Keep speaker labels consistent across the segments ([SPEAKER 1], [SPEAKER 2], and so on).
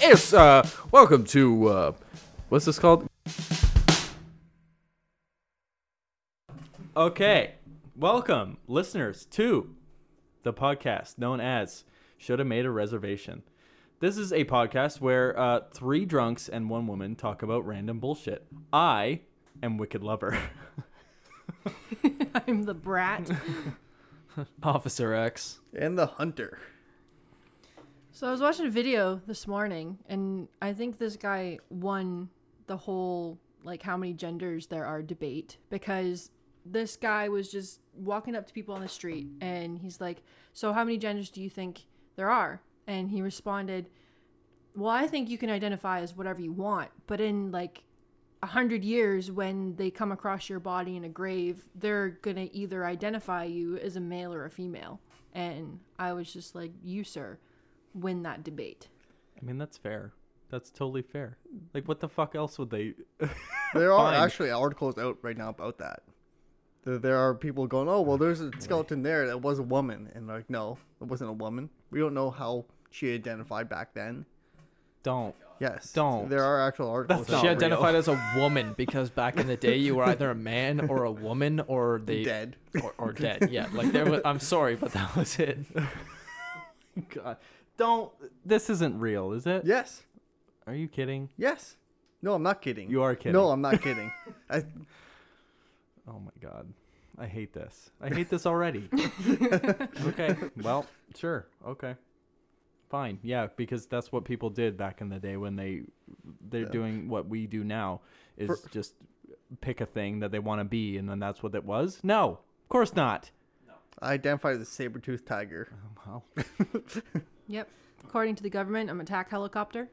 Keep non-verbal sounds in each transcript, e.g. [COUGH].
[SPEAKER 1] Yes, uh, welcome to uh, what's this called?
[SPEAKER 2] Okay. Welcome, listeners, to the podcast known as Should Have Made a Reservation. This is a podcast where uh, three drunks and one woman talk about random bullshit. I am Wicked Lover. [LAUGHS]
[SPEAKER 3] I'm the brat.
[SPEAKER 4] Officer X.
[SPEAKER 5] And the hunter.
[SPEAKER 3] So I was watching a video this morning, and I think this guy won the whole like how many genders there are debate because this guy was just walking up to people on the street and he's like, "So how many genders do you think there are?" And he responded, "Well, I think you can identify as whatever you want, but in like a hundred years, when they come across your body in a grave, they're gonna either identify you as a male or a female." And I was just like, "You, sir." win that debate.
[SPEAKER 2] I mean, that's fair. That's totally fair. Like, what the fuck else would they?
[SPEAKER 5] There are
[SPEAKER 2] Fine.
[SPEAKER 5] actually articles out right now about that. There, there are people going, oh, well, there's a skeleton there that was a woman. And like, no, it wasn't a woman. We don't know how she identified back then.
[SPEAKER 2] Don't. [LAUGHS]
[SPEAKER 5] Yes.
[SPEAKER 2] Don't.
[SPEAKER 5] There are actual articles.
[SPEAKER 2] not
[SPEAKER 4] she
[SPEAKER 2] real.
[SPEAKER 4] identified as a woman because back in the day you were either a man or a woman or they
[SPEAKER 5] Dead.
[SPEAKER 4] or, or dead. Yeah, like there was. I'm sorry, but that was it.
[SPEAKER 2] God. Don't. This isn't real, is it?
[SPEAKER 5] Yes.
[SPEAKER 2] Are you kidding?
[SPEAKER 5] Yes. No, I'm not kidding.
[SPEAKER 2] You are kidding.
[SPEAKER 5] No, I'm not kidding. I,
[SPEAKER 2] Oh my god. I hate this. I hate this already. okay. Well, sure. Okay. Fine. Yeah, because that's what people did back in the day when they they're doing what we do now is
[SPEAKER 5] For-
[SPEAKER 2] just pick a thing that they want to be and then that's what it was? No. Of course not.
[SPEAKER 5] I identified as a saber-toothed tiger.
[SPEAKER 2] Well,
[SPEAKER 3] Yep. According to the government, I'm an attack helicopter.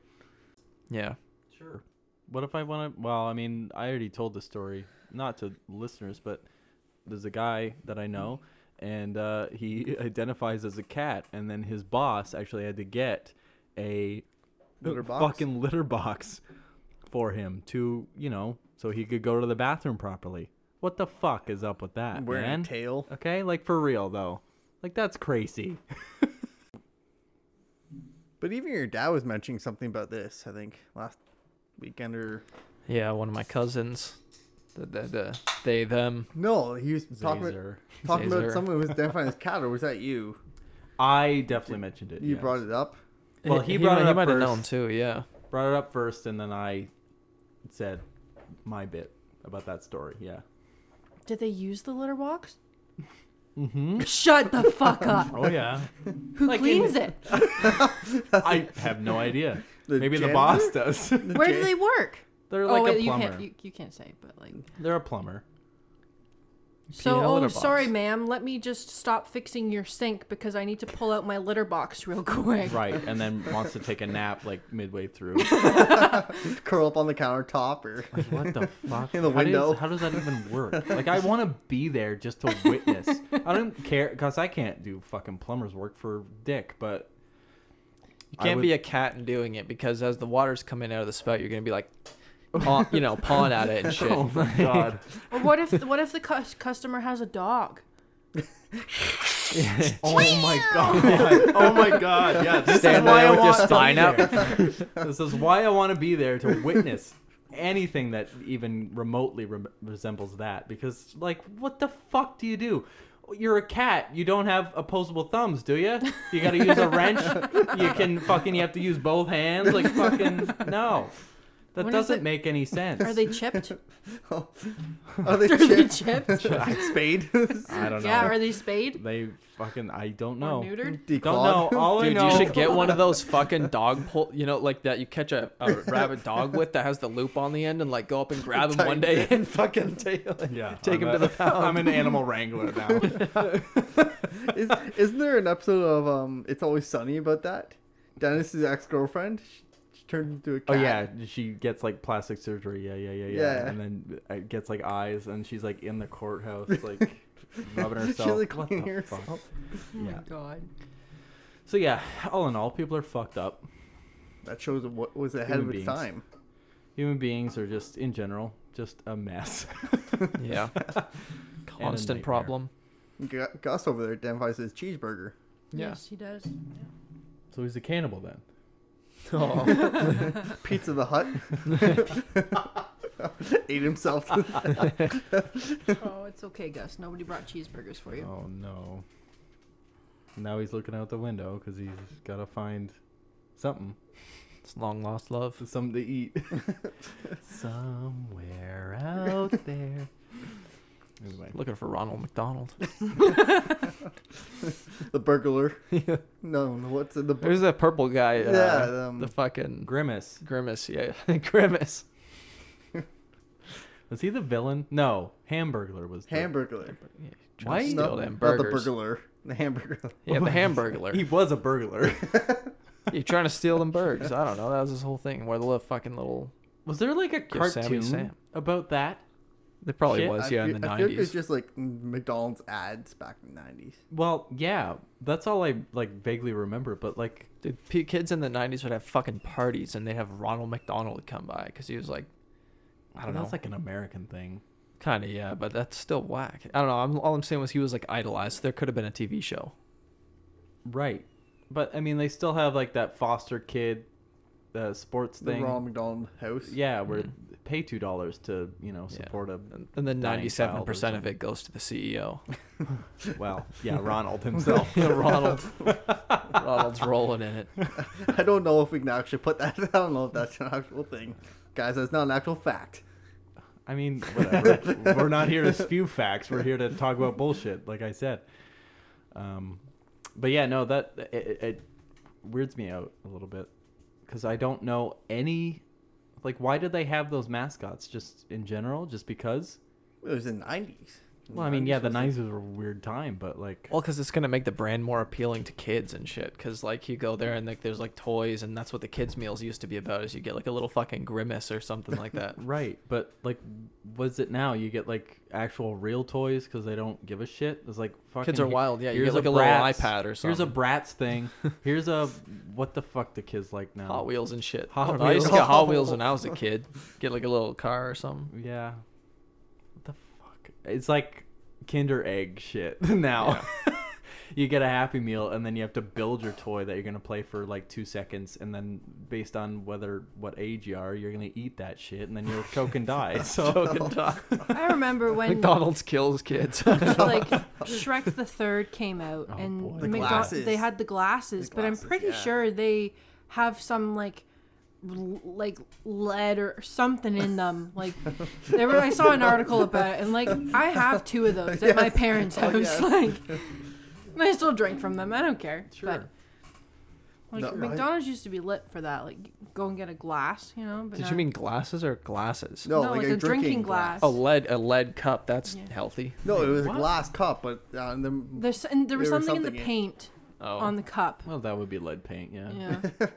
[SPEAKER 4] Yeah.
[SPEAKER 2] sure. What if I want to Well, I mean, I already told the story not to listeners, but there's a guy that I know, and uh, he [LAUGHS] identifies as a cat, and then his boss actually had to get a
[SPEAKER 5] Litter box?
[SPEAKER 2] fucking litter box for him to, you know, so he could go to the bathroom properly. What the fuck is up with that,
[SPEAKER 5] Wearing
[SPEAKER 2] man?
[SPEAKER 5] a tail.
[SPEAKER 2] okay, like for real though, like that's crazy.
[SPEAKER 5] But even your dad was mentioning something about this, I think, last weekend or...
[SPEAKER 4] Yeah, one of my cousins. The, the, the, they, them.
[SPEAKER 5] No, he was talking about,
[SPEAKER 2] Zazer.
[SPEAKER 5] talking about
[SPEAKER 4] Zazer.
[SPEAKER 5] someone who was identifying as cat, or was that you?
[SPEAKER 2] I definitely mentioned it.
[SPEAKER 5] You
[SPEAKER 2] yes.
[SPEAKER 5] brought it up.
[SPEAKER 2] Well, he brought it
[SPEAKER 4] He
[SPEAKER 2] up
[SPEAKER 4] might have
[SPEAKER 2] first.
[SPEAKER 4] known too. Yeah.
[SPEAKER 2] brought it up first, and then I said my bit about that story. Yeah.
[SPEAKER 3] Did they use the litter box? Mm-hmm. [LAUGHS] Shut the fuck up.
[SPEAKER 2] Oh [LAUGHS] yeah.
[SPEAKER 3] Who cleans it?
[SPEAKER 2] I have no idea.
[SPEAKER 5] The
[SPEAKER 2] Maybe [LAUGHS] the
[SPEAKER 5] janitor?
[SPEAKER 2] boss [LAUGHS] does.
[SPEAKER 3] Where do they work?
[SPEAKER 2] They're like
[SPEAKER 3] oh wait,
[SPEAKER 2] a
[SPEAKER 3] you
[SPEAKER 2] plumber.
[SPEAKER 3] can't you, you can't say, but like
[SPEAKER 2] They're a plumber.
[SPEAKER 3] so.
[SPEAKER 4] PL
[SPEAKER 3] Oh,
[SPEAKER 4] litter box.
[SPEAKER 3] sorry, ma'am. Let me just stop fixing your sink because I need to pull out my litter box real [LAUGHS] quick.
[SPEAKER 2] Right, and [LAUGHS] then wants to take a nap like midway through.
[SPEAKER 5] [LAUGHS] Curl up on the countertop, or
[SPEAKER 2] [LAUGHS] What the fuck?
[SPEAKER 5] In the
[SPEAKER 2] how
[SPEAKER 5] window.
[SPEAKER 2] Does, how does that even [LAUGHS] work? Like, I want to be there just to witness. I don't care because I can't do fucking plumber's work for dick, but
[SPEAKER 4] You
[SPEAKER 2] I
[SPEAKER 4] can't
[SPEAKER 2] would-
[SPEAKER 4] be a cat and doing it because as the water's coming out of the spout, you're gonna be like, paw, you know, pawing at it and
[SPEAKER 2] [LAUGHS]
[SPEAKER 4] shit.
[SPEAKER 2] oh my god.
[SPEAKER 3] Or what if what if the cus- customer has a dog?
[SPEAKER 2] Oh my [LAUGHS] god. Oh my god. Yeah. This
[SPEAKER 4] Stand
[SPEAKER 2] is why
[SPEAKER 4] there
[SPEAKER 2] I
[SPEAKER 4] with your
[SPEAKER 2] want to
[SPEAKER 4] spine
[SPEAKER 2] be
[SPEAKER 4] up.
[SPEAKER 2] there. this is why I want to be there to witness anything that even remotely re- resembles that. Because, like, what the fuck do you do? You're a cat. You don't have opposable thumbs, do you? You gotta use a wrench. You can fucking. You have to use both hands. Like fucking. No, that
[SPEAKER 3] When is
[SPEAKER 2] doesn't
[SPEAKER 3] it-
[SPEAKER 2] make any sense.
[SPEAKER 3] Are
[SPEAKER 2] [LAUGHS]
[SPEAKER 3] they chipped?
[SPEAKER 5] are they
[SPEAKER 3] Are they
[SPEAKER 5] chipped? [LAUGHS]
[SPEAKER 3] chipped?
[SPEAKER 2] [LAUGHS]
[SPEAKER 5] Spade?
[SPEAKER 2] I don't know.
[SPEAKER 3] Yeah. Are they spayed?
[SPEAKER 2] they fucking. I don't know.
[SPEAKER 3] Or neutered?
[SPEAKER 2] Don't know.
[SPEAKER 5] Declawed?
[SPEAKER 2] All I
[SPEAKER 4] Dude,
[SPEAKER 2] know.
[SPEAKER 4] you should get one of those fucking dog pull, you know, like that you catch a, a rabbit dog with that has the loop on the end and like go up and grab him one day and [LAUGHS] fucking tail it.
[SPEAKER 2] Yeah,
[SPEAKER 4] Take
[SPEAKER 2] I'm
[SPEAKER 4] him to
[SPEAKER 2] a-
[SPEAKER 4] the
[SPEAKER 2] [LAUGHS]
[SPEAKER 4] pound.
[SPEAKER 2] I'm an animal wrangler now.
[SPEAKER 5] [LAUGHS] Is, isn't there an episode of um, It's Always Sunny about that? Dennis's ex-girlfriend, she, she turned into a
[SPEAKER 2] Oh
[SPEAKER 5] cat.
[SPEAKER 2] yeah, she gets like plastic surgery. Yeah, yeah, yeah, yeah.
[SPEAKER 5] Yeah.
[SPEAKER 2] And then uh, gets like eyes, and she's like in the courthouse, like rubbing
[SPEAKER 5] She's
[SPEAKER 2] herself.
[SPEAKER 5] like
[SPEAKER 2] What the
[SPEAKER 5] cleaning
[SPEAKER 2] fuck?
[SPEAKER 5] herself.
[SPEAKER 2] Yeah.
[SPEAKER 3] Oh God.
[SPEAKER 2] So yeah, all in all, people are fucked up.
[SPEAKER 5] That shows what was ahead
[SPEAKER 2] Human
[SPEAKER 5] of its
[SPEAKER 2] beings.
[SPEAKER 5] time.
[SPEAKER 2] Human beings are just in general just a mess. [LAUGHS]
[SPEAKER 4] Yeah. Constant
[SPEAKER 2] nightmare.
[SPEAKER 4] problem.
[SPEAKER 5] Gu- Gus over there identifies as cheeseburger.
[SPEAKER 4] Yeah.
[SPEAKER 3] Yes, he does.
[SPEAKER 2] so he's a cannibal then.
[SPEAKER 5] Oh. [LAUGHS] Pizza the
[SPEAKER 2] [LAUGHS]
[SPEAKER 5] Hut. Ate himself. [LAUGHS] to death.
[SPEAKER 3] oh, it's okay, Gus. Nobody brought cheeseburgers for you.
[SPEAKER 2] Oh no. Now he's looking out the window because he's got to find something,
[SPEAKER 4] It's long lost love.
[SPEAKER 2] something to eat. [LAUGHS] Somewhere out there. Anyway.
[SPEAKER 4] Looking for Ronald McDonald.
[SPEAKER 5] the
[SPEAKER 2] [LAUGHS]
[SPEAKER 5] burglar. No, no, what's it? The bur-
[SPEAKER 4] There's that purple guy. Uh,
[SPEAKER 5] Yeah, um,
[SPEAKER 4] the fucking
[SPEAKER 2] Grimace.
[SPEAKER 4] grimace. Yeah, [LAUGHS] grimace.
[SPEAKER 2] Was he the villain? No, Hamburglar was. the-
[SPEAKER 5] hamburglar.
[SPEAKER 4] Yeah,
[SPEAKER 2] Why-
[SPEAKER 4] Why
[SPEAKER 2] He
[SPEAKER 5] Not,
[SPEAKER 4] steal them
[SPEAKER 5] not the
[SPEAKER 4] burgers?
[SPEAKER 5] burglar. [LAUGHS] The hamburger.
[SPEAKER 4] yeah, the hamburglar.
[SPEAKER 2] [LAUGHS] He was a burglar.
[SPEAKER 4] You're trying to steal them burgers. I don't know. That was his whole thing. Where the little fucking little.
[SPEAKER 2] was there like a
[SPEAKER 4] Sammy
[SPEAKER 2] cartoon
[SPEAKER 4] Sam.
[SPEAKER 2] about that?
[SPEAKER 4] It probably
[SPEAKER 2] Shit,
[SPEAKER 4] was.
[SPEAKER 5] I
[SPEAKER 4] yeah, in
[SPEAKER 5] feel-
[SPEAKER 4] the
[SPEAKER 5] I feel like It's
[SPEAKER 4] nineties.
[SPEAKER 5] just like McDonald's ads back in the 90s.
[SPEAKER 2] Well, yeah, that's all I like vaguely remember. But like,
[SPEAKER 4] Dude, p- kids in the nineties would have fucking parties, and they'd have Ronald McDonald come by because he was like, I don't know,
[SPEAKER 2] That's like an American thing.
[SPEAKER 4] kind of yeah, but that's still whack. I don't know. I'm, all I'm saying was he was like idolized. There could have been a TV show.
[SPEAKER 2] Right. But I mean, they still have like that foster kid uh, sports
[SPEAKER 5] The
[SPEAKER 2] thing.
[SPEAKER 5] Ronald McDonald house.
[SPEAKER 2] Yeah, where pay two dollars to you know
[SPEAKER 4] Yeah.
[SPEAKER 2] support
[SPEAKER 4] And then
[SPEAKER 2] Dying
[SPEAKER 4] ninety-seven percent
[SPEAKER 2] child
[SPEAKER 4] of
[SPEAKER 2] or
[SPEAKER 4] it goes to the
[SPEAKER 2] [LAUGHS]
[SPEAKER 4] E CEO.
[SPEAKER 2] a well, yeah, Ronald himself.
[SPEAKER 4] Yeah, [LAUGHS] Ronald. Ronald's rolling in it.
[SPEAKER 5] [LAUGHS] I don't know if we can actually put that. [LAUGHS] I don't know if that's an actual thing. Guys, that's not an actual fact.
[SPEAKER 2] I mean, whatever. We're not here to spew facts. We're here to talk about bullshit, like I said. Um, but yeah, no, that it, it- it weirds me out a little bit because I don't know any. Like, why did they have those mascots just in general? Just because?
[SPEAKER 5] It was in the 90s.
[SPEAKER 2] Well, I mean, yeah, the
[SPEAKER 5] was like-
[SPEAKER 2] '90s was a weird time, but like,
[SPEAKER 4] Well, because it's gonna make the brand more appealing to kids and shit. Because like you go there and like there's like toys, and that's what the kids' meals used to be about. Is you get like a little fucking grimace or something like that.
[SPEAKER 2] Right, but like, was it now? You get like actual real toys because they don't give a shit. It's like [LAUGHS] fucking
[SPEAKER 4] Kids are
[SPEAKER 2] he-
[SPEAKER 4] wild, yeah, you
[SPEAKER 2] here's
[SPEAKER 4] get, like, a little iPad or
[SPEAKER 2] Here's a
[SPEAKER 4] something.
[SPEAKER 2] Bratz
[SPEAKER 4] [LAUGHS]
[SPEAKER 2] thing. here's a what the fuck the kids like now?
[SPEAKER 4] Hot Wheels and shit.
[SPEAKER 2] Um,
[SPEAKER 4] Oh,
[SPEAKER 2] Hot
[SPEAKER 4] I used to
[SPEAKER 2] Wheels.
[SPEAKER 4] get Hot Wheels when I was a kid. Get like a little car or something.
[SPEAKER 2] Yeah. What the fuck? It's like Kinder Egg shit [LAUGHS] now. you get a Happy Meal and then you have to build your toy that you're gonna play for like two seconds, and then based on whether what age you are, you're gonna eat that shit, and then
[SPEAKER 5] [LAUGHS]
[SPEAKER 2] you'll choke and die. So [LAUGHS]
[SPEAKER 3] I remember when
[SPEAKER 4] McDonald's kills [LAUGHS] kids.
[SPEAKER 3] [LAUGHS] like Shrek the Third came out, and
[SPEAKER 2] boy.
[SPEAKER 5] The
[SPEAKER 3] McDo-
[SPEAKER 5] glasses.
[SPEAKER 3] they had the glasses,
[SPEAKER 5] The
[SPEAKER 3] but I'm
[SPEAKER 5] glasses,
[SPEAKER 3] pretty
[SPEAKER 5] yeah.
[SPEAKER 3] sure they have some like l- like lead or something in them. Like there were, I saw an article about it, and like I have two of those at my parents' house.
[SPEAKER 5] yes.
[SPEAKER 3] Like, and I still drink from them. I don't care. But,
[SPEAKER 2] Sure.
[SPEAKER 3] like
[SPEAKER 5] No, I-
[SPEAKER 3] McDonald's used to be lit for that. Like go and get a glass, you know. But
[SPEAKER 4] Did
[SPEAKER 3] now-
[SPEAKER 4] you mean glasses or glasses?
[SPEAKER 5] No,
[SPEAKER 3] no, like, a, drinking, glass?
[SPEAKER 4] A lead, a lead cup. That's
[SPEAKER 3] Yeah.
[SPEAKER 4] healthy.
[SPEAKER 5] No, it was
[SPEAKER 2] What?
[SPEAKER 5] a glass cup, but uh, the,
[SPEAKER 3] There's and there was
[SPEAKER 5] There was
[SPEAKER 3] something, in
[SPEAKER 5] something
[SPEAKER 3] the
[SPEAKER 5] in-
[SPEAKER 3] paint
[SPEAKER 4] Oh,
[SPEAKER 3] on the cup.
[SPEAKER 2] Well, that would be lead paint, yeah.
[SPEAKER 3] Yeah.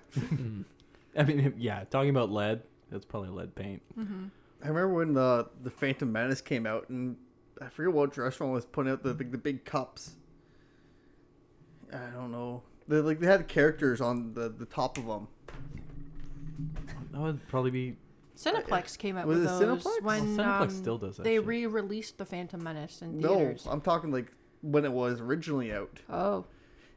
[SPEAKER 2] I mean, [LAUGHS] yeah, talking about lead, that's probably lead paint.
[SPEAKER 5] I remember when the the Phantom Menace came out, and I forget what restaurant was putting out the the, the big cups. I don't know. They like they had characters on the, the top of them.
[SPEAKER 2] That would probably be.
[SPEAKER 3] [LAUGHS]
[SPEAKER 5] [LAUGHS]
[SPEAKER 3] Cineplex came out
[SPEAKER 5] Was
[SPEAKER 3] with
[SPEAKER 5] it
[SPEAKER 3] those
[SPEAKER 5] Cineplex?
[SPEAKER 3] when
[SPEAKER 2] Well, Cineplex
[SPEAKER 3] um,
[SPEAKER 2] still does that
[SPEAKER 3] they
[SPEAKER 2] shit.
[SPEAKER 3] re-released the Phantom Menace in
[SPEAKER 5] No, uh,
[SPEAKER 3] theaters.
[SPEAKER 5] I'm talking like when it was originally out,
[SPEAKER 3] Oh,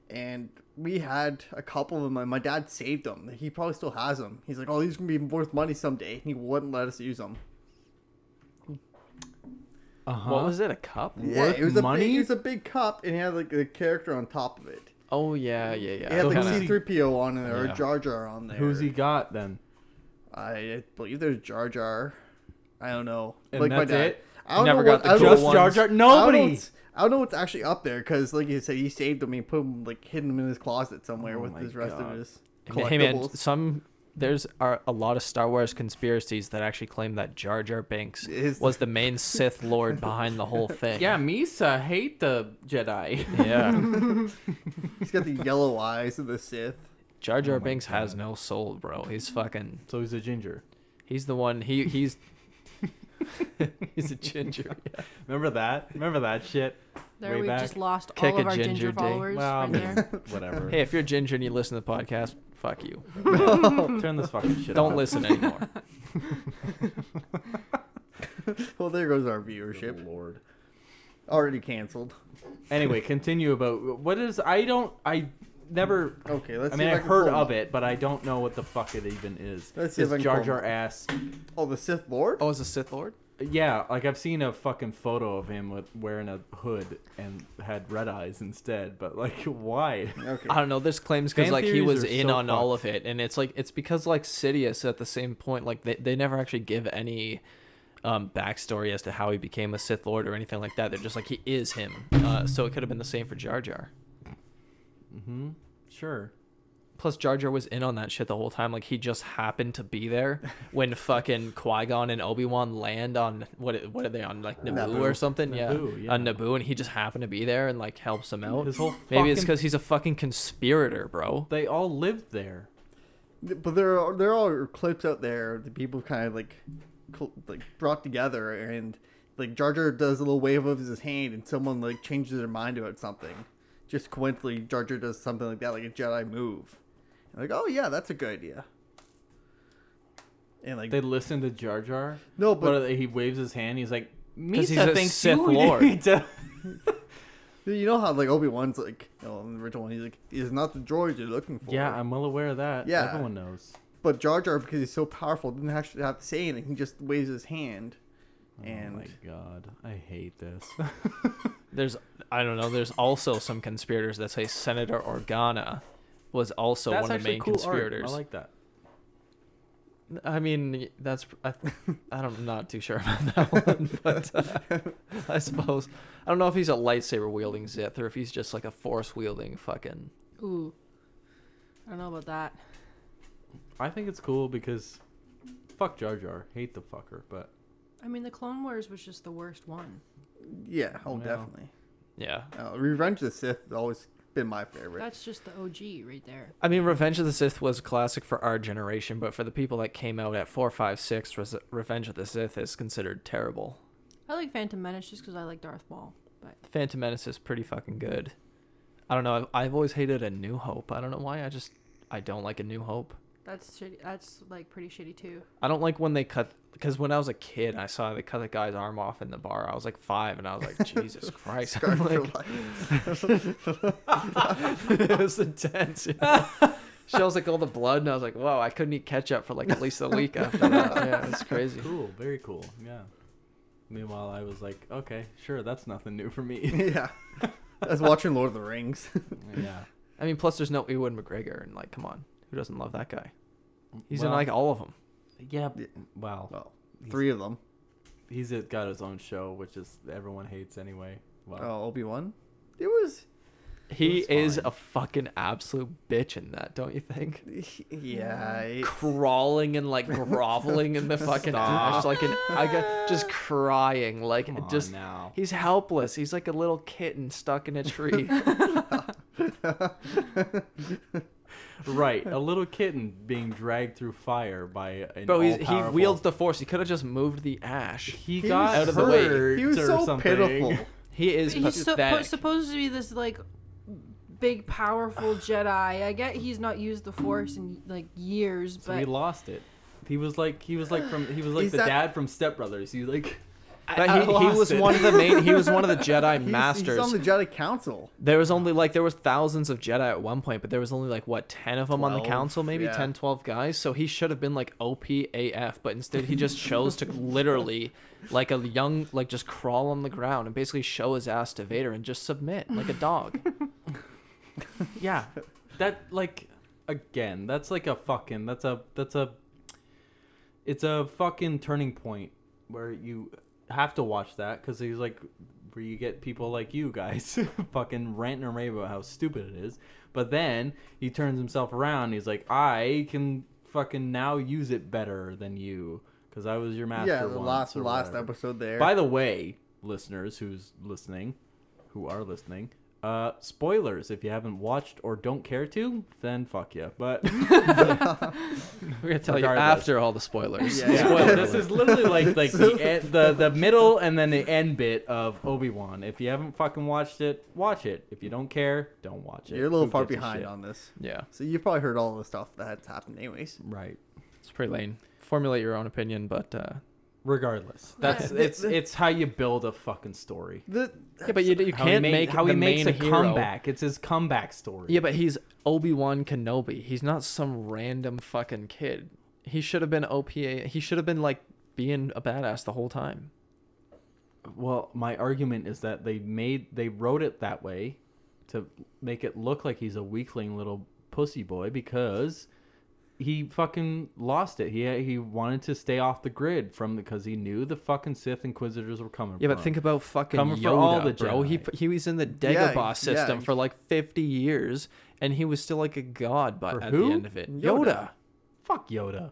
[SPEAKER 5] and we had a couple of them. And my dad saved them. He probably still has them. He's like, "Oh, these can be worth money someday." And he wouldn't let us use them.
[SPEAKER 2] Uh-huh.
[SPEAKER 4] what was it? A cup?
[SPEAKER 2] Worth
[SPEAKER 5] it was a
[SPEAKER 2] money?
[SPEAKER 5] Big, it was a big cup, and it had like a character on top of it.
[SPEAKER 4] Oh yeah, yeah, yeah.
[SPEAKER 5] It had like
[SPEAKER 4] Kinda-
[SPEAKER 2] who's he-
[SPEAKER 5] C-3PO on there or
[SPEAKER 4] Yeah.
[SPEAKER 5] Jar Jar on there.
[SPEAKER 2] Who's he got then?
[SPEAKER 5] I believe there's Jar Jar. I don't know.
[SPEAKER 2] And that's it?
[SPEAKER 5] I don't
[SPEAKER 4] Never
[SPEAKER 5] know
[SPEAKER 4] got
[SPEAKER 5] what,
[SPEAKER 4] the
[SPEAKER 5] I don't
[SPEAKER 4] cool
[SPEAKER 5] know
[SPEAKER 2] Just
[SPEAKER 5] what-
[SPEAKER 4] ones.
[SPEAKER 2] Jar Jar.
[SPEAKER 5] I don't know
[SPEAKER 2] Nobody.
[SPEAKER 5] what's, I don't know what's actually up there because, like you said, he saved them. He put them like hidden them in his closet somewhere
[SPEAKER 2] Oh
[SPEAKER 5] with
[SPEAKER 2] my
[SPEAKER 5] his rest
[SPEAKER 2] God.
[SPEAKER 5] of his collectibles.
[SPEAKER 4] [LAUGHS] Hey man, some there's are a lot of Star Wars conspiracies that actually claim that Jar
[SPEAKER 5] [LAUGHS]
[SPEAKER 4] Jar Binks
[SPEAKER 5] Is-
[SPEAKER 4] was the main Sith Lord behind the whole thing.
[SPEAKER 2] Yeah, Misa hate the Jedi.
[SPEAKER 4] yeah.
[SPEAKER 5] He's got the yellow eyes of the Sith. [LAUGHS]
[SPEAKER 4] Jar Jar Binks has no soul, bro. He's fucking.
[SPEAKER 2] so he's a ginger.
[SPEAKER 4] He's the one. He he's.
[SPEAKER 2] [LAUGHS]
[SPEAKER 4] he's a ginger. yeah.
[SPEAKER 2] Remember that? Remember that shit?
[SPEAKER 3] there
[SPEAKER 2] Way
[SPEAKER 3] we
[SPEAKER 2] back.
[SPEAKER 3] just lost
[SPEAKER 4] Kick
[SPEAKER 3] all of
[SPEAKER 4] a
[SPEAKER 3] our ginger,
[SPEAKER 4] ginger day.
[SPEAKER 3] followers
[SPEAKER 2] Well, I
[SPEAKER 3] right
[SPEAKER 2] mean,
[SPEAKER 3] [LAUGHS] there.
[SPEAKER 2] [LAUGHS] whatever.
[SPEAKER 4] Hey, if you're ginger and you listen to the podcast, fuck you.
[SPEAKER 2] [LAUGHS]
[SPEAKER 3] [LAUGHS]
[SPEAKER 2] Turn this fucking shit
[SPEAKER 4] Don't
[SPEAKER 2] off. [LAUGHS]
[SPEAKER 4] listen anymore.
[SPEAKER 5] Well, there goes our
[SPEAKER 2] Good
[SPEAKER 5] viewership.
[SPEAKER 2] Lord.
[SPEAKER 5] Already canceled.
[SPEAKER 2] Anyway, continue about what is. I don't. I never.
[SPEAKER 5] Okay, let's
[SPEAKER 2] I
[SPEAKER 5] see
[SPEAKER 2] mean,
[SPEAKER 5] if I
[SPEAKER 2] I've
[SPEAKER 5] can
[SPEAKER 2] heard
[SPEAKER 5] pull 'em
[SPEAKER 2] of
[SPEAKER 5] up.
[SPEAKER 2] it, but I don't know what the fuck it even is.
[SPEAKER 5] Let's see
[SPEAKER 2] This
[SPEAKER 5] if I can
[SPEAKER 2] Jar
[SPEAKER 5] pull 'em
[SPEAKER 2] Jar
[SPEAKER 5] up.
[SPEAKER 2] ass.
[SPEAKER 5] Oh, the Sith Lord.
[SPEAKER 4] [LAUGHS] Oh, is a Sith Lord?
[SPEAKER 2] Yeah, like I've seen a fucking photo of him with wearing a hood and had red eyes instead. But like, [LAUGHS] why?
[SPEAKER 5] Okay.
[SPEAKER 4] I don't know. This claims because
[SPEAKER 2] Fan
[SPEAKER 4] like he
[SPEAKER 2] theories
[SPEAKER 4] was
[SPEAKER 2] are
[SPEAKER 4] in
[SPEAKER 2] so
[SPEAKER 4] on all of it, and it's like it's because like Sidious at the same point like they, they never actually give any um, backstory as to how he became a Sith Lord or anything like that. They're just like he is him. Uh, so it could have been the same for Jar Jar.
[SPEAKER 2] Sure.
[SPEAKER 4] Plus Jar Jar was in on that shit the whole time. Like he just happened to
[SPEAKER 2] [LAUGHS]
[SPEAKER 4] be there when fucking Qui Gon and Obi Wan land on what what are they on like Naboo,
[SPEAKER 5] Naboo.
[SPEAKER 4] or something?
[SPEAKER 2] Naboo,
[SPEAKER 4] yeah,
[SPEAKER 2] yeah.
[SPEAKER 4] on Naboo, and he just happened to be there and like helps him out.
[SPEAKER 2] His whole
[SPEAKER 4] Maybe it's
[SPEAKER 2] fucking-
[SPEAKER 4] because he's a fucking conspirator, bro.
[SPEAKER 2] They all lived there.
[SPEAKER 5] But there are there are clips out there that people kind of like cl- like brought together and like Jar Jar does a little wave of his hand and someone like changes their mind about something. Just coincidentally, Jar Jar does something like that, like a Jedi move. And like, oh yeah, that's a good idea. And like,
[SPEAKER 2] They listen to Jar Jar.
[SPEAKER 5] No,
[SPEAKER 2] what
[SPEAKER 5] but-
[SPEAKER 2] are they- he waves his hand. He's like, Misa
[SPEAKER 4] he's a
[SPEAKER 2] thinks [LAUGHS]
[SPEAKER 4] Sith
[SPEAKER 2] you
[SPEAKER 4] [LAUGHS] Lord."
[SPEAKER 2] need to-
[SPEAKER 5] you know how like Obi Wan's like, you know, in the original one, he's like, he's not the droid you're looking for.
[SPEAKER 2] yeah, I'm well aware of that.
[SPEAKER 5] Yeah.
[SPEAKER 2] everyone knows. Oh
[SPEAKER 5] but Jar Jar because he's so powerful didn't actually have to say anything. He just waves his hand,
[SPEAKER 2] oh
[SPEAKER 5] and
[SPEAKER 2] my god, I hate this.
[SPEAKER 4] There's, I don't know. There's also some conspirators that say Senator Organa was also
[SPEAKER 2] That's
[SPEAKER 4] one of the
[SPEAKER 2] actually
[SPEAKER 4] main
[SPEAKER 2] cool art.
[SPEAKER 4] conspirators.
[SPEAKER 2] I like that.
[SPEAKER 4] I mean, that's I, [LAUGHS] I don't, am not too sure about that [LAUGHS] one, but uh, I suppose I don't know if he's a lightsaber wielding Sith or if he's just like a force wielding fucking.
[SPEAKER 3] Ooh. I don't know about that.
[SPEAKER 2] I think it's cool because fuck Jar Jar, hate the fucker, but [LAUGHS]
[SPEAKER 3] I mean, the Clone Wars was just the worst one.
[SPEAKER 5] yeah, oh
[SPEAKER 2] Wow.
[SPEAKER 5] definitely.
[SPEAKER 4] Yeah,
[SPEAKER 5] Uh, Revenge of the Sith has always been my favorite.
[SPEAKER 3] That's just the OG right there.
[SPEAKER 4] I mean, Revenge of the Sith was classic for our generation, but for the people that came out at four, five, six, Res- Revenge of the Sith is considered terrible.
[SPEAKER 3] I like Phantom Menace just because I like Darth Maul. But
[SPEAKER 4] Phantom Menace is pretty fucking good. I don't know. I've, I've always hated A New Hope. I don't know why. I just I don't like A New Hope.
[SPEAKER 3] that's shitty. That's like pretty shitty too.
[SPEAKER 4] I don't like when they cut because when I was a kid, I saw they cut the guy's arm off in the bar. I was like five, and I was
[SPEAKER 2] [LAUGHS]
[SPEAKER 4] like, Jesus Christ!
[SPEAKER 5] Scarred
[SPEAKER 4] I'm
[SPEAKER 5] for
[SPEAKER 4] [LAUGHS] like,
[SPEAKER 5] life.
[SPEAKER 4] it was intense. You know? Shows like all the blood, and I was like, Whoa! I couldn't eat ketchup for like at least a week
[SPEAKER 2] [LAUGHS]
[SPEAKER 4] after that. Yeah, it's crazy.
[SPEAKER 2] cool, very cool. Yeah. Meanwhile, I was like, okay, sure, that's nothing new for me.
[SPEAKER 5] [LAUGHS] [LAUGHS] yeah, I was watching Lord of the Rings. [LAUGHS]
[SPEAKER 2] yeah.
[SPEAKER 4] I mean, plus there's no Ewan McGregor, and like, come on, who doesn't love that guy? He's in
[SPEAKER 2] Well-
[SPEAKER 4] like all of them.
[SPEAKER 2] Yeah.
[SPEAKER 5] Yeah.
[SPEAKER 2] Wow.
[SPEAKER 5] well, three of them.
[SPEAKER 2] He's got his own show, which is everyone hates anyway. Wow.
[SPEAKER 5] Oh, Obi Wan. It was.
[SPEAKER 4] He
[SPEAKER 2] That's
[SPEAKER 4] is
[SPEAKER 2] fine.
[SPEAKER 4] a fucking absolute bitch in that, don't you think?
[SPEAKER 5] Yeah. it-
[SPEAKER 4] crawling
[SPEAKER 2] [LAUGHS]
[SPEAKER 4] and like groveling in the fucking
[SPEAKER 2] Stop.
[SPEAKER 4] ash, like an I got just crying, like
[SPEAKER 2] Come on
[SPEAKER 4] just
[SPEAKER 2] now.
[SPEAKER 4] he's helpless. He's like a little kitten stuck in
[SPEAKER 2] [LAUGHS]
[SPEAKER 4] a tree.
[SPEAKER 2] Right, a little kitten being dragged through fire by an
[SPEAKER 4] Bro, he's, he
[SPEAKER 2] all-powerful-
[SPEAKER 4] wields the force. He could have just moved the ash.
[SPEAKER 2] He,
[SPEAKER 5] he
[SPEAKER 2] got
[SPEAKER 5] was
[SPEAKER 4] out of the way.
[SPEAKER 2] hurt
[SPEAKER 5] He was
[SPEAKER 2] or
[SPEAKER 5] so
[SPEAKER 2] something.
[SPEAKER 5] pitiful.
[SPEAKER 4] He is
[SPEAKER 3] He's so,
[SPEAKER 4] pathetic.
[SPEAKER 3] supposed to be this like big, powerful Jedi. I get he's not used the Force in like years,
[SPEAKER 2] So
[SPEAKER 3] but
[SPEAKER 2] he lost it. He was like he was like from he was like
[SPEAKER 5] He's
[SPEAKER 2] the
[SPEAKER 5] that-
[SPEAKER 2] dad from Step Brothers. He like
[SPEAKER 4] but
[SPEAKER 2] I
[SPEAKER 4] he, he
[SPEAKER 2] lost
[SPEAKER 4] was
[SPEAKER 2] it.
[SPEAKER 4] one of the main. He was one of the Jedi
[SPEAKER 5] He's- He's
[SPEAKER 4] masters.
[SPEAKER 5] on the Jedi Council.
[SPEAKER 4] There was only like there was thousands of Jedi at one point, but there was only like what 10 of them on the
[SPEAKER 5] 12,
[SPEAKER 4] council, maybe
[SPEAKER 5] yeah.
[SPEAKER 4] ten, twelve 10, 12 guys. So he should have been like OPAF, but instead he just chose to literally like a young like just crawl on the ground and basically show his ass to Vader and just submit like a dog.
[SPEAKER 2] yeah that like again that's like a fucking that's a that's a it's a fucking turning point where you have to watch that because he's like where you get people like you guys [LAUGHS] fucking ranting and raving about how stupid it is but then he turns himself around and he's like i can fucking now use it better than you because i was your master
[SPEAKER 5] yeah, the
[SPEAKER 2] once
[SPEAKER 5] last
[SPEAKER 2] or
[SPEAKER 5] last
[SPEAKER 2] whatever.
[SPEAKER 5] episode there.
[SPEAKER 2] By the way, listeners who's listening, who are listening, uh, spoilers if you haven't watched or don't care to, then fuck you.
[SPEAKER 4] [LAUGHS]
[SPEAKER 2] But
[SPEAKER 4] We're gonna tell you
[SPEAKER 2] Regardless.
[SPEAKER 4] after all the spoilers.
[SPEAKER 5] Yeah.
[SPEAKER 4] Spoiler
[SPEAKER 2] Spoiler, [LAUGHS] this
[SPEAKER 4] alert.
[SPEAKER 2] is literally like like the,
[SPEAKER 4] [LAUGHS]
[SPEAKER 2] e- the the middle and then the end bit of Obi Wan. If you haven't fucking watched it, watch it. If you don't care, don't watch it.
[SPEAKER 5] you're a little
[SPEAKER 2] Who
[SPEAKER 5] far
[SPEAKER 2] gives
[SPEAKER 5] behind
[SPEAKER 2] shit?
[SPEAKER 5] on this,
[SPEAKER 4] yeah,
[SPEAKER 5] so you probably heard all the stuff that's happened, anyways.
[SPEAKER 2] Right.
[SPEAKER 4] it's pretty lame. Formulate your own opinion, but uh,
[SPEAKER 2] Regardless, that's
[SPEAKER 3] Yeah.
[SPEAKER 2] it's it's how you build a fucking story.
[SPEAKER 5] The,
[SPEAKER 4] Yeah, but you, you
[SPEAKER 2] How he
[SPEAKER 4] can't
[SPEAKER 2] made-
[SPEAKER 4] make
[SPEAKER 2] how he
[SPEAKER 4] the
[SPEAKER 2] makes
[SPEAKER 4] main
[SPEAKER 2] a
[SPEAKER 4] hero.
[SPEAKER 2] comeback. It's his comeback story.
[SPEAKER 4] Yeah, but he's Obi Wan Kenobi. He's not some random fucking kid. He should have been OPA. He should have been like being a badass the whole time.
[SPEAKER 2] Well, my argument is that they made they wrote it that way to make it look like he's a weakling little pussy boy because he fucking lost it. He he wanted to stay off the grid from because he knew the fucking Sith Inquisitors were coming.
[SPEAKER 4] Yeah,
[SPEAKER 2] for
[SPEAKER 4] but
[SPEAKER 2] him.
[SPEAKER 4] think about fucking
[SPEAKER 2] Coming for
[SPEAKER 4] Yoda,
[SPEAKER 2] all the
[SPEAKER 4] bro. He
[SPEAKER 2] Jedi.
[SPEAKER 4] he was in the
[SPEAKER 5] Yeah,
[SPEAKER 4] Dagobah
[SPEAKER 5] yeah.
[SPEAKER 4] system for like fifty years, and he was still like a god. But
[SPEAKER 2] For
[SPEAKER 4] at
[SPEAKER 2] who?
[SPEAKER 4] the end of it,
[SPEAKER 5] Yoda.
[SPEAKER 4] Yoda.
[SPEAKER 2] fuck Yoda.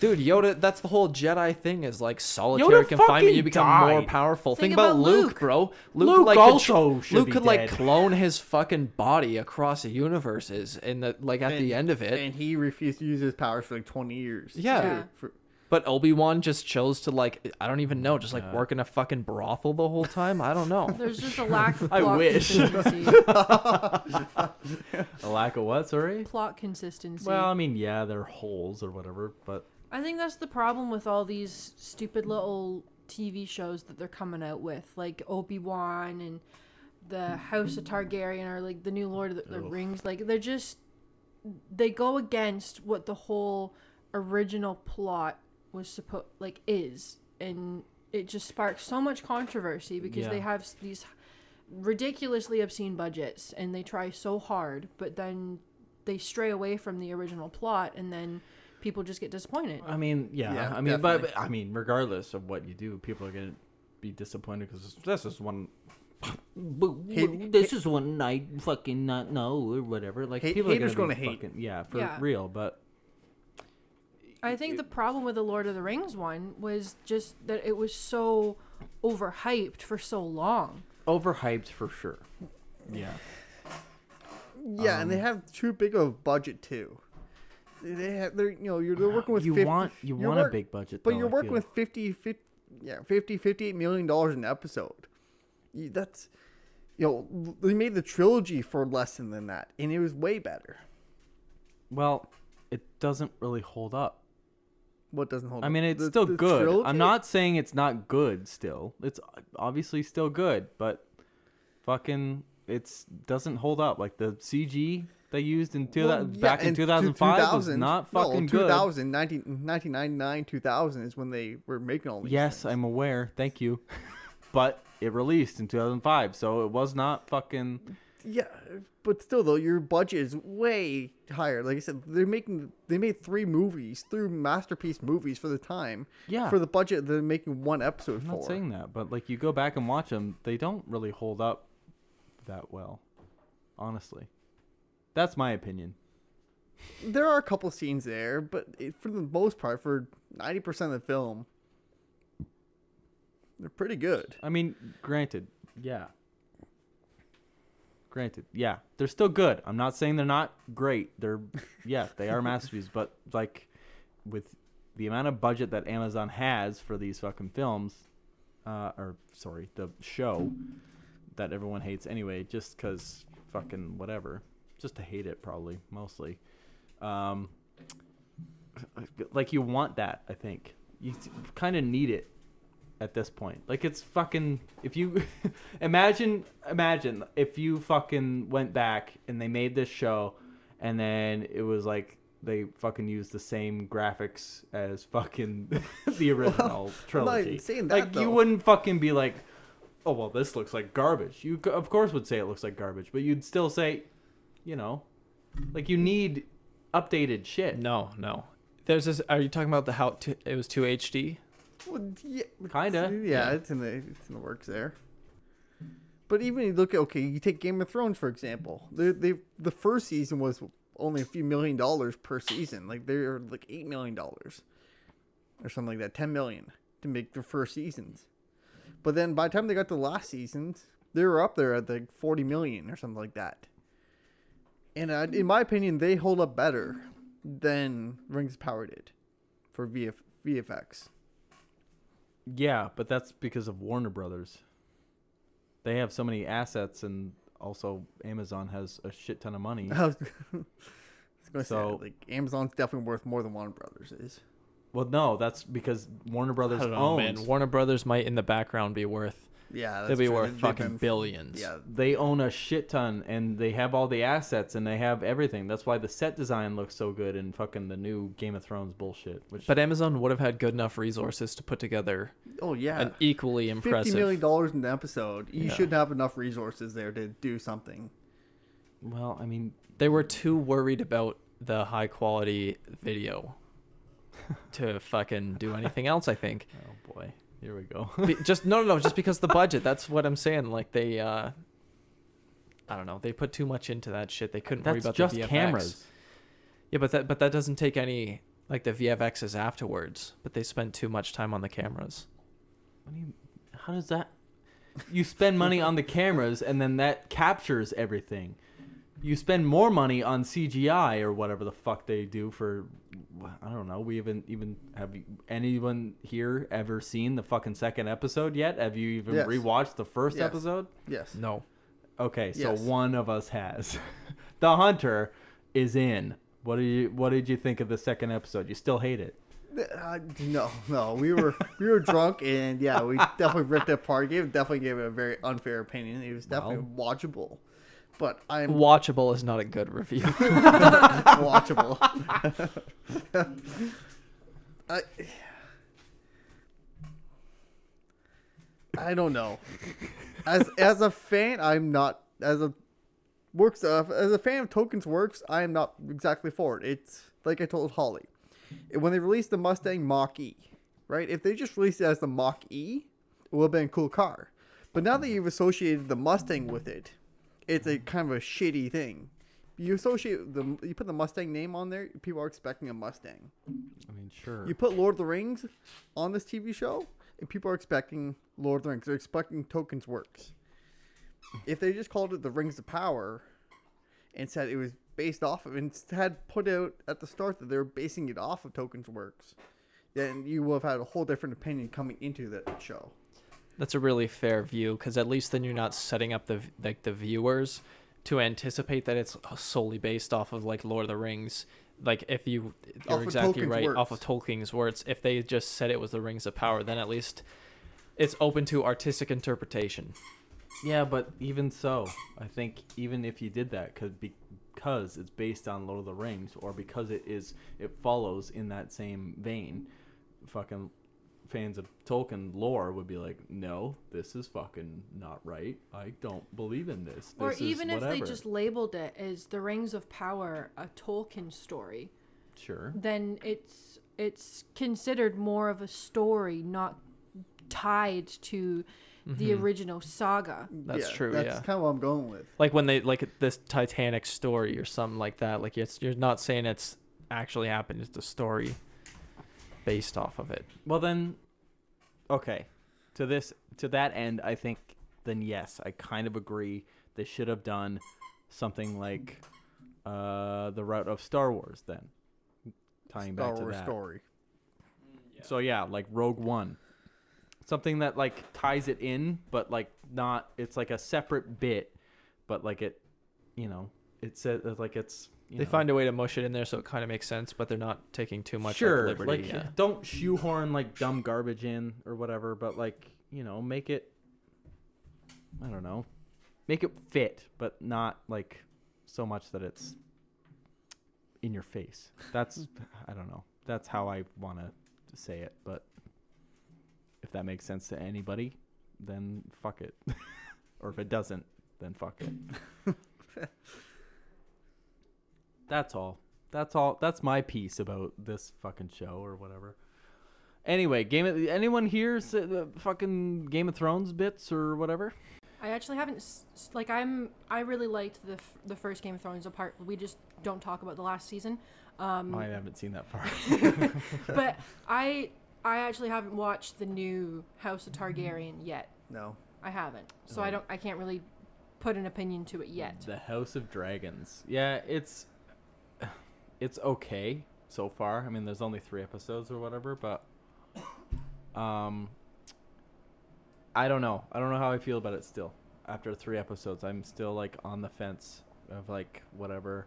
[SPEAKER 4] dude, Yoda. That's the whole Jedi thing is like solitary
[SPEAKER 2] Yoda
[SPEAKER 4] confinement. You
[SPEAKER 2] fucking
[SPEAKER 4] become more
[SPEAKER 2] died.
[SPEAKER 4] powerful. Think,
[SPEAKER 3] Think
[SPEAKER 4] about,
[SPEAKER 3] about
[SPEAKER 4] Luke,
[SPEAKER 3] Luke.
[SPEAKER 4] bro.
[SPEAKER 2] Luke
[SPEAKER 4] could tr-
[SPEAKER 2] also should
[SPEAKER 4] Luke
[SPEAKER 2] be
[SPEAKER 4] could like
[SPEAKER 2] dead.
[SPEAKER 4] clone his fucking body across the universes, and the like at the end of it.
[SPEAKER 5] and he refused to use his powers for like twenty years.
[SPEAKER 4] Yeah.
[SPEAKER 5] too,
[SPEAKER 3] Yeah.
[SPEAKER 5] for-
[SPEAKER 4] But Obi Wan just chose to like I don't even know, just like work in a fucking brothel the whole time. I don't know.
[SPEAKER 3] There's just a lack of
[SPEAKER 2] I
[SPEAKER 3] plot
[SPEAKER 2] wish.
[SPEAKER 3] consistency.
[SPEAKER 2] A lack of what?
[SPEAKER 4] [LAUGHS]
[SPEAKER 2] Sorry.
[SPEAKER 3] plot consistency.
[SPEAKER 2] Well, I mean, yeah, they're holes or whatever, but
[SPEAKER 3] I think that's the problem with all these stupid little TV shows that they're coming out with, like Obi Wan and the House of Targaryen, or like the new Lord of the, the Rings. Like they're just they go against what the whole original plot was supposed like is, and it just sparks so much controversy because
[SPEAKER 2] Yeah.
[SPEAKER 3] they have s- these ridiculously obscene budgets and they try so hard, but then they stray away from the original plot, and then people just get disappointed.
[SPEAKER 2] I mean, yeah,
[SPEAKER 5] Yeah,
[SPEAKER 2] I mean, but, but
[SPEAKER 5] definitely.
[SPEAKER 2] I mean, regardless of what you do, people are gonna be disappointed because that's just one. But this is one I fucking not know or whatever. Like
[SPEAKER 5] Hate-
[SPEAKER 2] people are
[SPEAKER 5] haters
[SPEAKER 2] gonna, be
[SPEAKER 5] gonna hate.
[SPEAKER 2] fucking- yeah, for
[SPEAKER 3] Yeah.
[SPEAKER 2] real. But
[SPEAKER 3] I think the problem with the Lord of the Rings one was just that it was so overhyped for so long.
[SPEAKER 2] overhyped for sure. [LAUGHS] Yeah,
[SPEAKER 5] yeah, and they
[SPEAKER 2] Um,
[SPEAKER 5] have too big of a budget too. They have, they're you know you're they're working with
[SPEAKER 2] you
[SPEAKER 5] 50
[SPEAKER 2] want you
[SPEAKER 5] you're
[SPEAKER 2] want a
[SPEAKER 5] work-
[SPEAKER 2] big budget,
[SPEAKER 5] but
[SPEAKER 2] though,
[SPEAKER 5] you're
[SPEAKER 2] I
[SPEAKER 5] working
[SPEAKER 2] feel.
[SPEAKER 5] with 50, 50 yeah 50 58 million dollars an episode. You, that's you know they made the trilogy for less than than that, and it was way better.
[SPEAKER 2] well, it doesn't really hold up.
[SPEAKER 5] What doesn't hold?
[SPEAKER 2] I
[SPEAKER 5] up?
[SPEAKER 2] mean, it's
[SPEAKER 5] The-
[SPEAKER 2] still
[SPEAKER 5] the
[SPEAKER 2] good.
[SPEAKER 5] trilogy?
[SPEAKER 2] I'm not saying it's not good still. It's obviously still good, but fucking it's doesn't hold up. Like the CG they used in two,
[SPEAKER 5] Well, yeah,
[SPEAKER 2] back in
[SPEAKER 5] and two-
[SPEAKER 2] 2005 was
[SPEAKER 5] 2000
[SPEAKER 2] not
[SPEAKER 5] no,
[SPEAKER 2] fucking good.
[SPEAKER 5] 2000, 19 1999, 2000 is when they were making all these.
[SPEAKER 2] Yes,
[SPEAKER 5] things.
[SPEAKER 2] I'm aware. Thank you. [LAUGHS] but it released in 2005, so it was not fucking
[SPEAKER 5] Yeah, but still though, your budget is way higher. Like I said, they're making they made three movies, three masterpiece movies for the time.
[SPEAKER 2] Yeah.
[SPEAKER 5] For the budget, they're making one episode
[SPEAKER 2] I'm
[SPEAKER 5] for.
[SPEAKER 2] not saying that, but like you go back and watch them, they don't really hold up that well. Honestly. That's my opinion.
[SPEAKER 5] There are a couple scenes there, but it, for the most part, for ninety percent of the film, they're pretty good.
[SPEAKER 2] I mean, granted, yeah. Granted, yeah, they're still good. I'm not saying they're not great. They're, yeah, they are masterpieces. But like, with the amount of budget that Amazon has for these fucking films, uh, or sorry, the show that everyone hates anyway, just because fucking whatever, just to hate it probably mostly. Um, like you want that, I think. You kind of need it at this point. Like it's fucking if you [LAUGHS] imagine imagine if you fucking went back and they made this show and then it was like they fucking used the same graphics as fucking [LAUGHS] the original
[SPEAKER 5] I'm not
[SPEAKER 2] trilogy.
[SPEAKER 5] even saying
[SPEAKER 2] like
[SPEAKER 5] that,
[SPEAKER 2] you
[SPEAKER 5] though.
[SPEAKER 2] wouldn't fucking be like, "Oh, well this looks like garbage." You c- of course would say it looks like garbage, but you'd still say, you know, like you need updated shit.
[SPEAKER 4] No, no. There's this. Are you talking about the how t- it was two HD?
[SPEAKER 5] Well, yeah,
[SPEAKER 2] Kinda, yeah.
[SPEAKER 5] Yeah, it's in the it's in the works there. But even you look at okay, you take Game of Thrones for example. They they the first season was only a few million dollars per season. Like they're like eight million dollars or something like that, ten million to make the first seasons. But then by the time they got to the last seasons, they were up there at like forty million or something like that. And uh, in my opinion, they hold up better than Rings of Power did for VF- VFX.
[SPEAKER 2] Yeah, but that's because of Warner Brothers. They have so many assets, and also Amazon has a shit ton of [LAUGHS] money.
[SPEAKER 5] [LAUGHS] I was, I was going to
[SPEAKER 2] So-
[SPEAKER 5] say, like, Amazon's definitely worth more than Warner Brothers is.
[SPEAKER 2] Well, no, that's because Warner
[SPEAKER 4] I
[SPEAKER 2] Brothers
[SPEAKER 4] don't know,
[SPEAKER 2] owns.
[SPEAKER 4] oh, man. Warner Brothers might in the background be worth.
[SPEAKER 5] Yeah, that's
[SPEAKER 4] They'll be
[SPEAKER 5] true.
[SPEAKER 4] worth
[SPEAKER 5] They've
[SPEAKER 4] fucking
[SPEAKER 5] been-
[SPEAKER 4] billions.
[SPEAKER 5] Yeah,
[SPEAKER 2] they own a shit ton, and they have all the assets, and they have everything. That's why the set design looks so good in fucking the new Game of Thrones bullshit. Which
[SPEAKER 4] But Amazon would have had good enough resources to put together
[SPEAKER 5] Oh yeah,
[SPEAKER 4] an equally
[SPEAKER 5] fifty
[SPEAKER 4] impressive.
[SPEAKER 5] million dollars in the episode. You
[SPEAKER 4] Yeah.
[SPEAKER 5] should have enough resources there to do something.
[SPEAKER 2] well, I mean,
[SPEAKER 4] They were too worried about the high quality video to fucking do anything else. I think.
[SPEAKER 2] oh boy, here we go. [LAUGHS]
[SPEAKER 4] Be- just no, no, no. Just because the budget. That's what I'm saying. Like they, uh I don't know. They put too much into that shit. They couldn't worry
[SPEAKER 2] that's
[SPEAKER 4] about
[SPEAKER 2] just
[SPEAKER 4] the VFX.
[SPEAKER 2] cameras.
[SPEAKER 4] Yeah, but that but that doesn't take any like the VFXs afterwards. But they spend too much time on the cameras.
[SPEAKER 2] What do you, how does that? You spend money on the cameras, and then that captures everything. You spend more money on CGI or whatever the fuck they do for. I don't know. We haven't even have you- anyone here ever seen the fucking second episode yet? Have you even
[SPEAKER 5] Yes.
[SPEAKER 2] rewatched the first
[SPEAKER 5] Yes.
[SPEAKER 2] episode?
[SPEAKER 5] Yes.
[SPEAKER 4] No.
[SPEAKER 2] Okay, so
[SPEAKER 5] Yes.
[SPEAKER 2] one of us has. [LAUGHS] the hunter is in. What did you What did you think of the second episode? You still hate it?
[SPEAKER 5] Uh, no, no, we were we were drunk, and yeah, we definitely ripped it apart. Gave definitely gave it a very unfair opinion. It was definitely watchable, but I'm
[SPEAKER 4] Watchable is not a good review.
[SPEAKER 5] watchable. [LAUGHS] I I don't know. As as a fan, I'm not as a works of as a fan of Token's works, I am not exactly for it. It's like I told Holly when they released the Mustang Mach E, right? If they just released it as the Mach E, it would have been a cool car. But now that you've associated the Mustang with it, it's a kind of a shitty thing. You associate the you put the Mustang name on there, people are expecting a Mustang.
[SPEAKER 2] I mean, sure.
[SPEAKER 5] You put Lord of the Rings on this TV show, and people are expecting Lord of the Rings. They're expecting Tolkien's works. If they just called it the Rings of Power, and said it was based off of, and had put out at the start that they were basing it off of Tolkien's works, then you will have had a whole different opinion coming into that show.
[SPEAKER 4] That's a really fair view because at least then you're not setting up the v- like the viewers to anticipate that it's solely based off of like Lord of the Rings. Like if you
[SPEAKER 5] Off
[SPEAKER 4] you're
[SPEAKER 5] of
[SPEAKER 4] exactly
[SPEAKER 5] Tolkien's
[SPEAKER 4] right off of
[SPEAKER 5] words.
[SPEAKER 4] Tolkien's words, if they just said it was the Rings of Power, then at least it's open to artistic interpretation.
[SPEAKER 2] Yeah, but even so, I think even if you did that, could be because it's based on Lord of the Rings, or because it is, it follows in that same vein. Fucking fans of Tolkien lore would be like, no, this is fucking not right. I don't believe in this.
[SPEAKER 3] Or
[SPEAKER 2] This is
[SPEAKER 3] even if they
[SPEAKER 2] whatever."
[SPEAKER 3] just labeled it as The Rings of Power, a Tolkien story,
[SPEAKER 2] sure.
[SPEAKER 3] then it's it's considered more of a story, not tied to the
[SPEAKER 2] Mm-hmm.
[SPEAKER 3] original saga.
[SPEAKER 4] That's true,
[SPEAKER 5] That's
[SPEAKER 4] yeah.
[SPEAKER 5] kind of what I'm going with.
[SPEAKER 4] like when they like this Titanic story or something like that. Like it's you're not saying it's actually happened. It's the story based off of it.
[SPEAKER 2] Well then, okay. To this, to that end, I think then yes, I kind of agree. They should have done something like uh, the route of Star Wars. Then tying
[SPEAKER 5] Star
[SPEAKER 2] back to
[SPEAKER 5] Wars
[SPEAKER 2] that.
[SPEAKER 5] story.
[SPEAKER 2] So yeah, like Rogue One, something that like ties it in, but like not. It's like a separate bit, but like it, you know, it says like it's. You
[SPEAKER 4] They
[SPEAKER 2] know,
[SPEAKER 4] find a way to mush it in there so it kind of makes sense, but they're not taking too much
[SPEAKER 2] sure,
[SPEAKER 4] like, liberty.
[SPEAKER 2] like
[SPEAKER 4] yeah.
[SPEAKER 2] don't shoehorn like dumb garbage in or whatever, but like you know, make it. I don't know, make it fit, but not like so much that it's in your face. That's [LAUGHS] I don't know. That's how I want to say it, but if that makes sense to anybody, then fuck it. [LAUGHS] or if it doesn't, then fuck it. That's all. That's all. That's my piece about this fucking show or whatever. Anyway, game. Of, anyone here s- uh, fucking Game of Thrones bits or whatever?
[SPEAKER 3] I actually haven't s- s- like I'm I really liked the f- the first Game of Thrones apart. We just don't talk about the last season. Um,
[SPEAKER 2] I haven't seen that far. [LAUGHS]
[SPEAKER 3] but I I actually haven't watched the new House of
[SPEAKER 2] Mm-hmm.
[SPEAKER 3] Targaryen yet.
[SPEAKER 5] No,
[SPEAKER 3] I haven't, so I don't I can't really put an opinion to it yet.
[SPEAKER 2] the House of Dragons. Yeah, it's it's okay so far. I mean, there's only three episodes or whatever, but um, I don't know. I don't know how I feel about it still. After three episodes, I'm still like on the fence of like whatever.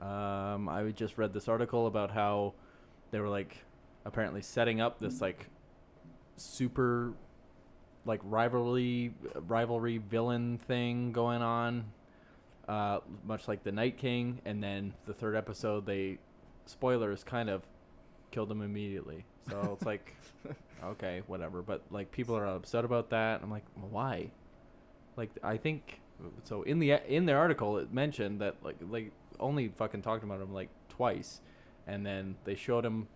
[SPEAKER 2] Um, I just read this article about how they were like apparently setting up this like super like rivalry rivalry villain thing going on uh, much like the night king and then the third episode they spoilers kind of killed him immediately so it's like okay whatever but like people are upset about that i'm like why like i think so in the in their article it mentioned that like like only fucking talked about him like twice and then they showed him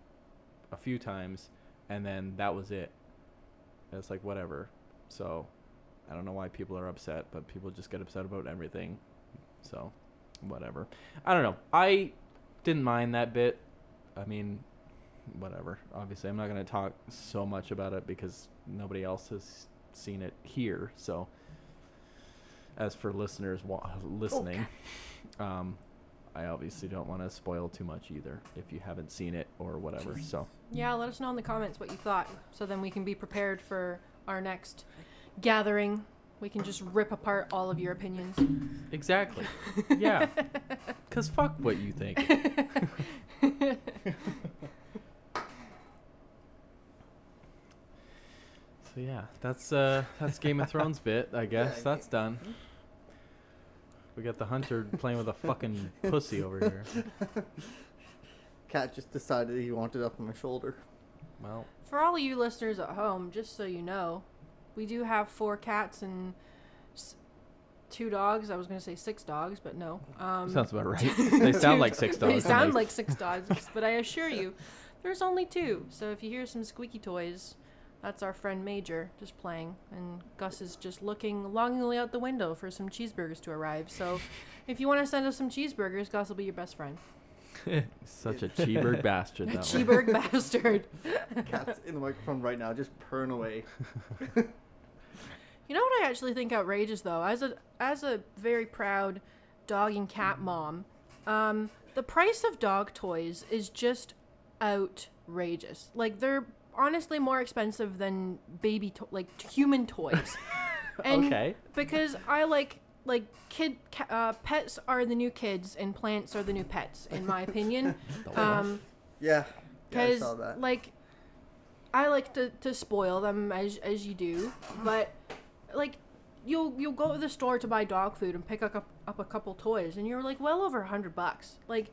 [SPEAKER 2] a few times and then that was it and it's like whatever so i don't know why people are upset but people just get upset about everything so whatever i don't know i didn't mind that bit i mean whatever obviously i'm not going to talk so much about it because nobody else has seen it here so as for listeners wa- listening um, i obviously don't want to spoil too much either if you haven't seen it or whatever so
[SPEAKER 3] Yeah, let us know in the comments what you thought, so then we can be prepared for our next gathering. We can just rip apart all of your opinions.
[SPEAKER 2] exactly yeah
[SPEAKER 3] [LAUGHS]
[SPEAKER 2] because fuck what you think [LAUGHS] so yeah that's uh that's game of thrones bit i guess
[SPEAKER 5] [LAUGHS] Yeah,
[SPEAKER 2] that's done we got the hunter playing with a fucking pussy over here
[SPEAKER 5] Cat just decided he wanted up on my shoulder.
[SPEAKER 2] well
[SPEAKER 3] [LAUGHS] For all of you listeners at home, just so you know, we do have four cats and s- two dogs. I was going to say six dogs, but no. Um,
[SPEAKER 2] [LAUGHS] sounds about [LAUGHS] right they sound like six dogs
[SPEAKER 3] They
[SPEAKER 2] when
[SPEAKER 3] sound like six dogs, but I assure you, there's only two. So if you hear some squeaky toys, that's our friend Major just playing, and Gus is just looking longingly out the window for some cheeseburgers to arrive. So if you want to send us some cheeseburgers, Gus will be your best friend.
[SPEAKER 2] [LAUGHS] such a cheeberg bastard [LAUGHS]
[SPEAKER 3] [LAUGHS]
[SPEAKER 2] that one.
[SPEAKER 3] Cheeseburg bastard.
[SPEAKER 5] Cat's in the microphone right now, just purring away.
[SPEAKER 3] You know what I actually think outrageous though, as a as a very proud dog and cat mom, um, the price of dog toys is just outrageous. Like they're honestly more expensive than baby to- like human toys. and
[SPEAKER 2] Okay.
[SPEAKER 3] Because I like like kid ca- uh, pets are the new kids and plants are the new pets in my opinion. um,
[SPEAKER 5] Yeah. Yeah, I
[SPEAKER 3] because
[SPEAKER 5] saw that.
[SPEAKER 3] like I like to, to spoil them as as you do, but like you'll you'll go to the store to buy dog food and pick up up a couple toys, and you're like well over a hundred bucks. Like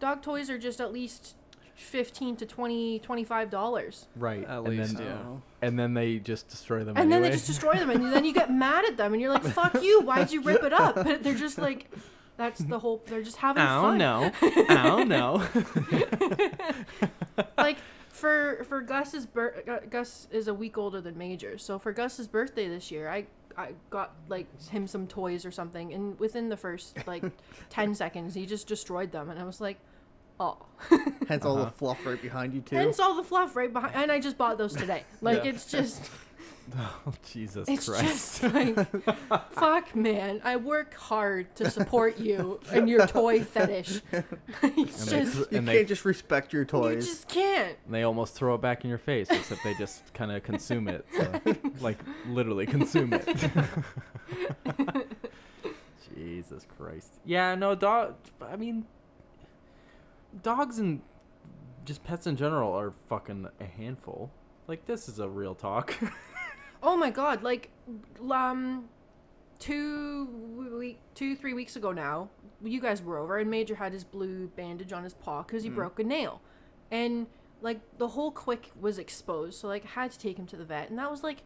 [SPEAKER 3] dog toys are just at least fifteen to 20 25 dollars
[SPEAKER 2] right
[SPEAKER 4] At
[SPEAKER 2] and
[SPEAKER 4] least,
[SPEAKER 2] then,
[SPEAKER 4] yeah.
[SPEAKER 5] Oh.
[SPEAKER 2] and then they just destroy them
[SPEAKER 3] and then
[SPEAKER 2] anyway.
[SPEAKER 3] they just
[SPEAKER 2] [LAUGHS]
[SPEAKER 3] destroy them and then you get mad at them and you're like fuck you why'd you rip it up but they're just like that's the whole they're just having
[SPEAKER 2] I
[SPEAKER 3] fun
[SPEAKER 2] don't [LAUGHS] know. I don't know.
[SPEAKER 3] like for for Gus's bir- Gu- Gus is a week older than Major, so for Gus's birthday this year, I I got like him some toys or something, and within the
[SPEAKER 2] [LAUGHS]
[SPEAKER 3] first like ten seconds, he just destroyed them, and I was like,
[SPEAKER 2] [LAUGHS]
[SPEAKER 3] oh,
[SPEAKER 5] Hence all
[SPEAKER 2] Uh-huh.
[SPEAKER 5] the fluff right behind you too.
[SPEAKER 3] hence all the fluff right behind, and I just bought
[SPEAKER 2] [LAUGHS]
[SPEAKER 3] those today. Like
[SPEAKER 4] Yeah.
[SPEAKER 3] it's just
[SPEAKER 2] [LAUGHS] oh, Jesus
[SPEAKER 3] it's
[SPEAKER 2] Christ.
[SPEAKER 3] just like
[SPEAKER 2] [LAUGHS]
[SPEAKER 3] fuck, man. I work hard to support you and your
[SPEAKER 2] [LAUGHS]
[SPEAKER 3] toy fetish. [LAUGHS] it's
[SPEAKER 2] And they
[SPEAKER 3] just
[SPEAKER 2] thro-
[SPEAKER 5] you
[SPEAKER 2] and
[SPEAKER 5] can't
[SPEAKER 2] they
[SPEAKER 5] just respect your
[SPEAKER 3] you
[SPEAKER 5] toys.
[SPEAKER 3] just can't.
[SPEAKER 2] And they almost throw it back in your face, except they just kind of consume [LAUGHS] it. So,
[SPEAKER 3] [LAUGHS]
[SPEAKER 2] like, literally consume it. [LAUGHS] Jesus Christ. Yeah, no, dog. I mean, dogs and just pets in general are fucking a handful. Like, this is a real talk.
[SPEAKER 3] [LAUGHS] Oh my god! Like, um, two week, two three weeks ago now, you guys were over, and Major had his blue bandage on his paw because
[SPEAKER 2] Mm.
[SPEAKER 3] he broke a nail, and like the whole quick was exposed, so like had to take him to the vet, and that was like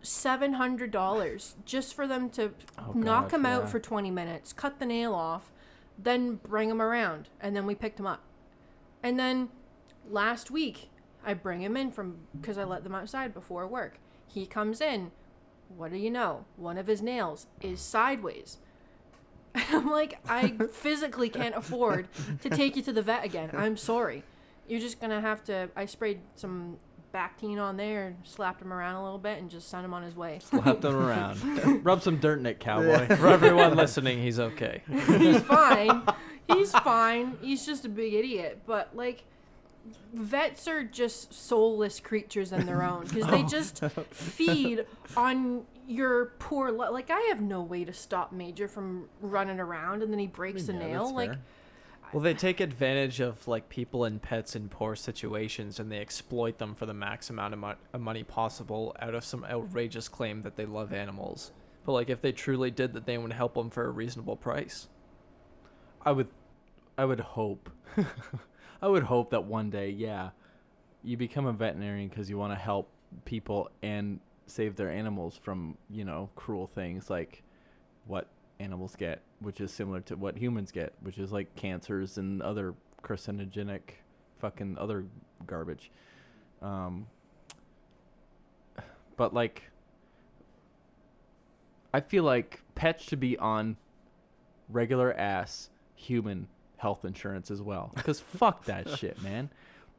[SPEAKER 3] seven hundred dollars just for them to
[SPEAKER 2] Oh
[SPEAKER 3] knock
[SPEAKER 2] God,
[SPEAKER 3] him out
[SPEAKER 2] yeah.
[SPEAKER 3] for twenty minutes, cut the nail off, then bring him around, and then we picked him up, and then last week i bring him in from because i let them outside before work he comes in what do you know one of his nails is sideways [LAUGHS] i'm like i physically can't afford to take you to the vet again i'm sorry you're just gonna have to i sprayed some Bactine on there and slapped him around a little bit and just sent him on his way.
[SPEAKER 2] Slap them around. [LAUGHS] Rub some dirt in it, cowboy.
[SPEAKER 4] [LAUGHS] For everyone listening, he's okay.
[SPEAKER 3] He's fine. He's fine. He's just a big idiot. But like, vets are just soulless creatures in their own because
[SPEAKER 5] [LAUGHS]
[SPEAKER 3] they just feed on your poor. Lo- like, I have no way to stop Major from running around, and then he breaks a
[SPEAKER 2] Yeah,
[SPEAKER 3] nail.
[SPEAKER 2] that's
[SPEAKER 3] Like,
[SPEAKER 2] fair.
[SPEAKER 4] [LAUGHS] Well, they take advantage of like people and pets in poor situations, and they exploit them for the max amount of, mo- of money possible out of some outrageous claim that they love animals. But like, if they truly did that, they would help them for a reasonable price.
[SPEAKER 2] I would, I would hope, [LAUGHS] I would hope that one day, yeah, you become a veterinarian because you want to help people and save their animals from you know cruel things like what animals get, which is similar to what humans get, which is like cancers and other carcinogenic, fucking other garbage. Um, but like, I feel like pets should be on regular ass human health insurance as well. Because fuck that shit, man.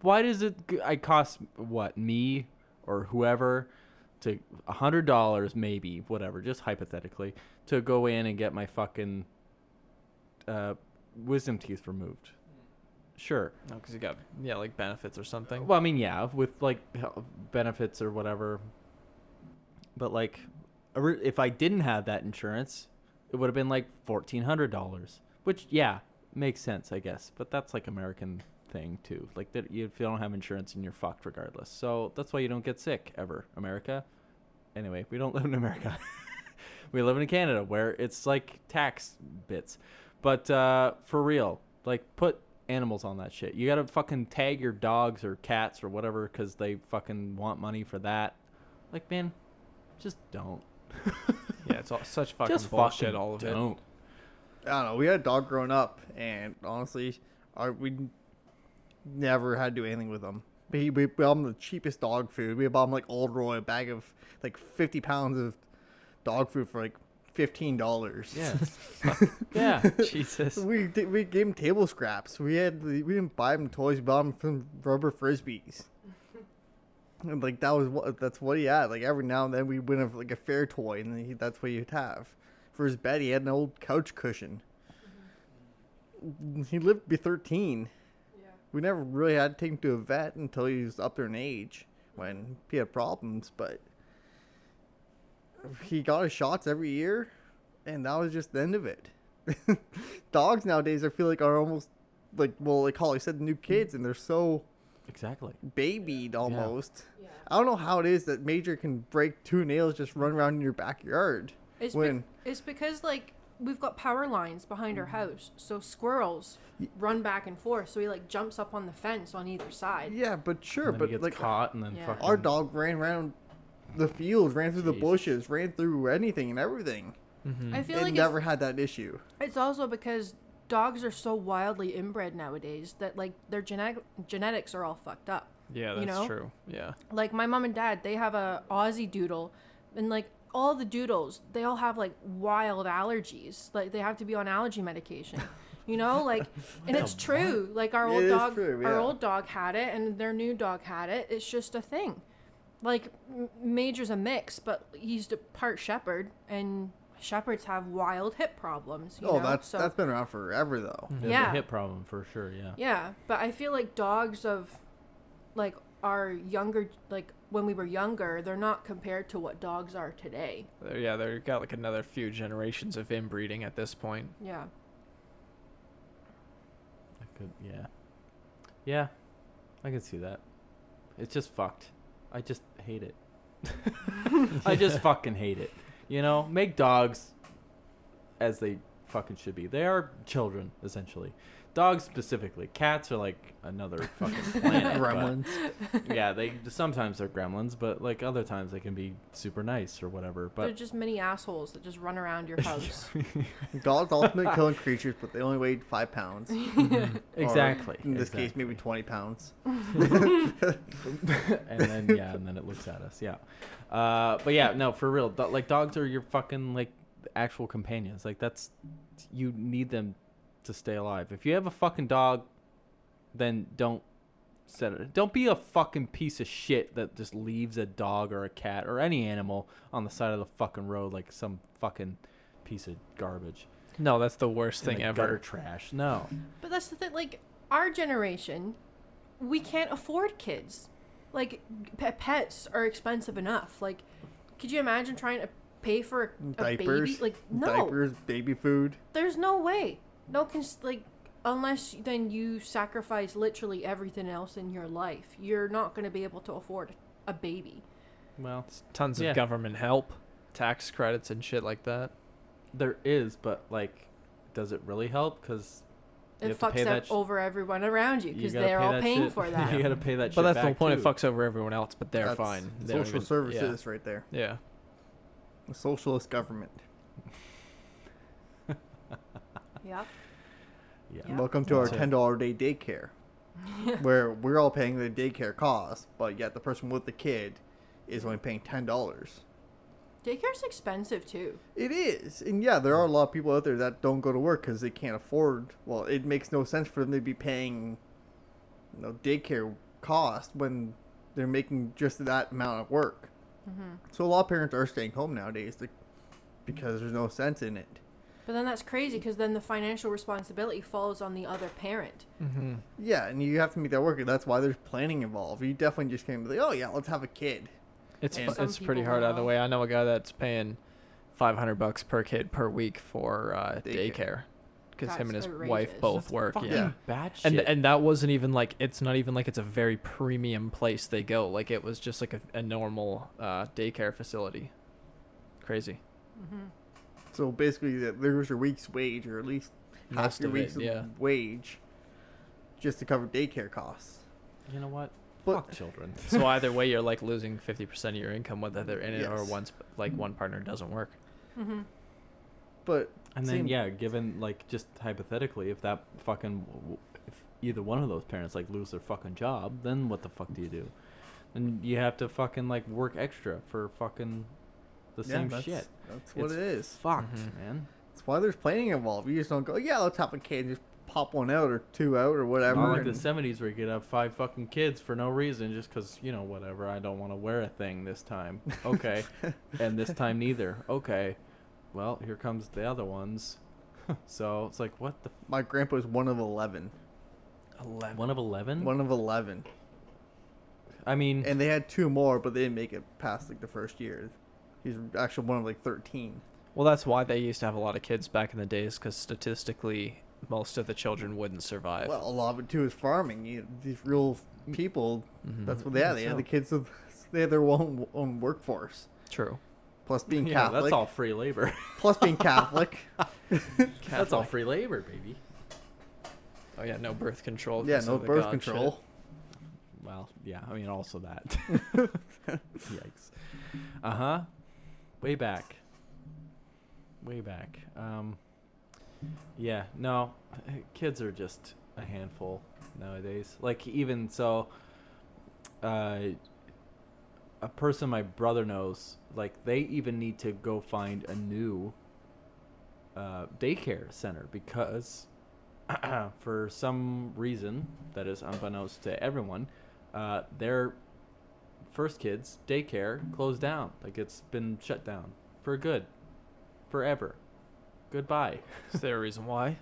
[SPEAKER 2] Why does it? g- I cost what me or whoever to a hundred dollars, maybe whatever, just hypothetically, to go in and get my fucking uh, wisdom teeth removed. Sure.
[SPEAKER 4] No, because Oh, you got yeah, like benefits or something.
[SPEAKER 2] Well, I mean, yeah, with like hel- benefits or whatever. But like, a re- if I didn't have that insurance, it would have been like fourteen hundred dollars, which yeah makes sense, I guess. But that's like American thing too. Like that, you- if you don't have insurance, and you're fucked regardless. So that's why you don't get sick ever, America. Anyway, we don't live in America. we live in Canada where it's like tax bits. But uh, for real, like put animals on that shit. You gotta fucking tag your dogs or cats or whatever because they fucking want money for that. Like, man, just don't.
[SPEAKER 4] yeah, it's all such fucking
[SPEAKER 2] just
[SPEAKER 4] bullshit.
[SPEAKER 2] fucking
[SPEAKER 4] all of it.
[SPEAKER 2] don't.
[SPEAKER 4] [LAUGHS]
[SPEAKER 5] I don't know. We had a dog growing up, and honestly, our, we never had to do anything with him. But he, we bought him the cheapest dog food. We bought him like Old Roy, a bag of like fifty pounds of dog food for like fifteen dollars. [LAUGHS]
[SPEAKER 2] Yeah. [LAUGHS] yeah.
[SPEAKER 4] Jesus.
[SPEAKER 5] we did, we gave him table scraps. We had the- we didn't buy him toys. We bought him some rubber frisbees. And like that was what that's what he had. Like every now and then we win have like a fair toy, and then he, that's what you'd have. For his bed, he had an old couch cushion. He lived to be thirteen.
[SPEAKER 3] Yeah.
[SPEAKER 5] We never really had to take him to a vet until he was up there in age when he had problems, but he got his shots every year, and that was just the end of it. [LAUGHS] Dogs nowadays, I feel like, are almost like, well, like Holly said, new kids, and they're so
[SPEAKER 2] Exactly.
[SPEAKER 5] babied almost.
[SPEAKER 3] Yeah.
[SPEAKER 5] I don't know how it is that Major can break two nails just run around in your backyard.
[SPEAKER 3] It's be-
[SPEAKER 5] when Mm-hmm.
[SPEAKER 3] it's because like we've got power lines behind our house, so squirrels run back and forth. So he like jumps up on the fence on either side.
[SPEAKER 5] yeah, but sure,
[SPEAKER 2] and then
[SPEAKER 5] but
[SPEAKER 2] he gets
[SPEAKER 5] like
[SPEAKER 2] caught and then
[SPEAKER 3] Yeah.
[SPEAKER 2] fucking.
[SPEAKER 5] our dog ran around the fields, ran through the
[SPEAKER 2] Jesus.
[SPEAKER 5] bushes, ran through anything and everything.
[SPEAKER 2] Mm.
[SPEAKER 3] I feel
[SPEAKER 5] It
[SPEAKER 3] like
[SPEAKER 5] never had that issue.
[SPEAKER 3] it's, it's also because dogs are so wildly inbred nowadays that like their genetic genetics are all fucked up.
[SPEAKER 4] Yeah, that's
[SPEAKER 3] you know?
[SPEAKER 4] true. Yeah.
[SPEAKER 3] like my mom and dad they have a aussie doodle and like all the doodles they all have like wild allergies like they have to be on allergy medication you
[SPEAKER 5] [LAUGHS]
[SPEAKER 3] know like and it's true like our
[SPEAKER 5] It
[SPEAKER 3] old
[SPEAKER 5] is
[SPEAKER 3] dog
[SPEAKER 5] true,
[SPEAKER 3] our
[SPEAKER 5] yeah.
[SPEAKER 3] old dog had it and their new dog had it it's just a thing like M- major's a mix but he's a part shepherd and shepherds have wild hip problems you
[SPEAKER 5] oh,
[SPEAKER 3] know?
[SPEAKER 5] that's
[SPEAKER 3] so
[SPEAKER 5] that's been around forever though.
[SPEAKER 2] Yeah, the
[SPEAKER 3] Yeah.
[SPEAKER 2] hip problem for sure. Yeah.
[SPEAKER 3] yeah, but I feel like dogs of like our younger like when we were younger, they're not compared to what dogs are today.
[SPEAKER 4] They're- yeah, they've got like another few generations of inbreeding at this point.
[SPEAKER 3] Yeah.
[SPEAKER 2] I could, yeah. Yeah. I can see that. It's just fucked. I just hate it. [LAUGHS] I
[SPEAKER 5] [LAUGHS]
[SPEAKER 2] just fucking hate it. You know, make dogs as they fucking should be. They are children, essentially. Dogs specifically. Cats are like another
[SPEAKER 5] [LAUGHS]
[SPEAKER 2] fucking planet. but-
[SPEAKER 5] Gremlins.
[SPEAKER 2] yeah, they sometimes they're gremlins, but like other times they can be super nice or whatever.
[SPEAKER 3] they're
[SPEAKER 2] But
[SPEAKER 3] just mini assholes that just run around
[SPEAKER 5] [LAUGHS]
[SPEAKER 3] your house.
[SPEAKER 5] Dogs ultimately killing creatures, but they only weighed
[SPEAKER 3] [LAUGHS]
[SPEAKER 5] five pounds. Or,
[SPEAKER 2] exactly.
[SPEAKER 5] in this
[SPEAKER 2] exactly.
[SPEAKER 5] case, maybe twenty pounds.
[SPEAKER 2] and then
[SPEAKER 4] [LAUGHS]
[SPEAKER 2] yeah, and then it looks at us. Yeah, uh, but yeah, no, for real. Do- like dogs are your fucking like actual companions. Like that's you need them to stay alive. If you have a fucking dog, then don't set it. Don't be a fucking piece of shit that just leaves a dog or a cat or any animal on the side of the fucking road like some fucking piece of garbage
[SPEAKER 4] No, that's the worst
[SPEAKER 2] In
[SPEAKER 4] thing
[SPEAKER 2] the gutter
[SPEAKER 4] ever.
[SPEAKER 2] trash. No,
[SPEAKER 3] but that's the thing like our generation, we can't afford kids. Like pe- pets are expensive enough. Like could you imagine trying to pay for a, a baby?
[SPEAKER 5] Diapers.
[SPEAKER 3] Like no.
[SPEAKER 5] Diapers, baby food.
[SPEAKER 3] There's no way. No cons- like unless then you sacrifice literally everything else in your life, you're not going to be able to afford a baby.
[SPEAKER 2] Well,
[SPEAKER 4] Tons of
[SPEAKER 2] Yeah.
[SPEAKER 4] government help, tax credits and shit like that.
[SPEAKER 2] there is, but like, does it really help? Because You
[SPEAKER 3] It
[SPEAKER 2] have to pay
[SPEAKER 3] fucks
[SPEAKER 2] that
[SPEAKER 3] up
[SPEAKER 2] sh-
[SPEAKER 3] over everyone around you because they're all paying for that.
[SPEAKER 2] [LAUGHS]
[SPEAKER 3] [LAUGHS]
[SPEAKER 2] you gotta pay that.
[SPEAKER 4] But
[SPEAKER 2] shit
[SPEAKER 4] that's the
[SPEAKER 2] back,
[SPEAKER 4] point.
[SPEAKER 2] too.
[SPEAKER 4] It fucks over everyone else, but they're
[SPEAKER 5] That's
[SPEAKER 4] fine. They don't
[SPEAKER 5] Social
[SPEAKER 4] even-
[SPEAKER 5] services, right there.
[SPEAKER 4] Yeah. yeah.
[SPEAKER 5] A socialist government.
[SPEAKER 3] Yep.
[SPEAKER 2] Yeah.
[SPEAKER 3] Yeah.
[SPEAKER 5] Welcome to our
[SPEAKER 4] That's it.
[SPEAKER 5] ten dollar
[SPEAKER 3] [LAUGHS]
[SPEAKER 5] a day daycare, where we're all paying the daycare cost, but yet the person with the kid is only paying ten dollars.
[SPEAKER 3] Daycare's expensive too.
[SPEAKER 5] It is, and yeah, there are a lot of people out there that don't go to work because they can't afford. Well, it makes no sense for them to be paying, you know, daycare cost when they're making just that amount of work. So a lot of parents are staying home nowadays to, because there's no sense in it.
[SPEAKER 3] But then that's crazy because then the financial responsibility falls on the other parent.
[SPEAKER 4] Mm-hmm.
[SPEAKER 5] Yeah, and you have to make that work. and That's why there's planning involved. You definitely just can't be like, oh yeah, let's have a kid.
[SPEAKER 4] It's
[SPEAKER 5] And-
[SPEAKER 4] fu-
[SPEAKER 3] Some
[SPEAKER 4] it's pretty
[SPEAKER 3] people
[SPEAKER 4] hard
[SPEAKER 3] will.
[SPEAKER 4] either way. I know a guy that's paying five hundred bucks per kid per week for uh,
[SPEAKER 5] Daycare.
[SPEAKER 4] daycare because him and his
[SPEAKER 3] That's
[SPEAKER 4] wife
[SPEAKER 3] outrageous.
[SPEAKER 4] both
[SPEAKER 2] That's
[SPEAKER 4] work.
[SPEAKER 2] fucking
[SPEAKER 4] Yeah.
[SPEAKER 2] bad
[SPEAKER 4] And
[SPEAKER 2] shit.
[SPEAKER 4] and that wasn't even like it's not even like it's a very premium place they go. Like it was just like a, a normal uh, daycare facility. Crazy.
[SPEAKER 5] So basically, that there's your week's wage, or at least half
[SPEAKER 4] Most
[SPEAKER 5] your
[SPEAKER 4] of it,
[SPEAKER 5] week's
[SPEAKER 4] yeah.
[SPEAKER 5] wage, just to cover daycare costs.
[SPEAKER 2] you know what?
[SPEAKER 5] But-
[SPEAKER 2] Fuck children.
[SPEAKER 5] [LAUGHS]
[SPEAKER 4] So either way, you're like losing fifty percent of your income, whether they're in it or
[SPEAKER 5] Yes.
[SPEAKER 4] once like one partner doesn't work.
[SPEAKER 3] Mm-hmm.
[SPEAKER 5] But
[SPEAKER 2] And then
[SPEAKER 5] Same-
[SPEAKER 2] yeah, given like just hypothetically, if that fucking if either one of those parents like lose their fucking job, then what the fuck do you do? Then you have to fucking like work extra for fucking the
[SPEAKER 5] yeah,
[SPEAKER 2] same
[SPEAKER 5] that's,
[SPEAKER 2] shit.
[SPEAKER 5] That's what
[SPEAKER 2] It's
[SPEAKER 5] it is.
[SPEAKER 2] Fucked,
[SPEAKER 4] Mhm.
[SPEAKER 3] Mm-hmm.
[SPEAKER 2] man.
[SPEAKER 5] That's why there's planning involved. You just don't go, yeah, let's have a kid, and just pop one out or two out or whatever.
[SPEAKER 2] Not like
[SPEAKER 5] and
[SPEAKER 2] the '70s where you could have five fucking kids for no reason, just because you know whatever. I don't want to wear a thing this
[SPEAKER 5] [LAUGHS]
[SPEAKER 2] time. Okay, and this time neither. Okay, well here comes the other ones. [LAUGHS] so it's like what the
[SPEAKER 5] my grandpa's one of eleven.
[SPEAKER 2] f- one of eleven.
[SPEAKER 5] One of eleven,
[SPEAKER 2] I mean,
[SPEAKER 5] and they had two more, but they didn't make it past like the first year. He's actually one of like thirteen.
[SPEAKER 4] Well, that's why they used to have a lot of kids back in the days, because statistically, most of the children wouldn't survive.
[SPEAKER 5] Well, a lot of it too is farming. You, these real people,
[SPEAKER 4] Mm-hmm.
[SPEAKER 5] that's what they had. They had the kids of, [LAUGHS] they had their own own workforce.
[SPEAKER 4] True.
[SPEAKER 2] [LAUGHS]
[SPEAKER 5] Plus being
[SPEAKER 2] yeah,
[SPEAKER 5] Catholic.
[SPEAKER 2] that's all free labor.
[SPEAKER 5] Plus being Catholic.
[SPEAKER 2] [LAUGHS] That's all free labor, baby.
[SPEAKER 4] Oh yeah, no birth control.
[SPEAKER 5] yeah,
[SPEAKER 4] because
[SPEAKER 5] no
[SPEAKER 4] of the
[SPEAKER 5] birth
[SPEAKER 4] God shit.
[SPEAKER 5] control.
[SPEAKER 2] Well, yeah, I mean also that.
[SPEAKER 5] [LAUGHS]
[SPEAKER 4] [LAUGHS]
[SPEAKER 2] [LAUGHS] Yikes. Uh huh. Way back. Way back. Um. Yeah. No, kids are just a handful nowadays. Like even so, uh, a person my brother knows, like they even need to go find a new uh, daycare center because [CLEARS THROAT] for some reason that is unbeknownst to everyone, uh, their first kids daycare closed down. Like it's been shut down for good, forever. Goodbye. [LAUGHS]
[SPEAKER 4] Is there a reason why?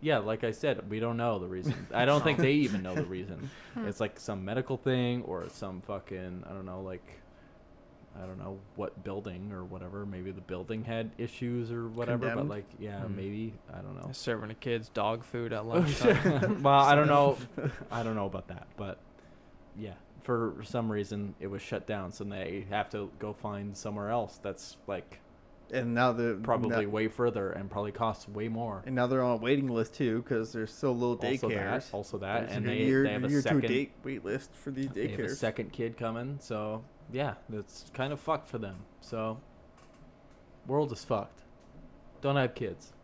[SPEAKER 2] Yeah, like I said, we don't know the reason. I don't think they even know the reason. It's like some medical thing or some fucking I don't know, like I don't know what building or whatever. Maybe the building had issues or whatever.
[SPEAKER 5] Condemned?
[SPEAKER 2] But like, yeah,
[SPEAKER 4] Hmm.
[SPEAKER 2] maybe I don't know.
[SPEAKER 4] They're serving the kids dog
[SPEAKER 2] [LAUGHS]
[SPEAKER 5] [LAUGHS]
[SPEAKER 4] food at
[SPEAKER 2] well,
[SPEAKER 4] lunchtime.
[SPEAKER 2] I don't
[SPEAKER 4] [LAUGHS]
[SPEAKER 2] know. I don't know about that, but yeah, for some reason it was shut down, so they have to go find somewhere else that's like
[SPEAKER 5] And now the
[SPEAKER 2] probably
[SPEAKER 5] now-
[SPEAKER 2] way further and probably costs way more.
[SPEAKER 5] and now they're on a waiting list too because there's so little
[SPEAKER 2] Also that,
[SPEAKER 5] daycares.
[SPEAKER 2] also that,
[SPEAKER 5] There's
[SPEAKER 2] and
[SPEAKER 5] like a
[SPEAKER 2] they,
[SPEAKER 5] year,
[SPEAKER 2] they have a
[SPEAKER 5] year
[SPEAKER 2] second
[SPEAKER 5] to date wait list for these
[SPEAKER 2] they have a
[SPEAKER 5] daycares.
[SPEAKER 2] second kid coming, so yeah, that's kind of fucked for them. So world is fucked. Don't have kids.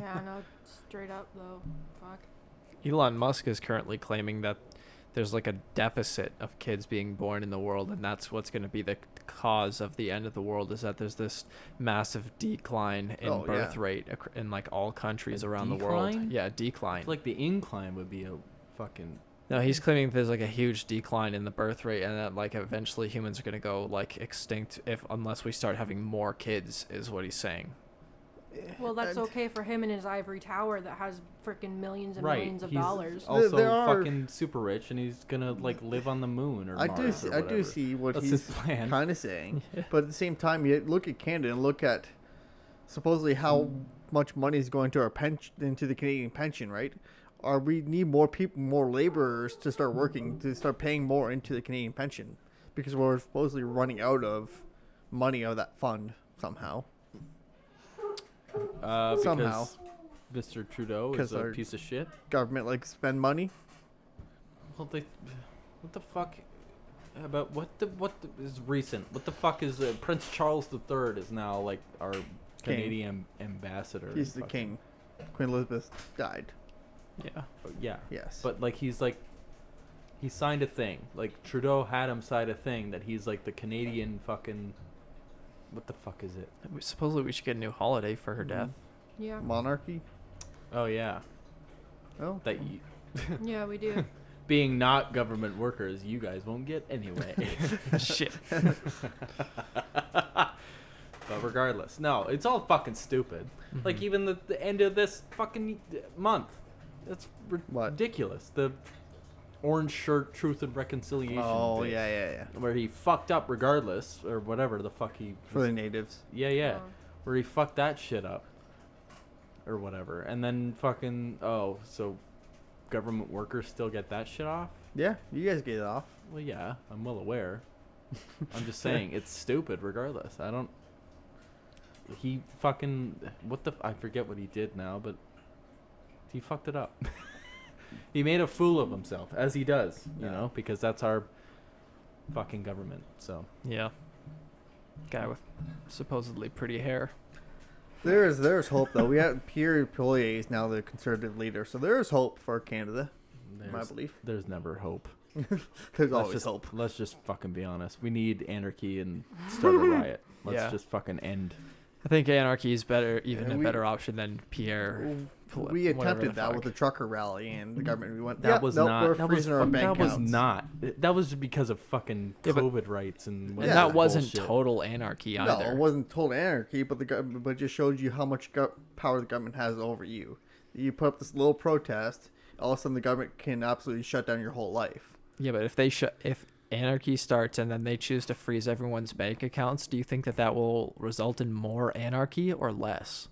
[SPEAKER 3] Yeah, no, straight up though. Fuck.
[SPEAKER 4] Elon Musk is currently claiming that there's like a deficit of kids being born in the world, and that's what's going to be the cause of the end of the world. Is that there's this massive decline in
[SPEAKER 5] Oh, yeah.
[SPEAKER 4] birth rate ac- in like all countries
[SPEAKER 2] A
[SPEAKER 4] around the world.
[SPEAKER 2] decline?
[SPEAKER 4] Yeah, decline.
[SPEAKER 2] Like the incline would be a fucking
[SPEAKER 4] No, he's claiming there's like a huge decline in the birth rate, and that like eventually humans are gonna go like extinct if unless we start having more kids, is what he's saying.
[SPEAKER 3] Well, that's
[SPEAKER 5] And-
[SPEAKER 3] okay for him and his ivory tower that has freaking millions and
[SPEAKER 2] right.
[SPEAKER 3] millions of
[SPEAKER 2] he's
[SPEAKER 3] dollars.
[SPEAKER 2] Also,
[SPEAKER 5] there are-
[SPEAKER 2] fucking super rich, and he's gonna like live on the moon or
[SPEAKER 5] I
[SPEAKER 2] Mars
[SPEAKER 5] do, see,
[SPEAKER 2] or
[SPEAKER 5] I do
[SPEAKER 2] whatever.
[SPEAKER 5] see what
[SPEAKER 2] That's his
[SPEAKER 5] he's
[SPEAKER 2] plan. [LAUGHS] Mm.
[SPEAKER 5] kind of saying, but at the same time, you look at Canada and look at supposedly how much money is going to our pension into the Canadian pension, right? Are we need more people, more laborers to start working to start paying more into the Canadian pension because we're supposedly running out of money of that fund somehow.
[SPEAKER 2] Uh, because
[SPEAKER 5] Somehow.
[SPEAKER 2] Mr. Trudeau is
[SPEAKER 5] Because
[SPEAKER 2] a
[SPEAKER 5] our-
[SPEAKER 2] piece of shit.
[SPEAKER 5] Government like spend money.
[SPEAKER 2] Well, they, what the fuck? About what the what the, is recent? What the fuck is uh, Prince Charles III is now like our Canadian ambassador.
[SPEAKER 5] He's the
[SPEAKER 2] Fuck.
[SPEAKER 5] king. Queen Elizabeth died.
[SPEAKER 4] Yeah.
[SPEAKER 2] Yeah.
[SPEAKER 5] Yes.
[SPEAKER 2] But like he's like he signed a thing. Like Trudeau had him sign a thing that he's like the Canadian fucking what the fuck is it?
[SPEAKER 4] We- Supposedly we should get a new holiday for
[SPEAKER 5] Mm-hmm.
[SPEAKER 4] her death.
[SPEAKER 5] [LAUGHS]
[SPEAKER 3] Yeah.
[SPEAKER 5] monarchy.
[SPEAKER 2] Oh yeah.
[SPEAKER 5] Oh,
[SPEAKER 2] That
[SPEAKER 5] [LAUGHS]
[SPEAKER 2] you
[SPEAKER 3] Yeah, we do.
[SPEAKER 2] [LAUGHS] being not government workers, you guys won't get
[SPEAKER 5] [LAUGHS]
[SPEAKER 2] anyway. [LAUGHS]
[SPEAKER 4] Shit.
[SPEAKER 2] but regardless, no, it's all fucking stupid.
[SPEAKER 5] Mm-hmm.
[SPEAKER 2] Like even the, the end of this fucking month, that's ri-
[SPEAKER 5] What?
[SPEAKER 2] ridiculous. The orange shirt truth and reconciliation.
[SPEAKER 5] oh
[SPEAKER 2] thing,
[SPEAKER 5] yeah, yeah, yeah.
[SPEAKER 2] Where he fucked up regardless or whatever the fuck he
[SPEAKER 5] For the natives.
[SPEAKER 2] Yeah, yeah.
[SPEAKER 3] Oh.
[SPEAKER 2] Where he fucked that shit up. Or whatever. And then fucking oh, so government workers still get that shit off?
[SPEAKER 5] Yeah, you guys get it off.
[SPEAKER 2] Well yeah, I'm well aware. I'm just saying it's stupid regardless. I don't he fucking what the f- I forget what he did now, but he fucked it up. [LAUGHS] he made a fool of himself as he does, you
[SPEAKER 5] Yeah.
[SPEAKER 2] know, because that's our fucking government. So
[SPEAKER 4] Yeah. Guy with supposedly pretty hair.
[SPEAKER 5] There is there is hope though. We have Pierre Poilievre is now the conservative leader, so there is hope for Canada. [LAUGHS] in My
[SPEAKER 2] there's-
[SPEAKER 5] belief.
[SPEAKER 2] there's never hope.
[SPEAKER 5] There's
[SPEAKER 2] let's
[SPEAKER 5] always
[SPEAKER 2] just,
[SPEAKER 5] hope.
[SPEAKER 2] Let's just fucking be honest. We need anarchy and start
[SPEAKER 5] [LAUGHS]
[SPEAKER 2] a riot. Let's
[SPEAKER 4] Yeah.
[SPEAKER 2] just fucking end.
[SPEAKER 4] I think anarchy is better, even
[SPEAKER 5] Yeah,
[SPEAKER 4] a
[SPEAKER 5] we- Oh,
[SPEAKER 4] better option than Pierre. Poli-
[SPEAKER 5] We
[SPEAKER 4] whatever
[SPEAKER 5] attempted
[SPEAKER 4] the
[SPEAKER 5] that with
[SPEAKER 4] fuck.
[SPEAKER 5] the trucker rally, and the government we went.
[SPEAKER 2] Mm-hmm. That
[SPEAKER 5] "Yep,
[SPEAKER 2] was
[SPEAKER 5] nope,
[SPEAKER 2] not.
[SPEAKER 5] We're
[SPEAKER 2] that
[SPEAKER 5] freezing
[SPEAKER 2] was,
[SPEAKER 5] our
[SPEAKER 2] fuck-
[SPEAKER 5] bank
[SPEAKER 2] that was
[SPEAKER 5] accounts."
[SPEAKER 2] not. That was because of fucking
[SPEAKER 4] Yeah, but-
[SPEAKER 2] COVID rights and.
[SPEAKER 4] And
[SPEAKER 5] Yeah.
[SPEAKER 4] that wasn't
[SPEAKER 2] bullshit.
[SPEAKER 4] total anarchy
[SPEAKER 5] No,
[SPEAKER 4] either.
[SPEAKER 5] it wasn't total anarchy, but the government, but it just showed you how much go- power the government has over you. You put up this little protest, all of a sudden the government can absolutely shut down your whole life.
[SPEAKER 4] Yeah, but if they shut, if anarchy starts and then they choose to freeze everyone's bank accounts, do you think that that will result in more anarchy or less?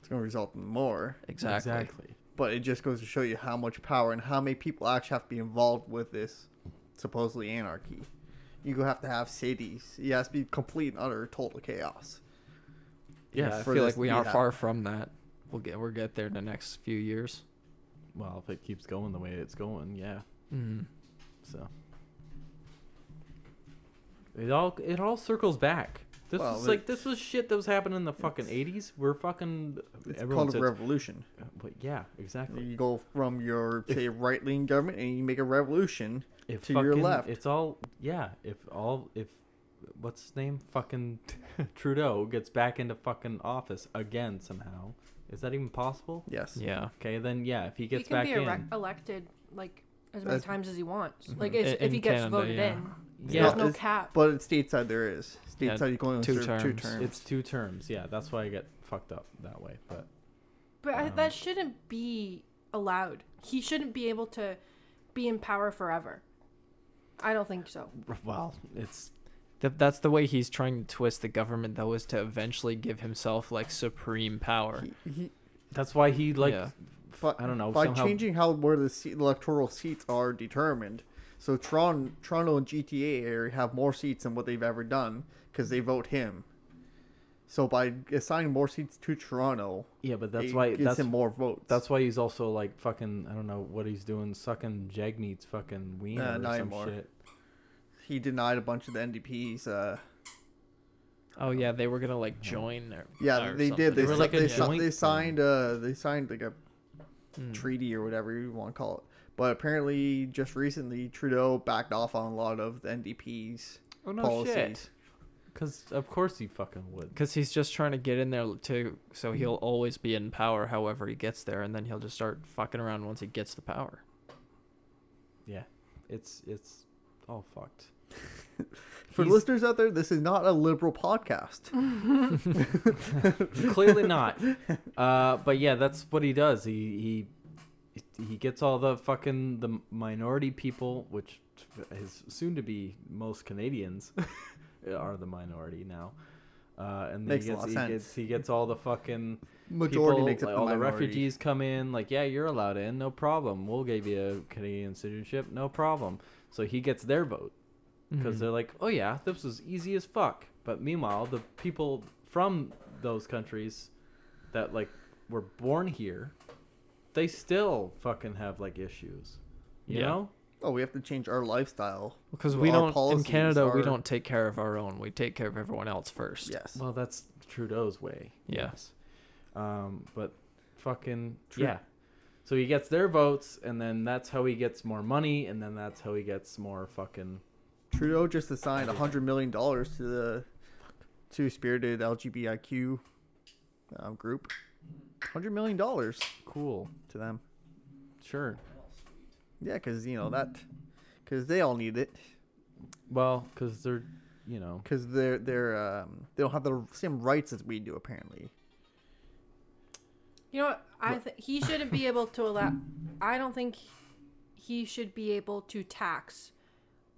[SPEAKER 5] It's going to result in more,
[SPEAKER 4] Exactly.
[SPEAKER 2] Exactly.
[SPEAKER 5] but it just goes to show you how much power and how many people actually have to be involved with this supposedly anarchy. You go have to have cities. You have to be complete and utter total chaos.
[SPEAKER 4] Yeah,
[SPEAKER 5] Yes,
[SPEAKER 4] I
[SPEAKER 5] for
[SPEAKER 4] feel like
[SPEAKER 5] this-
[SPEAKER 4] we are
[SPEAKER 5] yeah.
[SPEAKER 4] far from that. We'll get we'll get there in the next few years.
[SPEAKER 2] Well, if it keeps going the way it's going, yeah.
[SPEAKER 4] Mm.
[SPEAKER 2] So. It all it all circles back. This
[SPEAKER 5] Well,
[SPEAKER 2] is like this was shit that was happening in the fucking eighties. We're fucking.
[SPEAKER 5] It's
[SPEAKER 2] everyone
[SPEAKER 5] called a
[SPEAKER 2] says- uh,
[SPEAKER 5] revolution.
[SPEAKER 2] but yeah, exactly.
[SPEAKER 5] You go from your say right leaning government and you make a revolution
[SPEAKER 2] if
[SPEAKER 5] to your
[SPEAKER 2] fucking-
[SPEAKER 5] left.
[SPEAKER 2] It's all yeah. If all if what's his name fucking [LAUGHS] Trudeau gets back into fucking office again somehow, is that even possible?
[SPEAKER 5] Yes.
[SPEAKER 4] Yeah.
[SPEAKER 2] Okay, then yeah. If he
[SPEAKER 3] he
[SPEAKER 2] gets
[SPEAKER 3] can
[SPEAKER 2] back
[SPEAKER 3] be
[SPEAKER 2] in, Mm-hmm.
[SPEAKER 3] erec- elected like as many
[SPEAKER 5] That's-
[SPEAKER 3] times as he wants. Like if,
[SPEAKER 4] In-
[SPEAKER 3] if he
[SPEAKER 4] in
[SPEAKER 3] gets
[SPEAKER 4] Canada,
[SPEAKER 3] voted
[SPEAKER 4] yeah.
[SPEAKER 3] in,
[SPEAKER 2] yeah,
[SPEAKER 3] there's
[SPEAKER 5] No,
[SPEAKER 3] no
[SPEAKER 5] it's-
[SPEAKER 3] cap.
[SPEAKER 5] But in stateside there is.
[SPEAKER 4] Yeah,
[SPEAKER 5] Stateside you can only
[SPEAKER 4] two
[SPEAKER 5] serve two
[SPEAKER 4] terms.
[SPEAKER 5] terms.
[SPEAKER 2] it's two terms. Yeah, that's why I get fucked up that way. But
[SPEAKER 3] But I,
[SPEAKER 2] Um,
[SPEAKER 3] that shouldn't be allowed. He shouldn't be able to be in power forever. I don't think so.
[SPEAKER 2] well, it's
[SPEAKER 4] That that's the way he's trying to twist the government though is to eventually give himself like supreme power.
[SPEAKER 5] He- he-
[SPEAKER 2] that's why he like
[SPEAKER 4] Yeah.
[SPEAKER 5] but
[SPEAKER 2] I don't know,
[SPEAKER 5] By
[SPEAKER 2] somehow-
[SPEAKER 5] changing how where the se- electoral seats are determined, so Toronto, Toronto and GTA area have more seats than what they've ever done because they vote him. So by assigning more seats to Toronto,
[SPEAKER 2] yeah, but that's
[SPEAKER 5] it
[SPEAKER 2] why
[SPEAKER 5] gives
[SPEAKER 2] that's
[SPEAKER 5] him more votes.
[SPEAKER 2] that's why he's also like fucking I don't know what he's doing sucking Jagmeet's fucking wiener
[SPEAKER 5] Uh,
[SPEAKER 2] or some
[SPEAKER 5] not anymore.
[SPEAKER 2] shit.
[SPEAKER 5] he denied a bunch of the NDP's. Uh,
[SPEAKER 4] Oh yeah, they were gonna like join. Or,
[SPEAKER 5] yeah,
[SPEAKER 4] or
[SPEAKER 5] they
[SPEAKER 4] something.
[SPEAKER 5] did. They
[SPEAKER 2] were
[SPEAKER 5] si-
[SPEAKER 2] like a
[SPEAKER 5] they, si-
[SPEAKER 2] joint
[SPEAKER 5] they
[SPEAKER 2] thing.
[SPEAKER 5] signed uh, they signed like a
[SPEAKER 2] Hmm.
[SPEAKER 5] treaty or whatever you want to call it. But apparently, just recently, Trudeau backed off on a lot of the NDP's
[SPEAKER 2] Oh no
[SPEAKER 5] policies.
[SPEAKER 2] shit! Because of course he fucking would.
[SPEAKER 4] Because he's just trying to get in there to, so
[SPEAKER 5] Mm-hmm.
[SPEAKER 4] he'll always be in power. However he gets there, and then he'll just start fucking around once he gets the power.
[SPEAKER 2] Yeah, it's it's all fucked. [LAUGHS]
[SPEAKER 5] For
[SPEAKER 2] He's-
[SPEAKER 5] listeners out there, this is not a liberal podcast.
[SPEAKER 2] Clearly not. Uh, but yeah, that's what he does. He he he gets all the fucking the minority people, which [LAUGHS] is soon to be most Canadians are the minority now. Uh, and then
[SPEAKER 5] Makes
[SPEAKER 2] he
[SPEAKER 5] a
[SPEAKER 2] gets
[SPEAKER 5] lot of
[SPEAKER 2] he
[SPEAKER 5] sense.
[SPEAKER 2] gets he gets all the fucking
[SPEAKER 5] Majority
[SPEAKER 2] people,
[SPEAKER 5] makes up
[SPEAKER 2] like,
[SPEAKER 5] the
[SPEAKER 2] all the
[SPEAKER 5] minority.
[SPEAKER 2] refugees come in. Like, yeah, you're allowed in, no problem. We'll give you a Canadian citizenship, no problem. So he gets their vote because they're like, oh yeah, this was easy as fuck. But meanwhile, the people from those countries that like were born here, they still fucking have like issues. You
[SPEAKER 4] Yeah.
[SPEAKER 2] know?
[SPEAKER 5] Oh, we have to change our lifestyle.
[SPEAKER 4] Because we
[SPEAKER 5] Our
[SPEAKER 4] don't in
[SPEAKER 5] policies
[SPEAKER 4] Canada we
[SPEAKER 5] are-
[SPEAKER 4] don't take care of our own. We take care of everyone else first.
[SPEAKER 5] Yes.
[SPEAKER 2] Well, that's Trudeau's way.
[SPEAKER 4] Yeah.
[SPEAKER 2] Um, but fucking
[SPEAKER 5] True.
[SPEAKER 2] yeah. So he gets their votes, and then that's how he gets more money, and then that's how he gets more fucking.
[SPEAKER 5] Trudeau just assigned hundred million dollars to the two spirited LGBTQ um, group. Hundred million dollars
[SPEAKER 2] Cool.
[SPEAKER 5] to them.
[SPEAKER 2] Sure.
[SPEAKER 5] Yeah, because you know that, because they all need it,
[SPEAKER 2] Well, because they're, you know,
[SPEAKER 5] because they're they're um, they don't have the same rights as we do apparently.
[SPEAKER 3] You know what? I th- he shouldn't be able to allow. I don't think he should be able to tax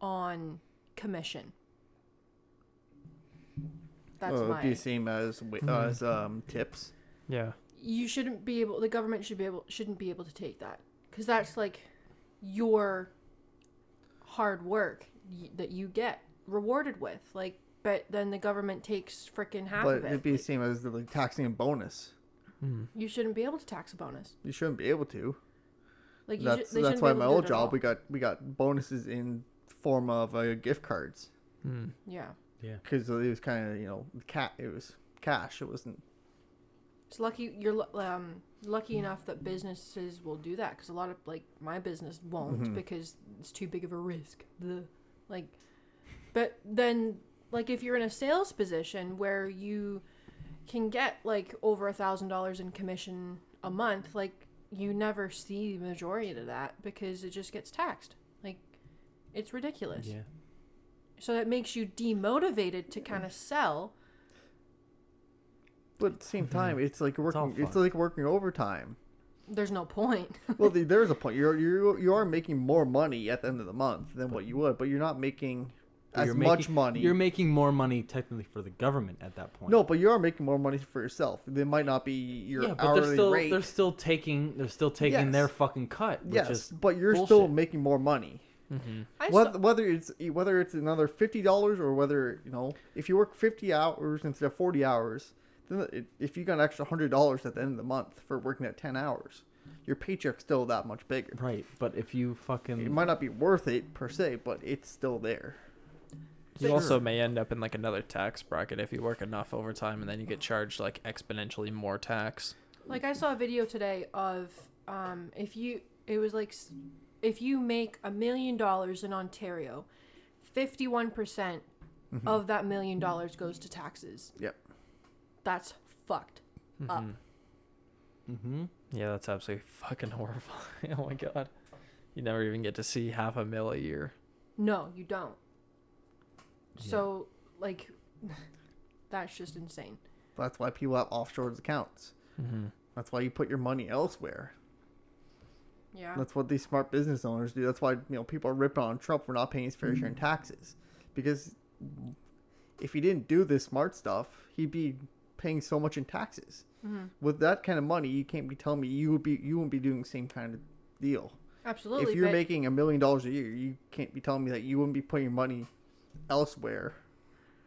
[SPEAKER 3] on commission. That's
[SPEAKER 5] Uh, it'd
[SPEAKER 3] my.
[SPEAKER 5] be the same as wi-
[SPEAKER 2] Mm-hmm.
[SPEAKER 5] as um, tips.
[SPEAKER 4] Yeah.
[SPEAKER 3] You shouldn't be able. The government should be able. Shouldn't be able to take that because that's like your hard work y- that you get rewarded with. Like, but then the government takes freaking half
[SPEAKER 5] But
[SPEAKER 3] of it.
[SPEAKER 5] it'd be the
[SPEAKER 3] Like,
[SPEAKER 5] same as the like, taxing and bonus.
[SPEAKER 4] Mm,
[SPEAKER 3] you shouldn't be able to tax a bonus.
[SPEAKER 5] You shouldn't be able to.
[SPEAKER 3] Like, you should-
[SPEAKER 5] that's
[SPEAKER 3] they shouldn't
[SPEAKER 5] that's
[SPEAKER 3] be
[SPEAKER 5] why
[SPEAKER 3] able
[SPEAKER 5] my
[SPEAKER 3] to do
[SPEAKER 5] old
[SPEAKER 3] it at
[SPEAKER 5] job
[SPEAKER 3] all.
[SPEAKER 5] we got we got bonuses in form of uh, gift cards
[SPEAKER 4] mm.
[SPEAKER 3] Yeah.
[SPEAKER 5] because it was kind of you know cat it was cash it wasn't
[SPEAKER 3] It's lucky you're lu- um, lucky enough that businesses will do that because a lot of like my business won't because it's too big of a risk. The like, but then like if you're in a sales position where you can get like over a thousand dollars in commission a month, like you never see the majority of that because it just gets taxed. Like it's ridiculous.
[SPEAKER 2] yeah.
[SPEAKER 3] So that makes you demotivated to kind of sell.
[SPEAKER 5] but at
[SPEAKER 2] [LAUGHS]
[SPEAKER 5] the same time it's like
[SPEAKER 2] all
[SPEAKER 5] working it's,
[SPEAKER 2] fun.
[SPEAKER 5] like working overtime
[SPEAKER 3] There's no point.
[SPEAKER 5] well the- there's a point you're you you are making more money at the end of the month than what you would but you're not making as
[SPEAKER 2] You're
[SPEAKER 5] much
[SPEAKER 2] making-
[SPEAKER 5] money
[SPEAKER 2] You're making more money technically for the government at that point.
[SPEAKER 5] no but you are making more money for yourself they might not be your
[SPEAKER 2] Yeah, but
[SPEAKER 5] hourly
[SPEAKER 2] they're still
[SPEAKER 5] rate
[SPEAKER 2] they're still taking they're still taking
[SPEAKER 5] Yes.
[SPEAKER 2] their fucking cut. Which
[SPEAKER 5] yes
[SPEAKER 2] is
[SPEAKER 5] but you're still
[SPEAKER 2] bullshit.
[SPEAKER 5] making more money
[SPEAKER 3] I
[SPEAKER 5] whether, whether it's e, whether it's another fifty dollars or whether you know if you work fifty hours instead of forty hours, then it, if you got an extra hundred dollars at the end of the month for working at ten hours, your paycheck's still that much bigger.
[SPEAKER 2] right. But if you fucking
[SPEAKER 5] It might not be worth it per se, but it's still there.
[SPEAKER 4] You
[SPEAKER 3] Sure.
[SPEAKER 4] also may end up in like another tax bracket if you work enough overtime and then you get charged like exponentially more tax.
[SPEAKER 3] Like I saw a video today of um, if you it was like s- if you make a million dollars in Ontario, fifty one percent
[SPEAKER 5] Mm-hmm.
[SPEAKER 3] of that million dollars goes to taxes.
[SPEAKER 5] Yep.
[SPEAKER 3] That's fucked
[SPEAKER 5] Uh,
[SPEAKER 3] up.
[SPEAKER 4] Mm-hmm.
[SPEAKER 2] hmm
[SPEAKER 4] Yeah, that's absolutely [LAUGHS] fucking horrifying. oh my god. You never even get to see half a mil a year.
[SPEAKER 3] No, you don't. So like, [LAUGHS] that's just insane.
[SPEAKER 5] That's why people have offshore accounts.
[SPEAKER 4] Mm-hmm.
[SPEAKER 5] That's why you put your money elsewhere.
[SPEAKER 3] Yeah.
[SPEAKER 5] That's what these smart business owners do. That's why you know people are ripping on Trump for not paying his fair
[SPEAKER 3] Mm-hmm.
[SPEAKER 5] share in taxes, because if he didn't do this smart stuff, he'd be paying so much in taxes.
[SPEAKER 3] Mm-hmm.
[SPEAKER 5] With that kind of money, you can't be telling me you would be you wouldn't be doing the same kind of deal.
[SPEAKER 3] Absolutely.
[SPEAKER 5] if you're
[SPEAKER 3] but
[SPEAKER 5] making a million dollars a year, you can't be telling me that you wouldn't be putting your money elsewhere.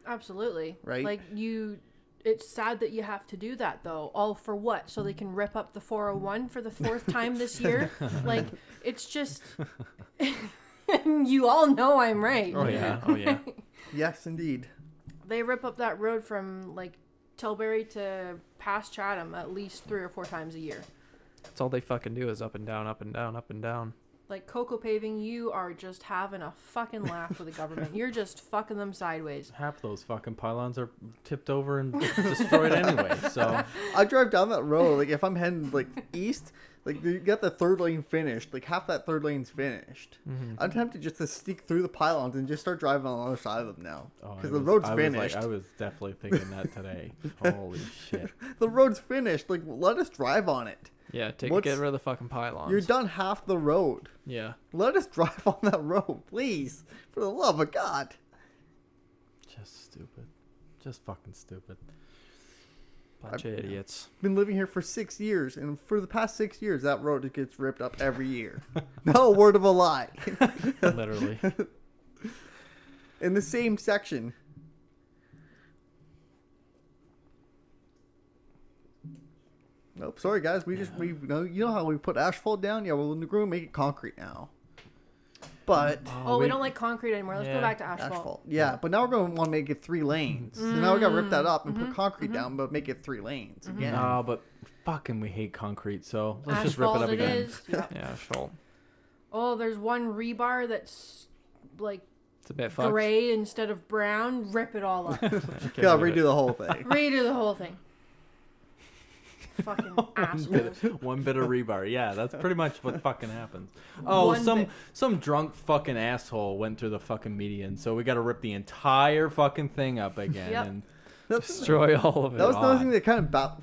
[SPEAKER 3] absolutely.
[SPEAKER 5] Right?
[SPEAKER 3] Like you it's sad that you have to do that though. All for what? So they can rip up the 401 for
[SPEAKER 2] [LAUGHS]
[SPEAKER 3] the fourth time this year? like it's just [LAUGHS] you all know I'm right.
[SPEAKER 4] Oh yeah. Oh yeah.
[SPEAKER 5] Yes, indeed.
[SPEAKER 3] They rip up that road from like Tilbury to past Chatham at least 3 or 4 times a year.
[SPEAKER 4] That's all they fucking do is up and down, up and down, up and down.
[SPEAKER 3] Like Coco paving, you are just having a fucking laugh with the government. You're just fucking them sideways.
[SPEAKER 2] half those fucking pylons are tipped over and destroyed anyway.
[SPEAKER 5] [LAUGHS]
[SPEAKER 2] So
[SPEAKER 5] I drive down that road. Like if I'm heading like east, like you got the third lane finished. Like half that third lane's finished. I'm tempted just to sneak through the pylons and just start driving on the other side of them now,
[SPEAKER 2] Oh, I
[SPEAKER 5] because the
[SPEAKER 2] was-
[SPEAKER 5] road's
[SPEAKER 2] I was like-
[SPEAKER 5] finished.
[SPEAKER 2] I was definitely thinking that
[SPEAKER 5] [LAUGHS]
[SPEAKER 2] today. Holy shit!
[SPEAKER 5] The road's finished. Like let us drive on it.
[SPEAKER 4] Yeah, take
[SPEAKER 5] What's-
[SPEAKER 4] get rid of the fucking pylons.
[SPEAKER 5] You're done half the road.
[SPEAKER 4] Yeah.
[SPEAKER 5] Let us [LAUGHS] drive on that road, please, for the love of God.
[SPEAKER 2] Just stupid. Just fucking stupid.
[SPEAKER 4] Bunch of idiots.
[SPEAKER 5] Been living here for six years, and for the past six years, that road just gets ripped up every year. Not a word of a lie.
[SPEAKER 4] Literally.
[SPEAKER 5] In the same section. Nope. Sorry, guys. We just we you know, you know how we put asphalt down. Yeah, well, we're gonna make it concrete now. But
[SPEAKER 3] Oh, we don't like concrete anymore. Let's
[SPEAKER 4] Yeah.
[SPEAKER 3] go back to asphalt.
[SPEAKER 5] asphalt. Yeah, but now we're gonna want to make it three lanes. So now we gotta rip that up and put concrete down, but make it three lanes
[SPEAKER 2] Mm-hmm.
[SPEAKER 5] again.
[SPEAKER 2] No, but fucking we hate concrete, so let's just rip it
[SPEAKER 3] Asphalt
[SPEAKER 2] up again.
[SPEAKER 3] is. Yeah.
[SPEAKER 4] Yeah, sure.
[SPEAKER 3] Oh, there's one rebar that's like
[SPEAKER 4] It's a bit fucked.
[SPEAKER 3] gray instead of brown. Rip
[SPEAKER 2] [LAUGHS]
[SPEAKER 3] it all up.
[SPEAKER 5] gotta redo the whole
[SPEAKER 3] [LAUGHS]
[SPEAKER 5] thing.
[SPEAKER 3] Redo the whole thing.
[SPEAKER 2] [LAUGHS]
[SPEAKER 3] Fucking assholes.
[SPEAKER 5] [LAUGHS]
[SPEAKER 2] One bit of rebar. Yeah, that's pretty much what fucking happens. Oh,
[SPEAKER 3] One
[SPEAKER 2] some
[SPEAKER 3] bit.
[SPEAKER 2] some drunk fucking asshole went through the fucking median, so we got to rip the entire fucking thing
[SPEAKER 3] [LAUGHS]
[SPEAKER 2] up again.
[SPEAKER 3] Yep.
[SPEAKER 2] And
[SPEAKER 5] That's
[SPEAKER 4] Destroy all of it.
[SPEAKER 5] That was another
[SPEAKER 2] God.
[SPEAKER 5] thing that kind of ba-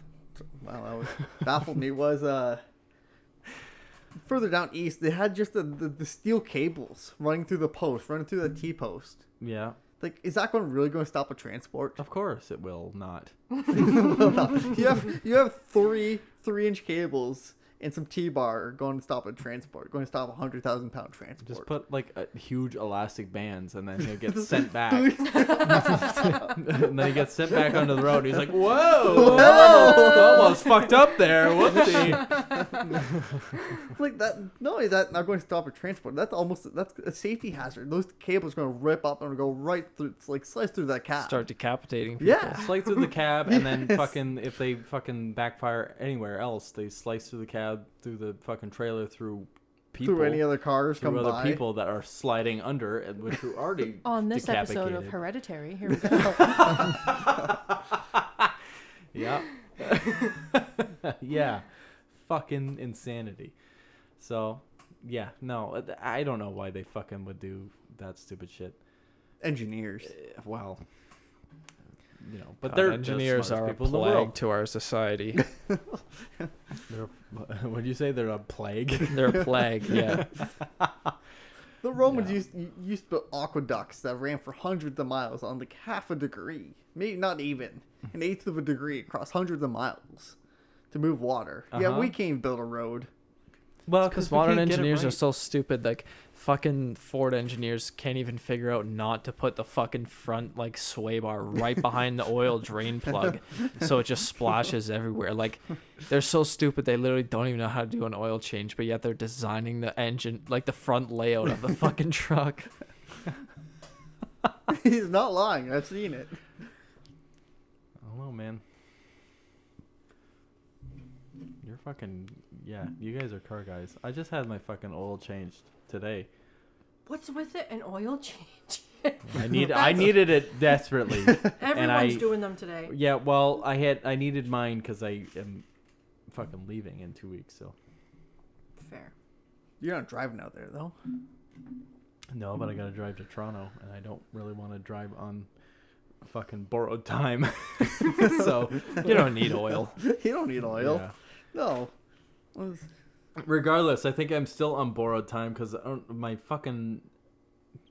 [SPEAKER 5] wow, that was baffled me was uh further down east they had just the, the, the steel cables running through the post, running through the T post.
[SPEAKER 2] yeah,
[SPEAKER 5] Like, is that going really going to stop a transport? [LAUGHS]
[SPEAKER 4] [LAUGHS]
[SPEAKER 2] of course it will not.
[SPEAKER 5] you have you have three three inch cables and some T bar going to stop a transport, going to stop a hundred thousand pound transport.
[SPEAKER 2] Just put like a huge elastic bands, and then he'll
[SPEAKER 5] [LAUGHS]
[SPEAKER 2] get sent back. [LAUGHS] and then he gets sent back onto the road. He's like, "Whoa, whoa, almost fucked up there."
[SPEAKER 5] [LAUGHS]
[SPEAKER 2] Whoopsie.
[SPEAKER 5] like that. Not only is that not going to stop a transport, that's almost that's a safety hazard. Those cables are going to rip up and go right through, like slice through that cab.
[SPEAKER 4] Start decapitating people.
[SPEAKER 5] yeah,
[SPEAKER 2] Slice through the cab, and then
[SPEAKER 5] Yes.
[SPEAKER 2] fucking if they fucking backfire anywhere else, they slice through the cab, through the fucking trailer, through people,
[SPEAKER 5] through any other cars
[SPEAKER 2] through
[SPEAKER 5] come
[SPEAKER 2] other
[SPEAKER 5] by. Oh,
[SPEAKER 2] people that are sliding under, and which are
[SPEAKER 5] [LAUGHS]
[SPEAKER 2] already
[SPEAKER 3] On this episode of
[SPEAKER 2] decapitated.
[SPEAKER 3] Hereditary, here we go.
[SPEAKER 2] [LAUGHS] Yeah. yeah. Fucking insanity. So, yeah, no, I don't know why they fucking would do that stupid shit.
[SPEAKER 5] engineers.
[SPEAKER 2] Eh, Well, you know, but
[SPEAKER 4] God,
[SPEAKER 2] they're
[SPEAKER 4] engineers are a
[SPEAKER 2] people in the
[SPEAKER 4] plague
[SPEAKER 2] world.
[SPEAKER 4] to our society.
[SPEAKER 2] They're- [LAUGHS] what do you say? They're a plague.
[SPEAKER 4] They're a plague. Yeah.
[SPEAKER 5] The Romans
[SPEAKER 2] Yeah.
[SPEAKER 5] used used to build aqueducts that ran for hundreds of miles on like half a degree, maybe not even
[SPEAKER 2] Hmm.
[SPEAKER 5] an eighth of a degree across hundreds of miles to move water. Yeah,
[SPEAKER 2] Uh-huh.
[SPEAKER 5] we can't even build a road.
[SPEAKER 2] [LAUGHS]
[SPEAKER 5] [LAUGHS]
[SPEAKER 2] Well,
[SPEAKER 4] Because modern engineers are so stupid. Like fucking Ford engineers can't even figure out not to put the fucking front like sway bar right behind the oil
[SPEAKER 2] [LAUGHS]
[SPEAKER 4] drain plug, so it just splashes everywhere. Like they're so stupid. They literally don't even know how to do an oil change, but yet they're designing the engine like the front layout
[SPEAKER 2] [LAUGHS]
[SPEAKER 4] of the fucking truck.
[SPEAKER 5] He's not lying. I've seen it.
[SPEAKER 2] I don't know, man. You're fucking yeah. You guys are car guys. I just had my fucking oil changed [LAUGHS] today.
[SPEAKER 3] [LAUGHS] What's with it? An
[SPEAKER 2] [LAUGHS]
[SPEAKER 3] oil change.
[SPEAKER 2] I need [LAUGHS] I needed it desperately.
[SPEAKER 3] Everyone's
[SPEAKER 2] I-
[SPEAKER 3] doing them today.
[SPEAKER 2] yeah, well, I had I needed mine because I am fucking leaving in two weeks. So
[SPEAKER 3] Fair.
[SPEAKER 5] You're not driving out there though. [LAUGHS]
[SPEAKER 2] no, but I gotta drive to Toronto, and I don't really want to drive on fucking borrowed time. [LAUGHS] so
[SPEAKER 4] You don't need oil.
[SPEAKER 5] you don't need [LAUGHS] oil.
[SPEAKER 2] yeah.
[SPEAKER 5] No. Well, it's-
[SPEAKER 2] Regardless, I think I'm still on borrowed time because my fucking.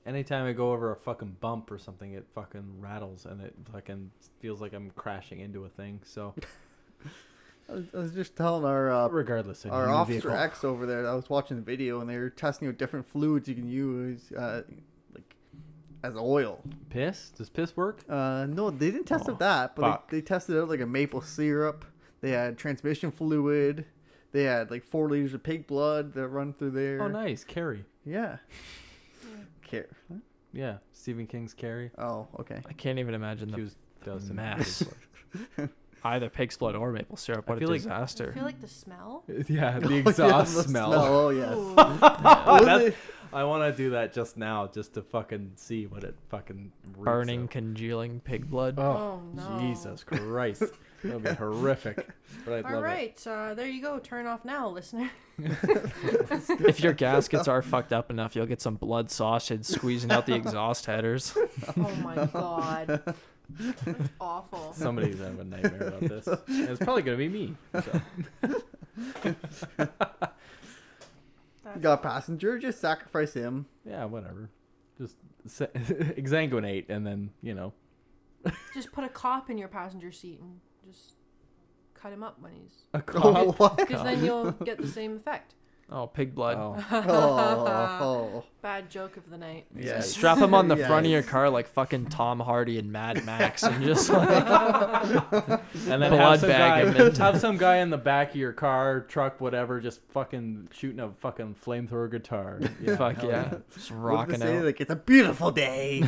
[SPEAKER 2] Anytime I go over a fucking bump or something, it fucking rattles and it fucking feels like I'm crashing into a thing. So,
[SPEAKER 5] I was, I was just telling our uh,
[SPEAKER 2] regardless, I
[SPEAKER 5] our
[SPEAKER 2] need a
[SPEAKER 5] officer
[SPEAKER 2] vehicle.
[SPEAKER 5] X over there. I was watching the video and they were testing out different fluids you can use, uh, like as oil.
[SPEAKER 2] piss. Does piss work?
[SPEAKER 5] Uh, no, they didn't test
[SPEAKER 2] Oh,
[SPEAKER 5] out that, but
[SPEAKER 2] fuck.
[SPEAKER 5] they, they tested out like a maple syrup. They had transmission fluid. They had like four liters of pig blood that run through there.
[SPEAKER 2] Oh, nice, Carrie.
[SPEAKER 5] Yeah. Care.
[SPEAKER 2] Yeah, Stephen King's Carrie.
[SPEAKER 5] Oh, okay.
[SPEAKER 4] I can't even imagine
[SPEAKER 2] She
[SPEAKER 4] the
[SPEAKER 2] was dosed in [LAUGHS]
[SPEAKER 4] mess.
[SPEAKER 2] pig
[SPEAKER 4] either pig's blood or maple syrup.
[SPEAKER 2] I
[SPEAKER 4] What a
[SPEAKER 2] feel like-
[SPEAKER 3] I
[SPEAKER 4] disaster.
[SPEAKER 3] feel like the smell.
[SPEAKER 2] blood. yeah, [LAUGHS] the
[SPEAKER 5] [LAUGHS] Oh, yeah,
[SPEAKER 2] exhaust [LAUGHS]
[SPEAKER 5] the
[SPEAKER 2] smell.
[SPEAKER 5] Oh yes.
[SPEAKER 3] Ooh.
[SPEAKER 2] Oh,
[SPEAKER 5] Wasn't
[SPEAKER 2] that's-
[SPEAKER 5] it-
[SPEAKER 2] I want to do that just now, just to fucking see what it fucking reeks
[SPEAKER 4] Burning,
[SPEAKER 2] of.
[SPEAKER 4] congealing pig
[SPEAKER 2] [LAUGHS]
[SPEAKER 4] blood.
[SPEAKER 3] Oh, no.
[SPEAKER 2] Jesus Christ, that [LAUGHS] would be horrific. But I'd
[SPEAKER 3] All
[SPEAKER 2] love it.
[SPEAKER 3] right, uh, there you go. Turn off now,
[SPEAKER 2] [LAUGHS]
[SPEAKER 3] listener.
[SPEAKER 4] if your gaskets are fucked up enough, you'll get some blood sausage squeezing out the exhaust headers.
[SPEAKER 3] Oh my god, that's
[SPEAKER 2] [LAUGHS]
[SPEAKER 3] awful.
[SPEAKER 2] Somebody's having a nightmare about [LAUGHS] this. And it's probably gonna be me. So.
[SPEAKER 3] That's-
[SPEAKER 5] Got a passenger. Just
[SPEAKER 4] [LAUGHS]
[SPEAKER 5] sacrifice him.
[SPEAKER 2] [LAUGHS] Yeah, whatever. Just se- exanguinate and then you know
[SPEAKER 3] Just put a cop in your passenger seat and just cut him up when he's.
[SPEAKER 2] [LAUGHS] A
[SPEAKER 5] Oh, what?
[SPEAKER 3] Because then you'll get the same
[SPEAKER 2] [LAUGHS]
[SPEAKER 3] effect.
[SPEAKER 4] Oh, pig blood.
[SPEAKER 5] [LAUGHS] Oh,
[SPEAKER 3] [LAUGHS] Bad joke of the night.
[SPEAKER 5] yeah.
[SPEAKER 4] Strap
[SPEAKER 5] [LAUGHS]
[SPEAKER 4] him on the front of your
[SPEAKER 5] Yes.
[SPEAKER 4] car like fucking Tom Hardy and Mad Max, and just like
[SPEAKER 2] [LAUGHS] and then
[SPEAKER 4] Blood
[SPEAKER 2] have some,
[SPEAKER 4] bag him
[SPEAKER 2] guy, [LAUGHS] have some guy in the back of your car, truck, whatever, just fucking shooting a fucking flamethrower guitar. Yeah,
[SPEAKER 4] [LAUGHS] fuck
[SPEAKER 2] hell
[SPEAKER 4] yeah, just
[SPEAKER 5] What did
[SPEAKER 4] rocking
[SPEAKER 5] they say?
[SPEAKER 4] out.
[SPEAKER 5] Like it's a beautiful
[SPEAKER 4] [LAUGHS]
[SPEAKER 5] day.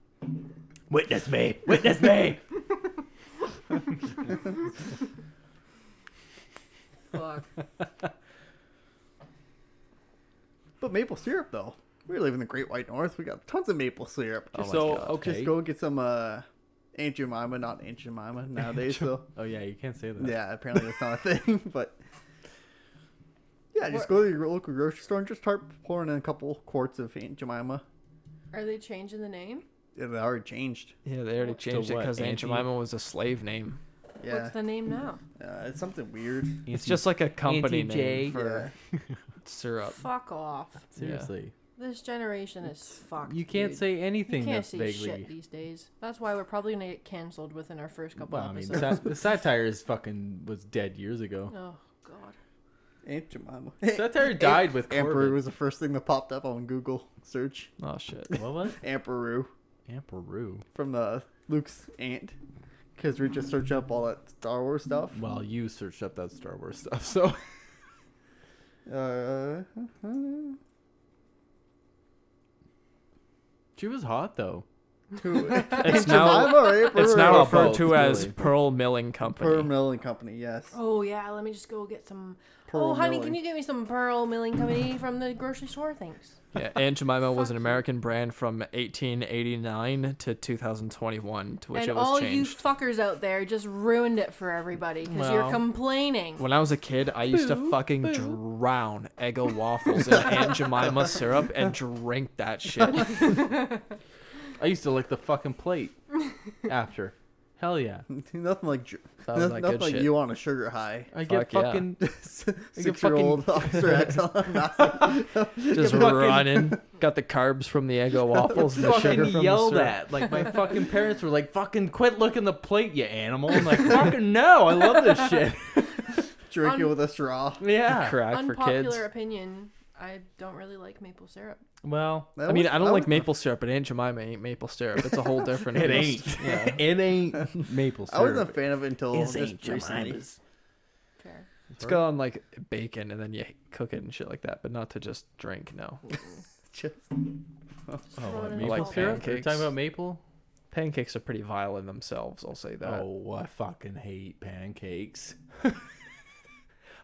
[SPEAKER 5] [LAUGHS]
[SPEAKER 2] Witness me, witness me.
[SPEAKER 3] Fuck.
[SPEAKER 5] [LAUGHS] but maple syrup though. We live in the Great White North. We got tons of maple syrup.
[SPEAKER 4] Oh my
[SPEAKER 2] so
[SPEAKER 4] God.
[SPEAKER 2] okay.
[SPEAKER 5] Just go and get some uh, Aunt Jemima, not Aunt
[SPEAKER 2] [LAUGHS]
[SPEAKER 5] Jemima nowadays. so
[SPEAKER 2] Oh yeah, you can't say that.
[SPEAKER 5] yeah, apparently that's not a thing. [LAUGHS] But yeah, just go to your local grocery store and just start pouring in a couple quarts of Aunt Jemima.
[SPEAKER 3] Are they changing the name?
[SPEAKER 5] It already changed.
[SPEAKER 4] Yeah, they already changed it
[SPEAKER 2] what,
[SPEAKER 4] because Aunt
[SPEAKER 2] Auntie?
[SPEAKER 4] Jemima was a slave name.
[SPEAKER 5] Yeah,
[SPEAKER 3] What's the
[SPEAKER 2] [LAUGHS]
[SPEAKER 3] name now?
[SPEAKER 5] uh, it's something weird.
[SPEAKER 4] It's just like a company
[SPEAKER 2] Auntie J.
[SPEAKER 4] name
[SPEAKER 5] Yeah.
[SPEAKER 4] for syrup.
[SPEAKER 3] Fuck off.
[SPEAKER 2] seriously.
[SPEAKER 3] This generation is fucked.
[SPEAKER 2] You can't
[SPEAKER 3] dude.
[SPEAKER 2] say anything
[SPEAKER 3] You can't
[SPEAKER 2] that's
[SPEAKER 3] say
[SPEAKER 2] vaguely.
[SPEAKER 3] shit these days. That's why we're probably gonna get canceled within our first couple
[SPEAKER 2] Well, I mean, [LAUGHS]
[SPEAKER 3] episodes.
[SPEAKER 2] sat- the satire is fucking was dead years
[SPEAKER 3] [LAUGHS]
[SPEAKER 2] ago.
[SPEAKER 3] oh god.
[SPEAKER 5] Aunt Jemima. [LAUGHS]
[SPEAKER 2] Satire died with
[SPEAKER 5] Emperor
[SPEAKER 2] Corbin.
[SPEAKER 5] was the first thing that popped up on Google search.
[SPEAKER 4] Oh shit.
[SPEAKER 2] what was it?
[SPEAKER 5] Emperor
[SPEAKER 2] Emperor?
[SPEAKER 5] from the Luke's aunt, because we just search up all that Star Wars stuff.
[SPEAKER 2] Well, you searched up that Star Wars stuff, so [LAUGHS]
[SPEAKER 5] Uh,
[SPEAKER 2] she was hot though. [LAUGHS]
[SPEAKER 5] to
[SPEAKER 4] It's now
[SPEAKER 5] Jemima or Emperor?
[SPEAKER 4] it's now
[SPEAKER 2] Or
[SPEAKER 4] referred
[SPEAKER 2] both,
[SPEAKER 4] to as
[SPEAKER 2] really.
[SPEAKER 4] Pearl Milling Company.
[SPEAKER 5] Pearl Milling Company. Yes.
[SPEAKER 3] Oh yeah, let me just go get some.
[SPEAKER 5] Pearl
[SPEAKER 3] oh honey,
[SPEAKER 5] milling.
[SPEAKER 3] can you get me some pearl milling company from the grocery store? Thanks.
[SPEAKER 4] Yeah, Aunt Jemima was an
[SPEAKER 3] Fuck you.
[SPEAKER 4] American brand from 1889 to 2021, to which
[SPEAKER 3] and
[SPEAKER 4] it was
[SPEAKER 3] all you
[SPEAKER 4] changed.
[SPEAKER 3] fuckers out there just ruined it for everybody because
[SPEAKER 4] Well.
[SPEAKER 3] you're complaining.
[SPEAKER 4] When I was a kid, I used to fucking drown Eggo waffles
[SPEAKER 2] [LAUGHS]
[SPEAKER 4] in Aunt Jemima syrup and drink that shit.
[SPEAKER 2] I used to lick the fucking plate after. Hell yeah,
[SPEAKER 5] [LAUGHS] nothing like ju-
[SPEAKER 4] Sounds
[SPEAKER 5] no-
[SPEAKER 4] like
[SPEAKER 5] nothing
[SPEAKER 4] good
[SPEAKER 5] like
[SPEAKER 4] shit.
[SPEAKER 5] you on a sugar high.
[SPEAKER 2] I
[SPEAKER 4] Fuck
[SPEAKER 2] get
[SPEAKER 4] yeah.
[SPEAKER 2] fucking
[SPEAKER 5] [LAUGHS] Six year
[SPEAKER 3] [LAUGHS]
[SPEAKER 5] old [LAUGHS] Officer X on massive
[SPEAKER 4] Just running. Got the carbs from the Eggo waffles and the sugar
[SPEAKER 2] [LAUGHS] fucking
[SPEAKER 4] from
[SPEAKER 2] yelled
[SPEAKER 4] the syrup.
[SPEAKER 2] at. Like my fucking parents were like, "Fucking quit licking the plate, you animal!" I'm like, "Fucking no, I love this shit." [LAUGHS]
[SPEAKER 5] drink it
[SPEAKER 3] Un-
[SPEAKER 5] with a straw.
[SPEAKER 2] yeah.
[SPEAKER 4] Crack for
[SPEAKER 3] Unpopular
[SPEAKER 4] kids.
[SPEAKER 3] opinion. I don't really like maple syrup.
[SPEAKER 2] Well,
[SPEAKER 5] That
[SPEAKER 4] I mean,
[SPEAKER 5] was-
[SPEAKER 4] I don't
[SPEAKER 5] that
[SPEAKER 4] like
[SPEAKER 5] was-
[SPEAKER 4] maple syrup, but Aunt Jemima ain't maple syrup. It's
[SPEAKER 2] [LAUGHS]
[SPEAKER 4] a whole different.
[SPEAKER 2] it
[SPEAKER 4] beast.
[SPEAKER 2] ain't. [LAUGHS] It ain't maple
[SPEAKER 5] I wasn't a
[SPEAKER 2] syrup.
[SPEAKER 5] fan of it until
[SPEAKER 2] It's
[SPEAKER 5] just
[SPEAKER 2] Aunt
[SPEAKER 5] recently.
[SPEAKER 2] Jemima's. [LAUGHS]
[SPEAKER 3] Fair.
[SPEAKER 4] It's got on like bacon and then you cook it and shit like that, but not to just drink. No,
[SPEAKER 5] Just
[SPEAKER 3] Just
[SPEAKER 2] Oh,
[SPEAKER 3] throw it
[SPEAKER 2] what,
[SPEAKER 3] in
[SPEAKER 2] Oh, maple
[SPEAKER 3] a
[SPEAKER 4] like
[SPEAKER 3] bottle.
[SPEAKER 2] syrup? Are you
[SPEAKER 4] pancakes.
[SPEAKER 2] talking about maple?
[SPEAKER 4] pancakes are pretty vile in themselves. I'll say that.
[SPEAKER 2] Oh, I fucking hate pancakes. [LAUGHS]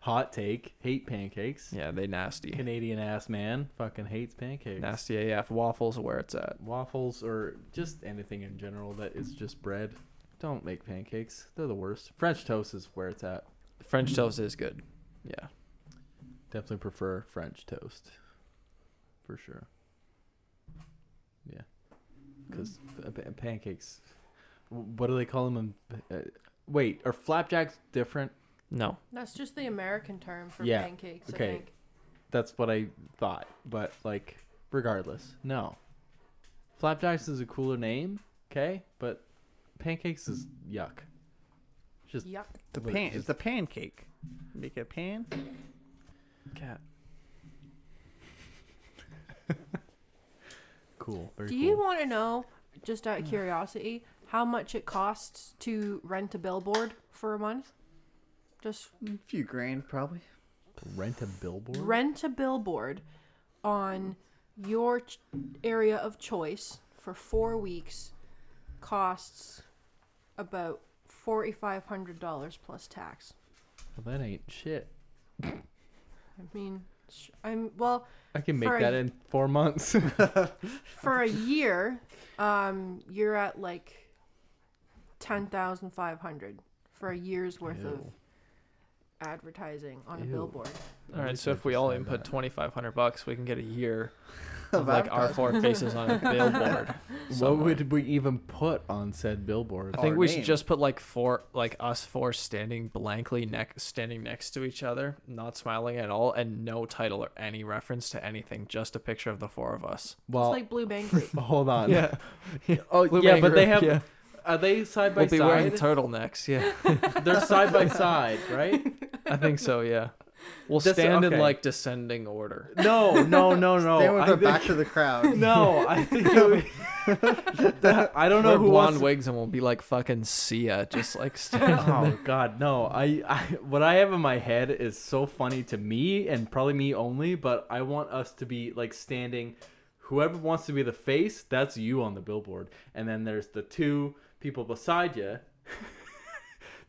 [SPEAKER 2] Hot take. Hate pancakes.
[SPEAKER 4] Yeah, they nasty.
[SPEAKER 2] Canadian ass man fucking hates pancakes.
[SPEAKER 4] Nasty AF waffles are where it's at.
[SPEAKER 2] Waffles or just anything in general that is just bread. Don't make pancakes. They're the worst. French toast is where it's at.
[SPEAKER 4] French toast is good. Yeah.
[SPEAKER 2] Definitely prefer French toast. For sure. Yeah. Because pancakes. w- What do they call them? In, uh, wait, are flapjacks different?
[SPEAKER 4] No.
[SPEAKER 3] That's just the American term for
[SPEAKER 2] Yeah,
[SPEAKER 3] pancakes. I
[SPEAKER 2] okay.
[SPEAKER 3] think.
[SPEAKER 2] That's what I thought. But like, regardless, no. Flapjacks is a cooler name, okay? But pancakes is yuck. Just
[SPEAKER 3] Yuck.
[SPEAKER 5] the
[SPEAKER 2] Wait,
[SPEAKER 5] pan. It's
[SPEAKER 2] just-
[SPEAKER 5] a pancake. Make a pan.
[SPEAKER 4] Cat.
[SPEAKER 2] cool. Very
[SPEAKER 3] Do you
[SPEAKER 2] cool. Mm.
[SPEAKER 3] want to know, just out of curiosity, how much it costs to rent a billboard for a month? Just
[SPEAKER 5] A few grand probably.
[SPEAKER 2] rent a billboard?
[SPEAKER 3] rent a billboard on your ch- area of choice for four weeks costs about $4,500 plus tax.
[SPEAKER 2] Well, that ain't shit.
[SPEAKER 3] I mean, sh- I'm, well,
[SPEAKER 2] I can make
[SPEAKER 3] For a-
[SPEAKER 2] that in four
[SPEAKER 3] [LAUGHS]
[SPEAKER 2] months. [LAUGHS]
[SPEAKER 3] for a year, um, you're at like 10500 for a year's worth of
[SPEAKER 2] Ew.
[SPEAKER 3] advertising on a
[SPEAKER 2] Ew.
[SPEAKER 3] billboard.
[SPEAKER 4] All right, so if we all input 2500 bucks, we can get a year of like our four faces on a billboard. somewhere.
[SPEAKER 2] What would we even put on said billboard?
[SPEAKER 4] I think
[SPEAKER 5] our
[SPEAKER 4] we
[SPEAKER 5] name.
[SPEAKER 4] should just put like four, like us four standing blankly neck, standing next to each other, not smiling at all, and no title or any reference to anything, just a picture of the four of us.
[SPEAKER 2] Well,
[SPEAKER 3] it's like Blue Bank Group.
[SPEAKER 2] [LAUGHS] hold on.
[SPEAKER 4] [LAUGHS] Yeah.
[SPEAKER 2] [LAUGHS] Oh,
[SPEAKER 4] Blue
[SPEAKER 2] yeah,
[SPEAKER 4] Man
[SPEAKER 2] but they
[SPEAKER 4] Group,
[SPEAKER 2] have.
[SPEAKER 4] yeah.
[SPEAKER 2] Are they side by
[SPEAKER 4] We'll be wearing
[SPEAKER 2] side?
[SPEAKER 4] turtlenecks. Yeah,
[SPEAKER 2] They're side by
[SPEAKER 4] [LAUGHS]
[SPEAKER 2] side, right?
[SPEAKER 4] I think so. [LAUGHS] Yeah, we'll
[SPEAKER 2] That's-
[SPEAKER 4] stand in
[SPEAKER 2] okay.
[SPEAKER 4] like descending order.
[SPEAKER 2] No, no, no, no.
[SPEAKER 5] Stand with
[SPEAKER 2] I
[SPEAKER 5] their
[SPEAKER 2] think-
[SPEAKER 5] back to the
[SPEAKER 2] [LAUGHS]
[SPEAKER 5] crowd.
[SPEAKER 2] No, I think it
[SPEAKER 4] [LAUGHS]
[SPEAKER 2] would- [LAUGHS] That- I don't know
[SPEAKER 4] Wear
[SPEAKER 2] who
[SPEAKER 4] blonde
[SPEAKER 2] wants. To...
[SPEAKER 4] wigs and we'll be like fucking Sia, just
[SPEAKER 2] [LAUGHS]
[SPEAKER 4] like [LAUGHS] standing.
[SPEAKER 2] Oh God, no! I, I what I have in my head is so funny to me and probably me only, but I want us to be like standing. Whoever wants to be the face, that's you on the billboard, and then there's the two people beside you, [LAUGHS]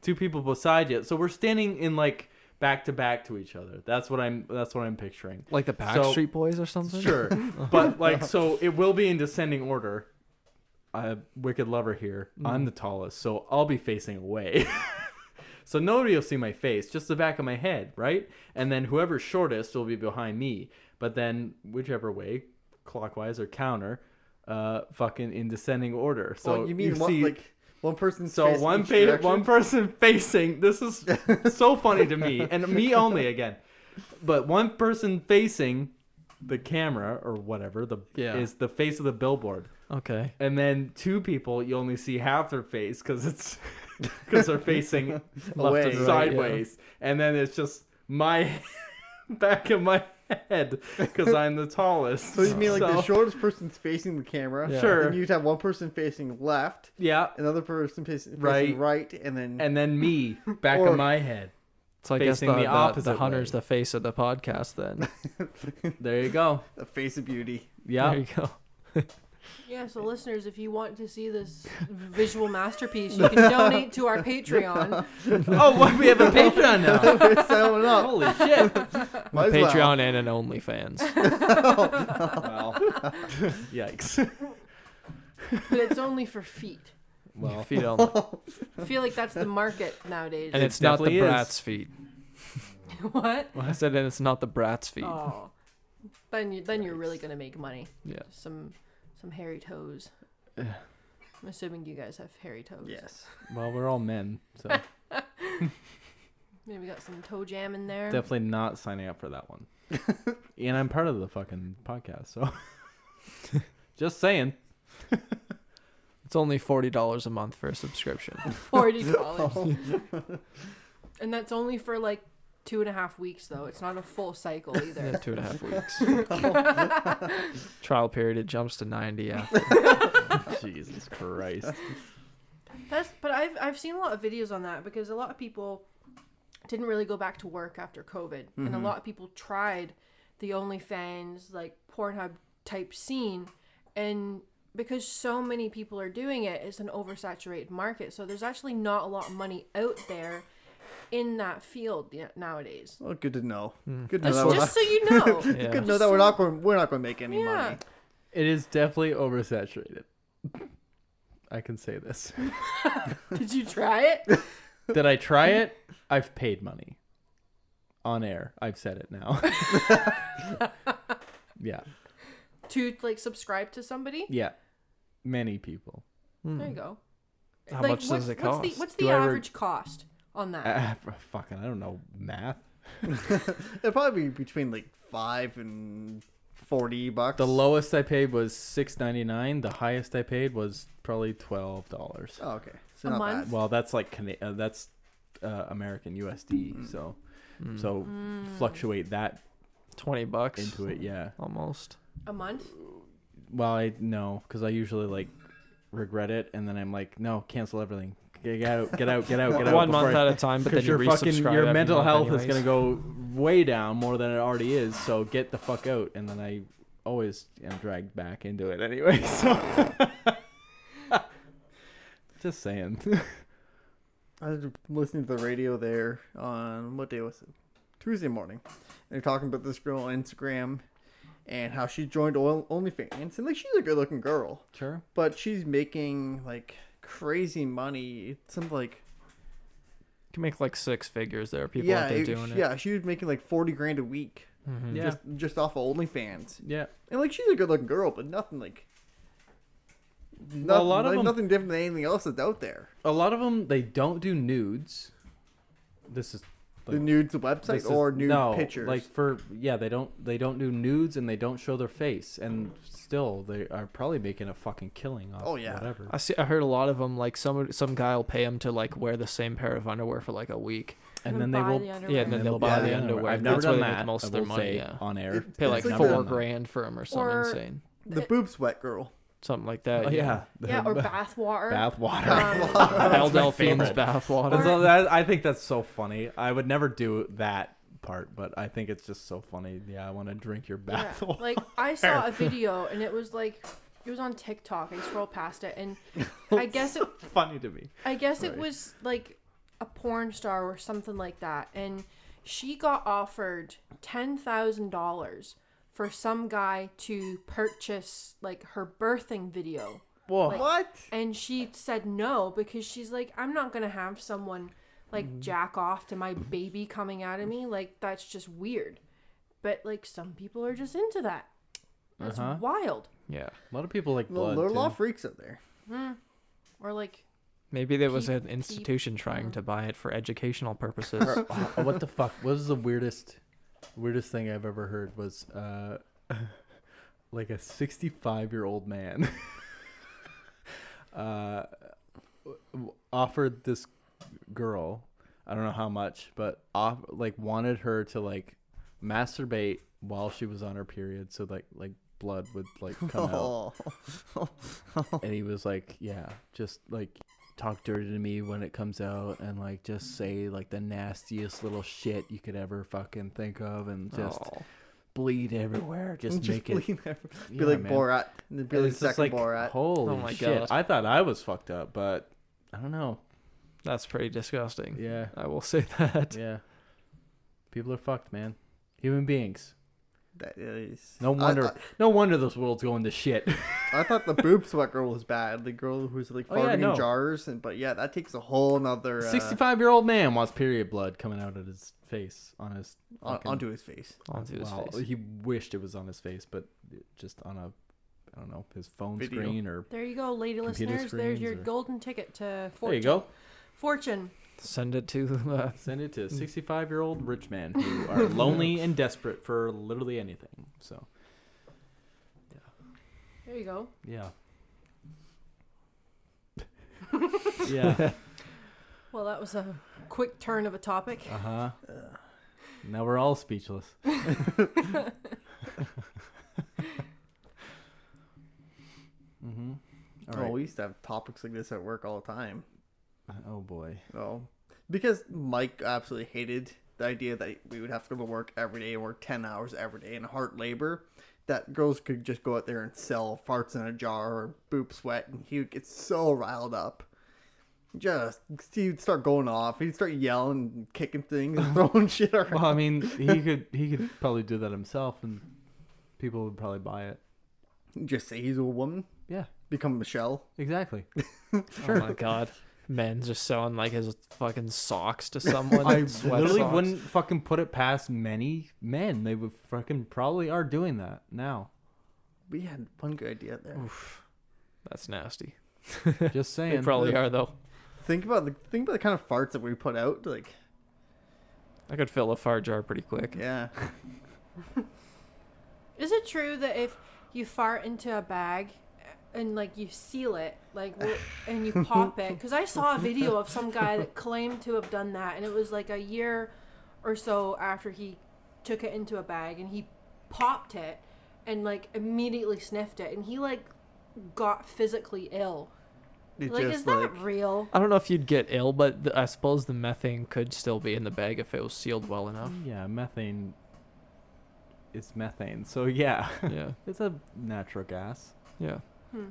[SPEAKER 2] two people beside you. So we're standing in like back to back to each other. That's what I'm. That's what I'm picturing.
[SPEAKER 4] like the Backstreet Boys or
[SPEAKER 5] [LAUGHS]
[SPEAKER 4] something.
[SPEAKER 2] Sure, but like, so it will be in descending order. Uh, wicked lover here.
[SPEAKER 5] Mm-hmm.
[SPEAKER 2] I'm the tallest, so I'll be facing away. [LAUGHS] so nobody will see my face, just the back of my head, right? And then whoever's shortest will be behind me. But then whichever way, clockwise or counter, uh, fucking in descending order. So
[SPEAKER 5] So you mean one,
[SPEAKER 2] see,
[SPEAKER 5] like one person?
[SPEAKER 2] so one fa- one person [LAUGHS] facing. This
[SPEAKER 5] [LAUGHS]
[SPEAKER 2] is so funny to me, and me only again. But one person facing the camera or whatever the
[SPEAKER 4] Yeah.
[SPEAKER 2] is the face of the billboard,
[SPEAKER 4] Okay.
[SPEAKER 2] and then two people you only see half their face because it's [LAUGHS] because they're facing
[SPEAKER 5] [LAUGHS] Away.
[SPEAKER 2] left and
[SPEAKER 5] Right,
[SPEAKER 2] sideways, and then it's just my [LAUGHS] back of my head because I'm the tallest.
[SPEAKER 5] So you mean like
[SPEAKER 2] So-
[SPEAKER 5] the shortest person's facing the camera?
[SPEAKER 4] Yeah.
[SPEAKER 2] Sure.
[SPEAKER 5] And you'd have one person facing left,
[SPEAKER 2] Yeah,
[SPEAKER 5] another person fac- facing
[SPEAKER 2] Right.
[SPEAKER 5] right, and then
[SPEAKER 2] and then me back
[SPEAKER 5] Or-
[SPEAKER 2] of my head.
[SPEAKER 4] So I
[SPEAKER 2] Facing
[SPEAKER 4] guess
[SPEAKER 2] the
[SPEAKER 4] the, the,
[SPEAKER 2] opposite
[SPEAKER 4] the hunter's
[SPEAKER 2] way.
[SPEAKER 4] the face of the podcast.
[SPEAKER 2] [LAUGHS]
[SPEAKER 4] Then
[SPEAKER 2] There you go.
[SPEAKER 5] the face of beauty. [LAUGHS]
[SPEAKER 2] Yeah.
[SPEAKER 4] there you [LAUGHS] go.
[SPEAKER 3] Yeah, so listeners, if you want to
[SPEAKER 2] [LAUGHS]
[SPEAKER 3] see this visual masterpiece, you can donate to our
[SPEAKER 2] [LAUGHS]
[SPEAKER 3] Patreon.
[SPEAKER 2] Oh, what, we have a Patreon now. [LAUGHS]
[SPEAKER 5] We're selling out.
[SPEAKER 2] Holy shit!
[SPEAKER 5] Might as well.
[SPEAKER 4] Patreon and
[SPEAKER 3] [LAUGHS]
[SPEAKER 4] an OnlyFans. [LAUGHS]
[SPEAKER 2] Wow. [LAUGHS] Yikes.
[SPEAKER 3] But it's only for feet.
[SPEAKER 2] [LAUGHS]
[SPEAKER 4] Well, feet only.
[SPEAKER 3] I feel like that's the market nowadays.
[SPEAKER 4] and
[SPEAKER 2] It
[SPEAKER 4] it's not
[SPEAKER 2] definitely
[SPEAKER 4] the
[SPEAKER 2] is.
[SPEAKER 4] brats feet.
[SPEAKER 3] [LAUGHS] what?
[SPEAKER 4] I said, and it's not the brats feet.
[SPEAKER 3] Oh. Then you then you're really gonna make money.
[SPEAKER 4] Yeah.
[SPEAKER 3] Some some hairy toes. I'm assuming you guys have hairy toes.
[SPEAKER 5] Yes.
[SPEAKER 2] Well, we're all men, so
[SPEAKER 3] Maybe got some toe jam in there. [LAUGHS]
[SPEAKER 2] definitely not signing up for that [LAUGHS] one. and I'm part of the fucking podcast, so [LAUGHS] just saying.
[SPEAKER 4] It's only forty dollars a month for
[SPEAKER 3] [LAUGHS]
[SPEAKER 4] a subscription.
[SPEAKER 3] Forty dollars. and that's only for like two and a half weeks though. It's not a full cycle either.
[SPEAKER 4] Yeah, two and a half
[SPEAKER 3] [LAUGHS]
[SPEAKER 4] weeks. [LAUGHS] Trial period. It jumps to
[SPEAKER 3] [LAUGHS]
[SPEAKER 4] ninety. After.
[SPEAKER 2] [LAUGHS] Jesus Christ.
[SPEAKER 3] That's but I've I've seen a lot of videos on that because a lot of people didn't really go back to work after COVID, and a
[SPEAKER 4] Mm-hmm.
[SPEAKER 3] lot of people tried the OnlyFans like Pornhub type scene, and because so many people are doing it, it's an oversaturated market. So there's actually not a lot of money out there in that field y- nowadays.
[SPEAKER 5] Well, good to know. Good to know.
[SPEAKER 3] Just,
[SPEAKER 5] That we're
[SPEAKER 3] just
[SPEAKER 5] not,
[SPEAKER 3] so you know,
[SPEAKER 4] [LAUGHS] Yeah.
[SPEAKER 5] Good to know that we're not going. We're not going to make any
[SPEAKER 3] yeah.
[SPEAKER 5] money.
[SPEAKER 2] It is definitely oversaturated. I can say this.
[SPEAKER 3] Did you try it?
[SPEAKER 2] Did I try it? I've paid money. On air. I've said it [LAUGHS] now. yeah.
[SPEAKER 3] to like subscribe to somebody?
[SPEAKER 2] Yeah. Many people.
[SPEAKER 3] There you go.
[SPEAKER 4] Hmm. How much
[SPEAKER 3] what's,
[SPEAKER 4] does
[SPEAKER 3] what's
[SPEAKER 4] it cost?
[SPEAKER 3] the, what's
[SPEAKER 2] Do
[SPEAKER 3] the
[SPEAKER 2] I ever-
[SPEAKER 3] average cost on that?
[SPEAKER 4] Uh,
[SPEAKER 2] Ah, [LAUGHS] fucking, I don't know math.
[SPEAKER 5] [LAUGHS] It'd probably be between like five and forty bucks.
[SPEAKER 2] The lowest I paid was six ninety nine. The highest I paid was probably twelve dollars.
[SPEAKER 5] Oh, okay. So
[SPEAKER 3] A
[SPEAKER 5] not
[SPEAKER 3] month?
[SPEAKER 5] bad.
[SPEAKER 2] Well, that's like Cana- uh, that's uh, American USD. So
[SPEAKER 4] Mm.
[SPEAKER 2] so fluctuate that
[SPEAKER 4] Twenty bucks.
[SPEAKER 2] into it. Yeah.
[SPEAKER 4] Almost.
[SPEAKER 3] a month?
[SPEAKER 2] Well, I no, because I usually like regret it, and then I'm like, no, cancel everything. Get out, get out, get out,
[SPEAKER 4] [LAUGHS]
[SPEAKER 2] get out.
[SPEAKER 4] One
[SPEAKER 2] before
[SPEAKER 4] month
[SPEAKER 2] I- [LAUGHS]
[SPEAKER 4] at a time, but then
[SPEAKER 2] because
[SPEAKER 4] you
[SPEAKER 2] your fucking
[SPEAKER 4] resubscribe
[SPEAKER 2] your
[SPEAKER 4] every
[SPEAKER 2] mental
[SPEAKER 4] month
[SPEAKER 2] health is
[SPEAKER 4] anyways.
[SPEAKER 2] gonna go way down more than it already is. So get the fuck out, and then I always am dragged back into it anyway. [LAUGHS] So just saying, [LAUGHS]
[SPEAKER 5] I was listening to the radio there on what day was it? Tuesday morning. And they're talking about this girl on Instagram and how she joined Oil OnlyFans. And like she's a good looking girl.
[SPEAKER 2] sure.
[SPEAKER 5] But she's making like crazy money. It's something like
[SPEAKER 4] You can make like six figures. There are people
[SPEAKER 5] yeah,
[SPEAKER 4] out there
[SPEAKER 5] it-
[SPEAKER 4] doing it.
[SPEAKER 5] yeah, she was making like forty grand a week.
[SPEAKER 2] Yeah.
[SPEAKER 5] just just off of OnlyFans.
[SPEAKER 2] Mm-hmm. yeah.
[SPEAKER 5] And like she's a good looking girl, but nothing like. Nothing,
[SPEAKER 2] a lot of
[SPEAKER 5] like,
[SPEAKER 2] them-
[SPEAKER 5] nothing different than anything else that's out there.
[SPEAKER 2] A lot of them they don't do nudes. This is
[SPEAKER 5] the nudes website
[SPEAKER 2] This is-
[SPEAKER 5] or nude
[SPEAKER 2] no,
[SPEAKER 5] pictures.
[SPEAKER 2] Like for yeah, they don't they don't do nudes and they don't show their face, and still they are probably making a fucking killing off.
[SPEAKER 5] Oh, yeah.
[SPEAKER 2] whatever.
[SPEAKER 4] I see. I heard a lot of them. Like some some guy will pay him to like wear the same pair of underwear for like a week.
[SPEAKER 2] And
[SPEAKER 3] And
[SPEAKER 2] then they
[SPEAKER 3] buy
[SPEAKER 2] will
[SPEAKER 3] the underwear.
[SPEAKER 4] Yeah, and then they'll buy the underwear.
[SPEAKER 2] I've never
[SPEAKER 4] That's where
[SPEAKER 2] done
[SPEAKER 4] they make
[SPEAKER 2] that.
[SPEAKER 4] most
[SPEAKER 2] I
[SPEAKER 4] of their
[SPEAKER 2] will
[SPEAKER 4] money.
[SPEAKER 2] say
[SPEAKER 4] yeah,
[SPEAKER 2] on air.
[SPEAKER 5] It-
[SPEAKER 4] pay
[SPEAKER 5] it's
[SPEAKER 4] like
[SPEAKER 5] like
[SPEAKER 4] four
[SPEAKER 5] the-
[SPEAKER 4] grand for him or something
[SPEAKER 3] Or-
[SPEAKER 4] insane,
[SPEAKER 5] the boob sweat girl.
[SPEAKER 4] something like that.
[SPEAKER 2] oh
[SPEAKER 3] [LAUGHS]
[SPEAKER 2] yeah,
[SPEAKER 3] Yeah,
[SPEAKER 2] [LAUGHS]
[SPEAKER 3] or Um, bath water.
[SPEAKER 2] bath water.
[SPEAKER 4] Al
[SPEAKER 2] my
[SPEAKER 4] Delphine's
[SPEAKER 2] favorite. And
[SPEAKER 4] bathwater.
[SPEAKER 2] so that, I think that's so funny. I would never do that part, but I think it's just so funny. Yeah, I want to drink your
[SPEAKER 3] Yeah.
[SPEAKER 2] bath water.
[SPEAKER 3] Like I saw a video and it was like it was on TikTok. I scrolled past it and I guess it
[SPEAKER 2] [LAUGHS] funny to me.
[SPEAKER 3] I guess it was like a porn star or something like that, and she got offered ten thousand dollars for some guy to purchase like her birthing video,
[SPEAKER 2] Whoa.
[SPEAKER 5] What?
[SPEAKER 3] and she said no because she's like, I'm not gonna have someone
[SPEAKER 2] Mm-hmm.
[SPEAKER 3] like jack off to my baby coming out of me, like that's just weird. But like some people are just into that. That's
[SPEAKER 2] Uh-huh.
[SPEAKER 3] wild.
[SPEAKER 4] Yeah,
[SPEAKER 2] A lot of people like
[SPEAKER 5] Well,
[SPEAKER 2] blood.
[SPEAKER 5] there are a lot
[SPEAKER 2] too.
[SPEAKER 5] of freaks out there.
[SPEAKER 3] Or like
[SPEAKER 4] maybe there was
[SPEAKER 3] Keep-
[SPEAKER 4] an
[SPEAKER 3] keep-
[SPEAKER 4] institution trying to buy it for educational
[SPEAKER 3] [LAUGHS]
[SPEAKER 4] purposes.
[SPEAKER 2] Oh, [LAUGHS] what the fuck? What was the weirdest, weirdest thing I've ever heard was, uh, [LAUGHS] like a 65 year old man, [LAUGHS] uh, w- offered this girl, I don't know how much, but off, like wanted her to like masturbate while she was on her period. So like, like blood would like
[SPEAKER 5] [LAUGHS]
[SPEAKER 2] come out
[SPEAKER 5] Oh.
[SPEAKER 2] and he was like, "Yeah, just like talk dirty to me when it comes out, and like just say like the nastiest little shit you could ever fucking think of, and just
[SPEAKER 4] Oh.
[SPEAKER 2] bleed
[SPEAKER 5] [LAUGHS]
[SPEAKER 2] everywhere, just,
[SPEAKER 5] Just
[SPEAKER 2] make it."
[SPEAKER 5] lean over. Be
[SPEAKER 2] Yeah,
[SPEAKER 5] like
[SPEAKER 2] man.
[SPEAKER 5] Borat. and then Be
[SPEAKER 2] And
[SPEAKER 5] like
[SPEAKER 2] it's just,
[SPEAKER 5] second Borat.
[SPEAKER 2] holy
[SPEAKER 4] Oh my
[SPEAKER 2] shit!
[SPEAKER 4] God.
[SPEAKER 2] I thought I was fucked up, but I don't
[SPEAKER 5] [LAUGHS]
[SPEAKER 2] know.
[SPEAKER 4] That's pretty disgusting.
[SPEAKER 2] Yeah,
[SPEAKER 4] I will say [LAUGHS] that.
[SPEAKER 2] yeah. People are fucked, man. Human beings.
[SPEAKER 5] That is.
[SPEAKER 2] No
[SPEAKER 5] I-
[SPEAKER 2] wonder.
[SPEAKER 5] I,
[SPEAKER 2] no wonder this world's going to shit.
[SPEAKER 5] I, thought the boob sweat girl was bad. The girl who's like
[SPEAKER 2] Oh,
[SPEAKER 5] farting
[SPEAKER 2] yeah, no.
[SPEAKER 5] in jars, and but yeah, that takes a whole nother. Uh,
[SPEAKER 2] Sixty-five-year-old man wants period blood coming out of his face on his
[SPEAKER 5] on,
[SPEAKER 2] fucking-
[SPEAKER 5] onto his face.
[SPEAKER 4] Onto his
[SPEAKER 2] Well,
[SPEAKER 4] face.
[SPEAKER 2] he wished it was on his face, but it- just on a, I don't know, his phone
[SPEAKER 5] Video.
[SPEAKER 2] screen or.
[SPEAKER 3] There you go, lady
[SPEAKER 2] Computer
[SPEAKER 3] listeners. There's
[SPEAKER 2] screens
[SPEAKER 3] your
[SPEAKER 2] or-
[SPEAKER 3] golden ticket to
[SPEAKER 2] There
[SPEAKER 3] fortune.
[SPEAKER 2] you go.
[SPEAKER 3] Fortune.
[SPEAKER 4] Send it to uh,
[SPEAKER 2] Send it to a 65 year old rich man who are lonely and desperate for literally anything. So,
[SPEAKER 3] There you go.
[SPEAKER 2] yeah. [LAUGHS] yeah.
[SPEAKER 3] Well, that was a quick turn of a topic.
[SPEAKER 2] Uh huh. Now we're all speechless. mm-hmm. All
[SPEAKER 5] Oh,
[SPEAKER 2] right.
[SPEAKER 5] we used to have topics like this at work all the time.
[SPEAKER 2] oh boy.
[SPEAKER 5] Oh, because Mike absolutely hated the idea that we would have to go to work every day and work 10 hours every day in hard labor. That girls could just go out there and sell farts in a jar or boop sweat, and he would get so riled up. Just, he'd start going off. He'd start yelling and kicking things and throwing shit around.
[SPEAKER 2] Well, I mean, he
[SPEAKER 4] [LAUGHS]
[SPEAKER 2] could he could probably do that himself, and people would probably buy it.
[SPEAKER 5] Just say he's a woman,
[SPEAKER 2] Yeah,
[SPEAKER 5] become Michelle.
[SPEAKER 2] exactly.
[SPEAKER 4] Oh my god. Men just selling like his fucking
[SPEAKER 5] [LAUGHS]
[SPEAKER 4] socks to someone.
[SPEAKER 2] I
[SPEAKER 4] sweat
[SPEAKER 2] literally
[SPEAKER 4] socks.
[SPEAKER 2] wouldn't fucking put it past many men. They would fucking probably are doing that
[SPEAKER 4] [LAUGHS]
[SPEAKER 2] now.
[SPEAKER 5] We had one good idea there.
[SPEAKER 4] That's nasty.
[SPEAKER 2] Just
[SPEAKER 4] They
[SPEAKER 2] saying.
[SPEAKER 4] probably are though.
[SPEAKER 5] Think about the think about the kind of farts that we put out. Like,
[SPEAKER 4] I could fill a fart jar pretty quick.
[SPEAKER 5] yeah,
[SPEAKER 3] Is it true that if you fart into a bag uh, and like you seal it, like
[SPEAKER 5] [LAUGHS]
[SPEAKER 3] w- and you pop it? Because I saw a video of some guy that claimed to have done that, and it was like a year or so after he took it into a bag and he popped it and like immediately sniffed it, and he like got physically ill.
[SPEAKER 5] it
[SPEAKER 3] Like, is that real?
[SPEAKER 4] I don't know if you'd get ill, but th- I suppose the methane could still be in the bag if it was sealed well enough.
[SPEAKER 5] [LAUGHS]
[SPEAKER 2] Yeah, methane. It's methane. So yeah, [LAUGHS]
[SPEAKER 4] yeah,
[SPEAKER 2] it's a natural gas.
[SPEAKER 4] yeah.
[SPEAKER 3] Hmm.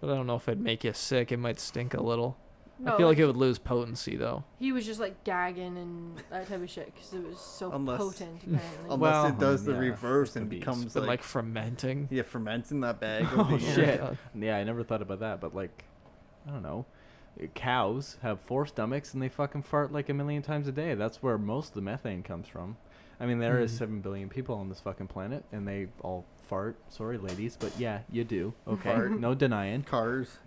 [SPEAKER 4] But I don't know if it'd make you sick. It might stink a little.
[SPEAKER 3] No,
[SPEAKER 4] I feel like it would lose potency though.
[SPEAKER 3] He was just like gagging and that type of shit because it was so
[SPEAKER 5] Unless-
[SPEAKER 3] potent. Apparently.
[SPEAKER 5] Unless
[SPEAKER 2] Well,
[SPEAKER 5] it does the
[SPEAKER 2] yeah,
[SPEAKER 5] reverse
[SPEAKER 2] it's
[SPEAKER 5] and
[SPEAKER 2] gonna be
[SPEAKER 5] becomes
[SPEAKER 4] It's been
[SPEAKER 5] like,
[SPEAKER 4] like, fermenting.
[SPEAKER 5] yeah, ferments in that bag. would
[SPEAKER 2] Oh
[SPEAKER 5] be-
[SPEAKER 4] yeah.
[SPEAKER 2] shit.
[SPEAKER 4] God.
[SPEAKER 2] Yeah, I never thought about that. But like, I don't know. Cows have four stomachs and they fucking fart like a million times a day. That's where most of the methane comes from. I mean, there is
[SPEAKER 5] Mm-hmm.
[SPEAKER 2] seven billion people on this fucking planet, and they all fart. Sorry, ladies, but yeah, you
[SPEAKER 5] [LAUGHS]
[SPEAKER 2] do. Okay,
[SPEAKER 5] Fart.
[SPEAKER 2] no denying.
[SPEAKER 5] Cars.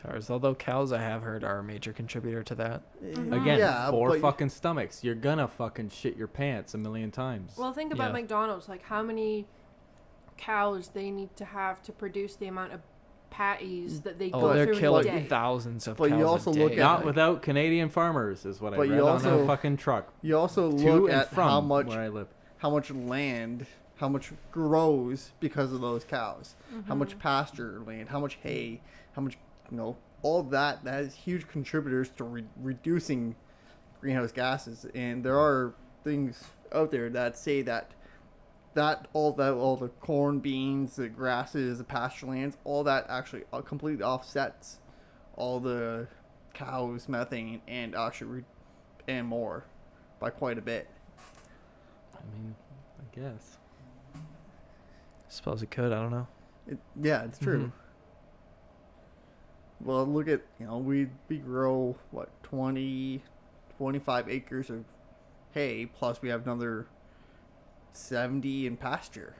[SPEAKER 4] Cars, although cows, I have heard are a major contributor to that.
[SPEAKER 2] Again,
[SPEAKER 5] Yeah,
[SPEAKER 2] four
[SPEAKER 5] but-
[SPEAKER 2] fucking stomachs. You're gonna fucking shit your pants a million times.
[SPEAKER 3] Well, think about
[SPEAKER 4] Yeah.
[SPEAKER 3] McDonald's. Like how many cows they need to have to produce the amount of patties that they
[SPEAKER 4] Oh,
[SPEAKER 5] But-
[SPEAKER 3] go
[SPEAKER 4] they're
[SPEAKER 3] through
[SPEAKER 4] killing
[SPEAKER 3] a day.
[SPEAKER 4] thousands of
[SPEAKER 5] but you
[SPEAKER 4] cows.
[SPEAKER 5] also
[SPEAKER 4] a
[SPEAKER 5] look
[SPEAKER 4] day.
[SPEAKER 5] at-
[SPEAKER 2] Not
[SPEAKER 5] like-
[SPEAKER 2] without Canadian farmers, is what I
[SPEAKER 5] But
[SPEAKER 2] read
[SPEAKER 5] you
[SPEAKER 2] on
[SPEAKER 5] also-
[SPEAKER 2] a fucking truck
[SPEAKER 5] You also
[SPEAKER 2] to
[SPEAKER 5] look
[SPEAKER 2] and
[SPEAKER 5] at
[SPEAKER 2] from
[SPEAKER 5] how much
[SPEAKER 2] where I live.
[SPEAKER 5] how much land, how much grows because of those cows, how much pasture land, how much hay, how much you know, all that that is huge contributors to re- reducing greenhouse gases. And there are things out there that say that that all that all the corn, beans, the grasses, the pasture lands, all that actually uh, completely offsets all the cows, methane, and actually re- and more by quite a bit.
[SPEAKER 2] I mean, I guess.
[SPEAKER 4] Suppose it could. I don't know.
[SPEAKER 5] It, yeah, it's true.
[SPEAKER 4] Mm-hmm.
[SPEAKER 5] Well, look at, you know, we, we grow, what, 20, 25 acres of hay, plus we have another 70 in pasture.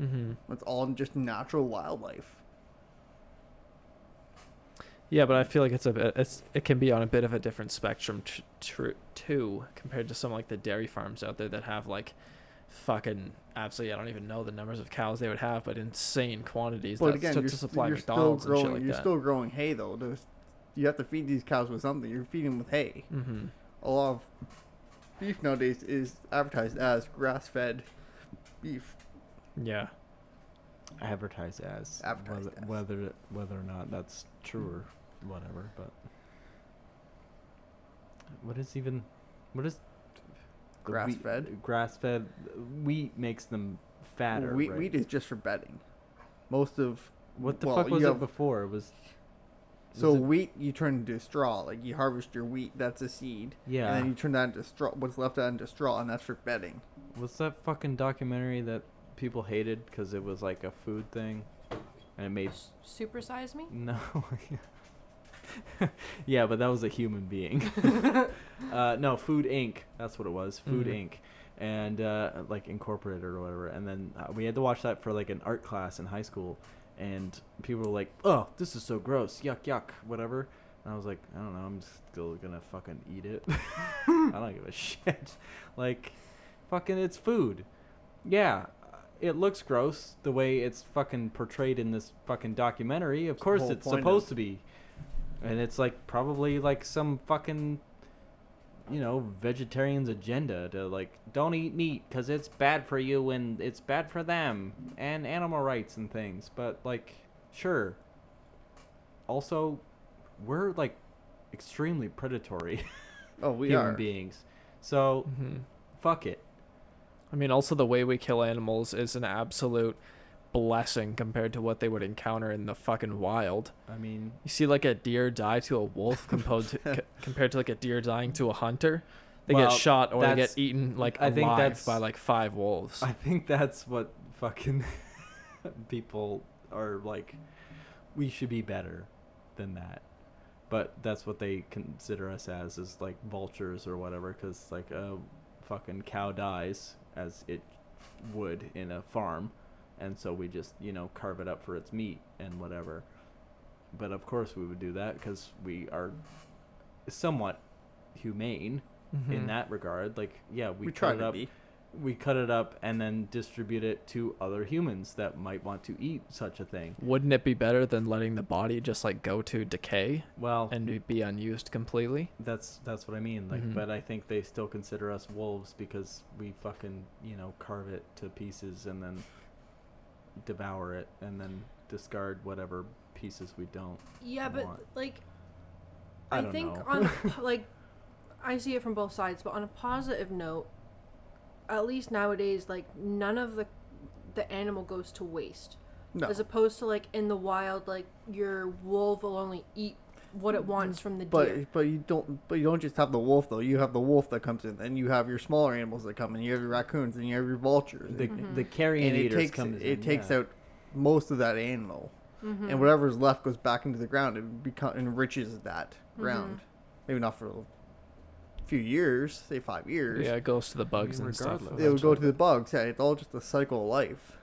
[SPEAKER 4] Mm-hmm.
[SPEAKER 5] That's all just natural wildlife.
[SPEAKER 4] Yeah, but I feel like it's a bit, it's it can be on a bit of a different spectrum tr- tr- too compared to some like the dairy farms out there that have like fucking absolutely I don't even know the numbers of cows they would have, but insane quantities
[SPEAKER 5] But
[SPEAKER 4] that's
[SPEAKER 5] again,
[SPEAKER 4] to,
[SPEAKER 5] you're,
[SPEAKER 4] to
[SPEAKER 5] s-
[SPEAKER 4] supply
[SPEAKER 5] you're still
[SPEAKER 4] McDonald's
[SPEAKER 5] growing,
[SPEAKER 4] and shit
[SPEAKER 5] you're
[SPEAKER 4] like that.
[SPEAKER 5] still growing hay, though. There's, you have to feed these cows with something. You're feeding them with hay.
[SPEAKER 4] mm-hmm.
[SPEAKER 5] A lot of beef nowadays is advertised as grass-fed beef.
[SPEAKER 4] Yeah,
[SPEAKER 2] Advertise as
[SPEAKER 5] Advertised
[SPEAKER 2] whether,
[SPEAKER 5] as.
[SPEAKER 2] whether whether or not that's true or whatever. But what is even what is the wheat-
[SPEAKER 5] Grass-fed?
[SPEAKER 2] Grass-fed wheat makes them fatter.
[SPEAKER 5] Wheat,
[SPEAKER 2] right?
[SPEAKER 5] wheat is just for bedding. Most of
[SPEAKER 2] What the
[SPEAKER 5] well,
[SPEAKER 2] fuck was
[SPEAKER 5] you
[SPEAKER 2] it
[SPEAKER 5] have-
[SPEAKER 2] before? It was is
[SPEAKER 5] so
[SPEAKER 2] it-
[SPEAKER 5] wheat you turn into straw. Like you harvest your wheat, that's a seed.
[SPEAKER 2] yeah.
[SPEAKER 5] And then you turn that into straw. What's left out into straw, and that's for bedding.
[SPEAKER 2] What's that fucking documentary that people hated because it was like a food thing, and it made
[SPEAKER 3] Supersize me.
[SPEAKER 2] [LAUGHS] no. yeah, but that was a human being. [LAUGHS] uh, no, Food Inc. That's what it was. Food
[SPEAKER 4] Mhm.
[SPEAKER 2] Inc. And uh, like Incorporated or whatever. And then uh, we had to watch that for like an art class in high school, and people were like, "Oh, this is so gross. Yuck, yuck, whatever." And I was like, "I don't know. I'm still gonna fucking eat it. I don't give a [LAUGHS] shit. Like, fucking, it's food. Yeah." It looks gross the way it's fucking portrayed in this fucking documentary. Of
[SPEAKER 5] the
[SPEAKER 2] course,
[SPEAKER 5] whole
[SPEAKER 2] it's
[SPEAKER 5] point of
[SPEAKER 2] supposed
[SPEAKER 5] it.
[SPEAKER 2] to be. And it's like probably like some fucking, you know, vegetarian's agenda to like don't eat meat because it's bad for you and it's bad for them and animal rights and things. But like, sure. Also, we're like extremely predatory
[SPEAKER 5] Oh, we
[SPEAKER 2] human
[SPEAKER 5] are.
[SPEAKER 2] beings. So
[SPEAKER 4] mm-hmm.
[SPEAKER 2] fuck it.
[SPEAKER 4] I mean also the way we kill animals is an absolute blessing compared to what they would encounter in the fucking wild.
[SPEAKER 2] I mean, [LAUGHS]
[SPEAKER 4] You see, like a deer die to a wolf composed to, c- compared to like a deer dying to a hunter. They
[SPEAKER 2] Well,
[SPEAKER 4] get shot or they
[SPEAKER 2] that's-
[SPEAKER 4] get eaten like
[SPEAKER 2] I think
[SPEAKER 4] alive
[SPEAKER 2] that's-
[SPEAKER 4] by like five wolves.
[SPEAKER 2] I think that's what fucking [LAUGHS] people are like. We should be better than that, but that's what they consider us as is like vultures or whatever. Because like a fucking cow dies as it would in a farm, and so we just you know carve it up for its meat and whatever. But of course we would do that because we are somewhat humane in
[SPEAKER 4] Mhm.
[SPEAKER 2] that regard. Like yeah, we,
[SPEAKER 5] Mm-hmm. We,
[SPEAKER 2] cut
[SPEAKER 5] try
[SPEAKER 2] it
[SPEAKER 5] to
[SPEAKER 2] up
[SPEAKER 5] be.
[SPEAKER 2] we cut it up and then distribute it to other humans that might want to eat such a thing.
[SPEAKER 4] Wouldn't it be better than letting the body just like go to decay
[SPEAKER 2] Well,
[SPEAKER 4] and be- be unused completely?
[SPEAKER 2] that's that's what I mean. Like,
[SPEAKER 5] Mm-hmm.
[SPEAKER 4] Mhm.
[SPEAKER 2] but I think they still consider us wolves because we fucking you know carve it to pieces and then devour it and then discard whatever pieces we don't.
[SPEAKER 3] Yeah, but
[SPEAKER 2] want.
[SPEAKER 3] like
[SPEAKER 2] I
[SPEAKER 3] I,
[SPEAKER 2] don't
[SPEAKER 3] think
[SPEAKER 2] know.
[SPEAKER 3] on a po- like I see it from both sides, but on a positive note, at least nowadays, like none of the the animal goes to waste,
[SPEAKER 5] No.
[SPEAKER 3] as opposed to like in the wild, like your wolf will only eat what it wants from the deer.
[SPEAKER 5] But but you don't but you don't just have the wolf though. You have the wolf that comes in, then you have your smaller animals that come in. You have your raccoons and you have your vultures.
[SPEAKER 2] The,
[SPEAKER 3] Mm-hmm.
[SPEAKER 5] and,
[SPEAKER 2] the carrion
[SPEAKER 5] and it
[SPEAKER 2] eaters
[SPEAKER 5] takes
[SPEAKER 2] comes
[SPEAKER 5] it
[SPEAKER 2] in,
[SPEAKER 5] takes
[SPEAKER 2] yeah.
[SPEAKER 5] out most of that animal,
[SPEAKER 3] Mm-hmm.
[SPEAKER 5] and whatever's left
[SPEAKER 3] Mm-hmm.
[SPEAKER 5] goes back into the ground and become enriches that ground. Maybe not for few years, say five years,
[SPEAKER 4] Yeah, it goes to the bugs and stuff.
[SPEAKER 2] regardless.
[SPEAKER 5] it would go to the bugs. Yeah, it's all just a cycle of life.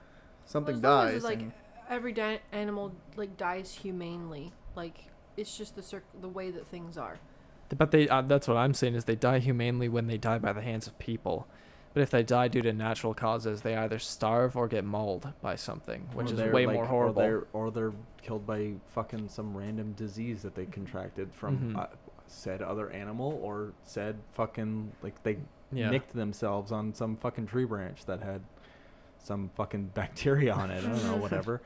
[SPEAKER 5] Something
[SPEAKER 3] Well, as long as
[SPEAKER 5] dies.
[SPEAKER 3] it's, like
[SPEAKER 5] and-
[SPEAKER 3] every di- animal like dies humanely. Like it's just the circ- the way that things are.
[SPEAKER 4] But they uh, that's what I'm saying is they die humanely when they die by the hands of people. But if they die due to natural causes, they either starve or get mauled by something, which
[SPEAKER 2] Or
[SPEAKER 4] is
[SPEAKER 2] they're,
[SPEAKER 4] way
[SPEAKER 2] like-
[SPEAKER 4] more horrible.
[SPEAKER 2] Or they're, or they're killed by fucking some random disease that
[SPEAKER 4] Mm-hmm.
[SPEAKER 2] they contracted from
[SPEAKER 4] Mhm.
[SPEAKER 2] uh, said other animal or said fucking like they
[SPEAKER 4] yeah.
[SPEAKER 2] nicked themselves on some fucking tree branch that had some fucking [LAUGHS] bacteria on it. I don't
[SPEAKER 4] [LAUGHS]
[SPEAKER 2] know, whatever.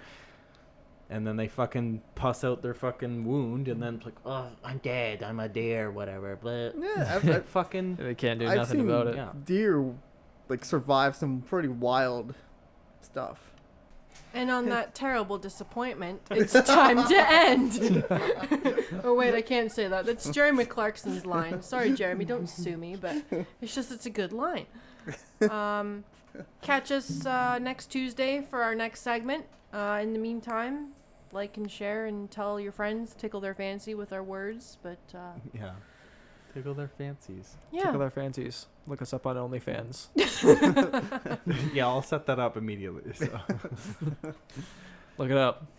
[SPEAKER 2] And then they fucking puss out their fucking wound, and then it's like, oh, I'm dead. I'm a deer, whatever. But
[SPEAKER 4] [LAUGHS]
[SPEAKER 5] yeah, I've, I've,
[SPEAKER 2] fucking
[SPEAKER 4] they can't do
[SPEAKER 5] I've
[SPEAKER 4] nothing
[SPEAKER 5] seen
[SPEAKER 4] about it.
[SPEAKER 2] yeah.
[SPEAKER 5] deer like survive some pretty wild stuff.
[SPEAKER 3] And
[SPEAKER 5] [LAUGHS]
[SPEAKER 3] on that terrible disappointment, it's time to
[SPEAKER 5] [LAUGHS]
[SPEAKER 3] end. oh wait, I can't say that. That's Jeremy Clarkson's line. Sorry, Jeremy, don't sue me, but it's just it's a good
[SPEAKER 5] [LAUGHS]
[SPEAKER 3] line. Um, catch us uh, next Tuesday for our next segment. Uh, in the meantime, like and share and tell your friends, tickle their fancy with our words. But uh,
[SPEAKER 2] yeah, tickle their [LAUGHS] fancies.
[SPEAKER 4] Tickle
[SPEAKER 3] yeah,
[SPEAKER 4] our fancies. Look us up on OnlyFans.
[SPEAKER 2] yeah, I'll set that up immediately. So.
[SPEAKER 4] Look it up.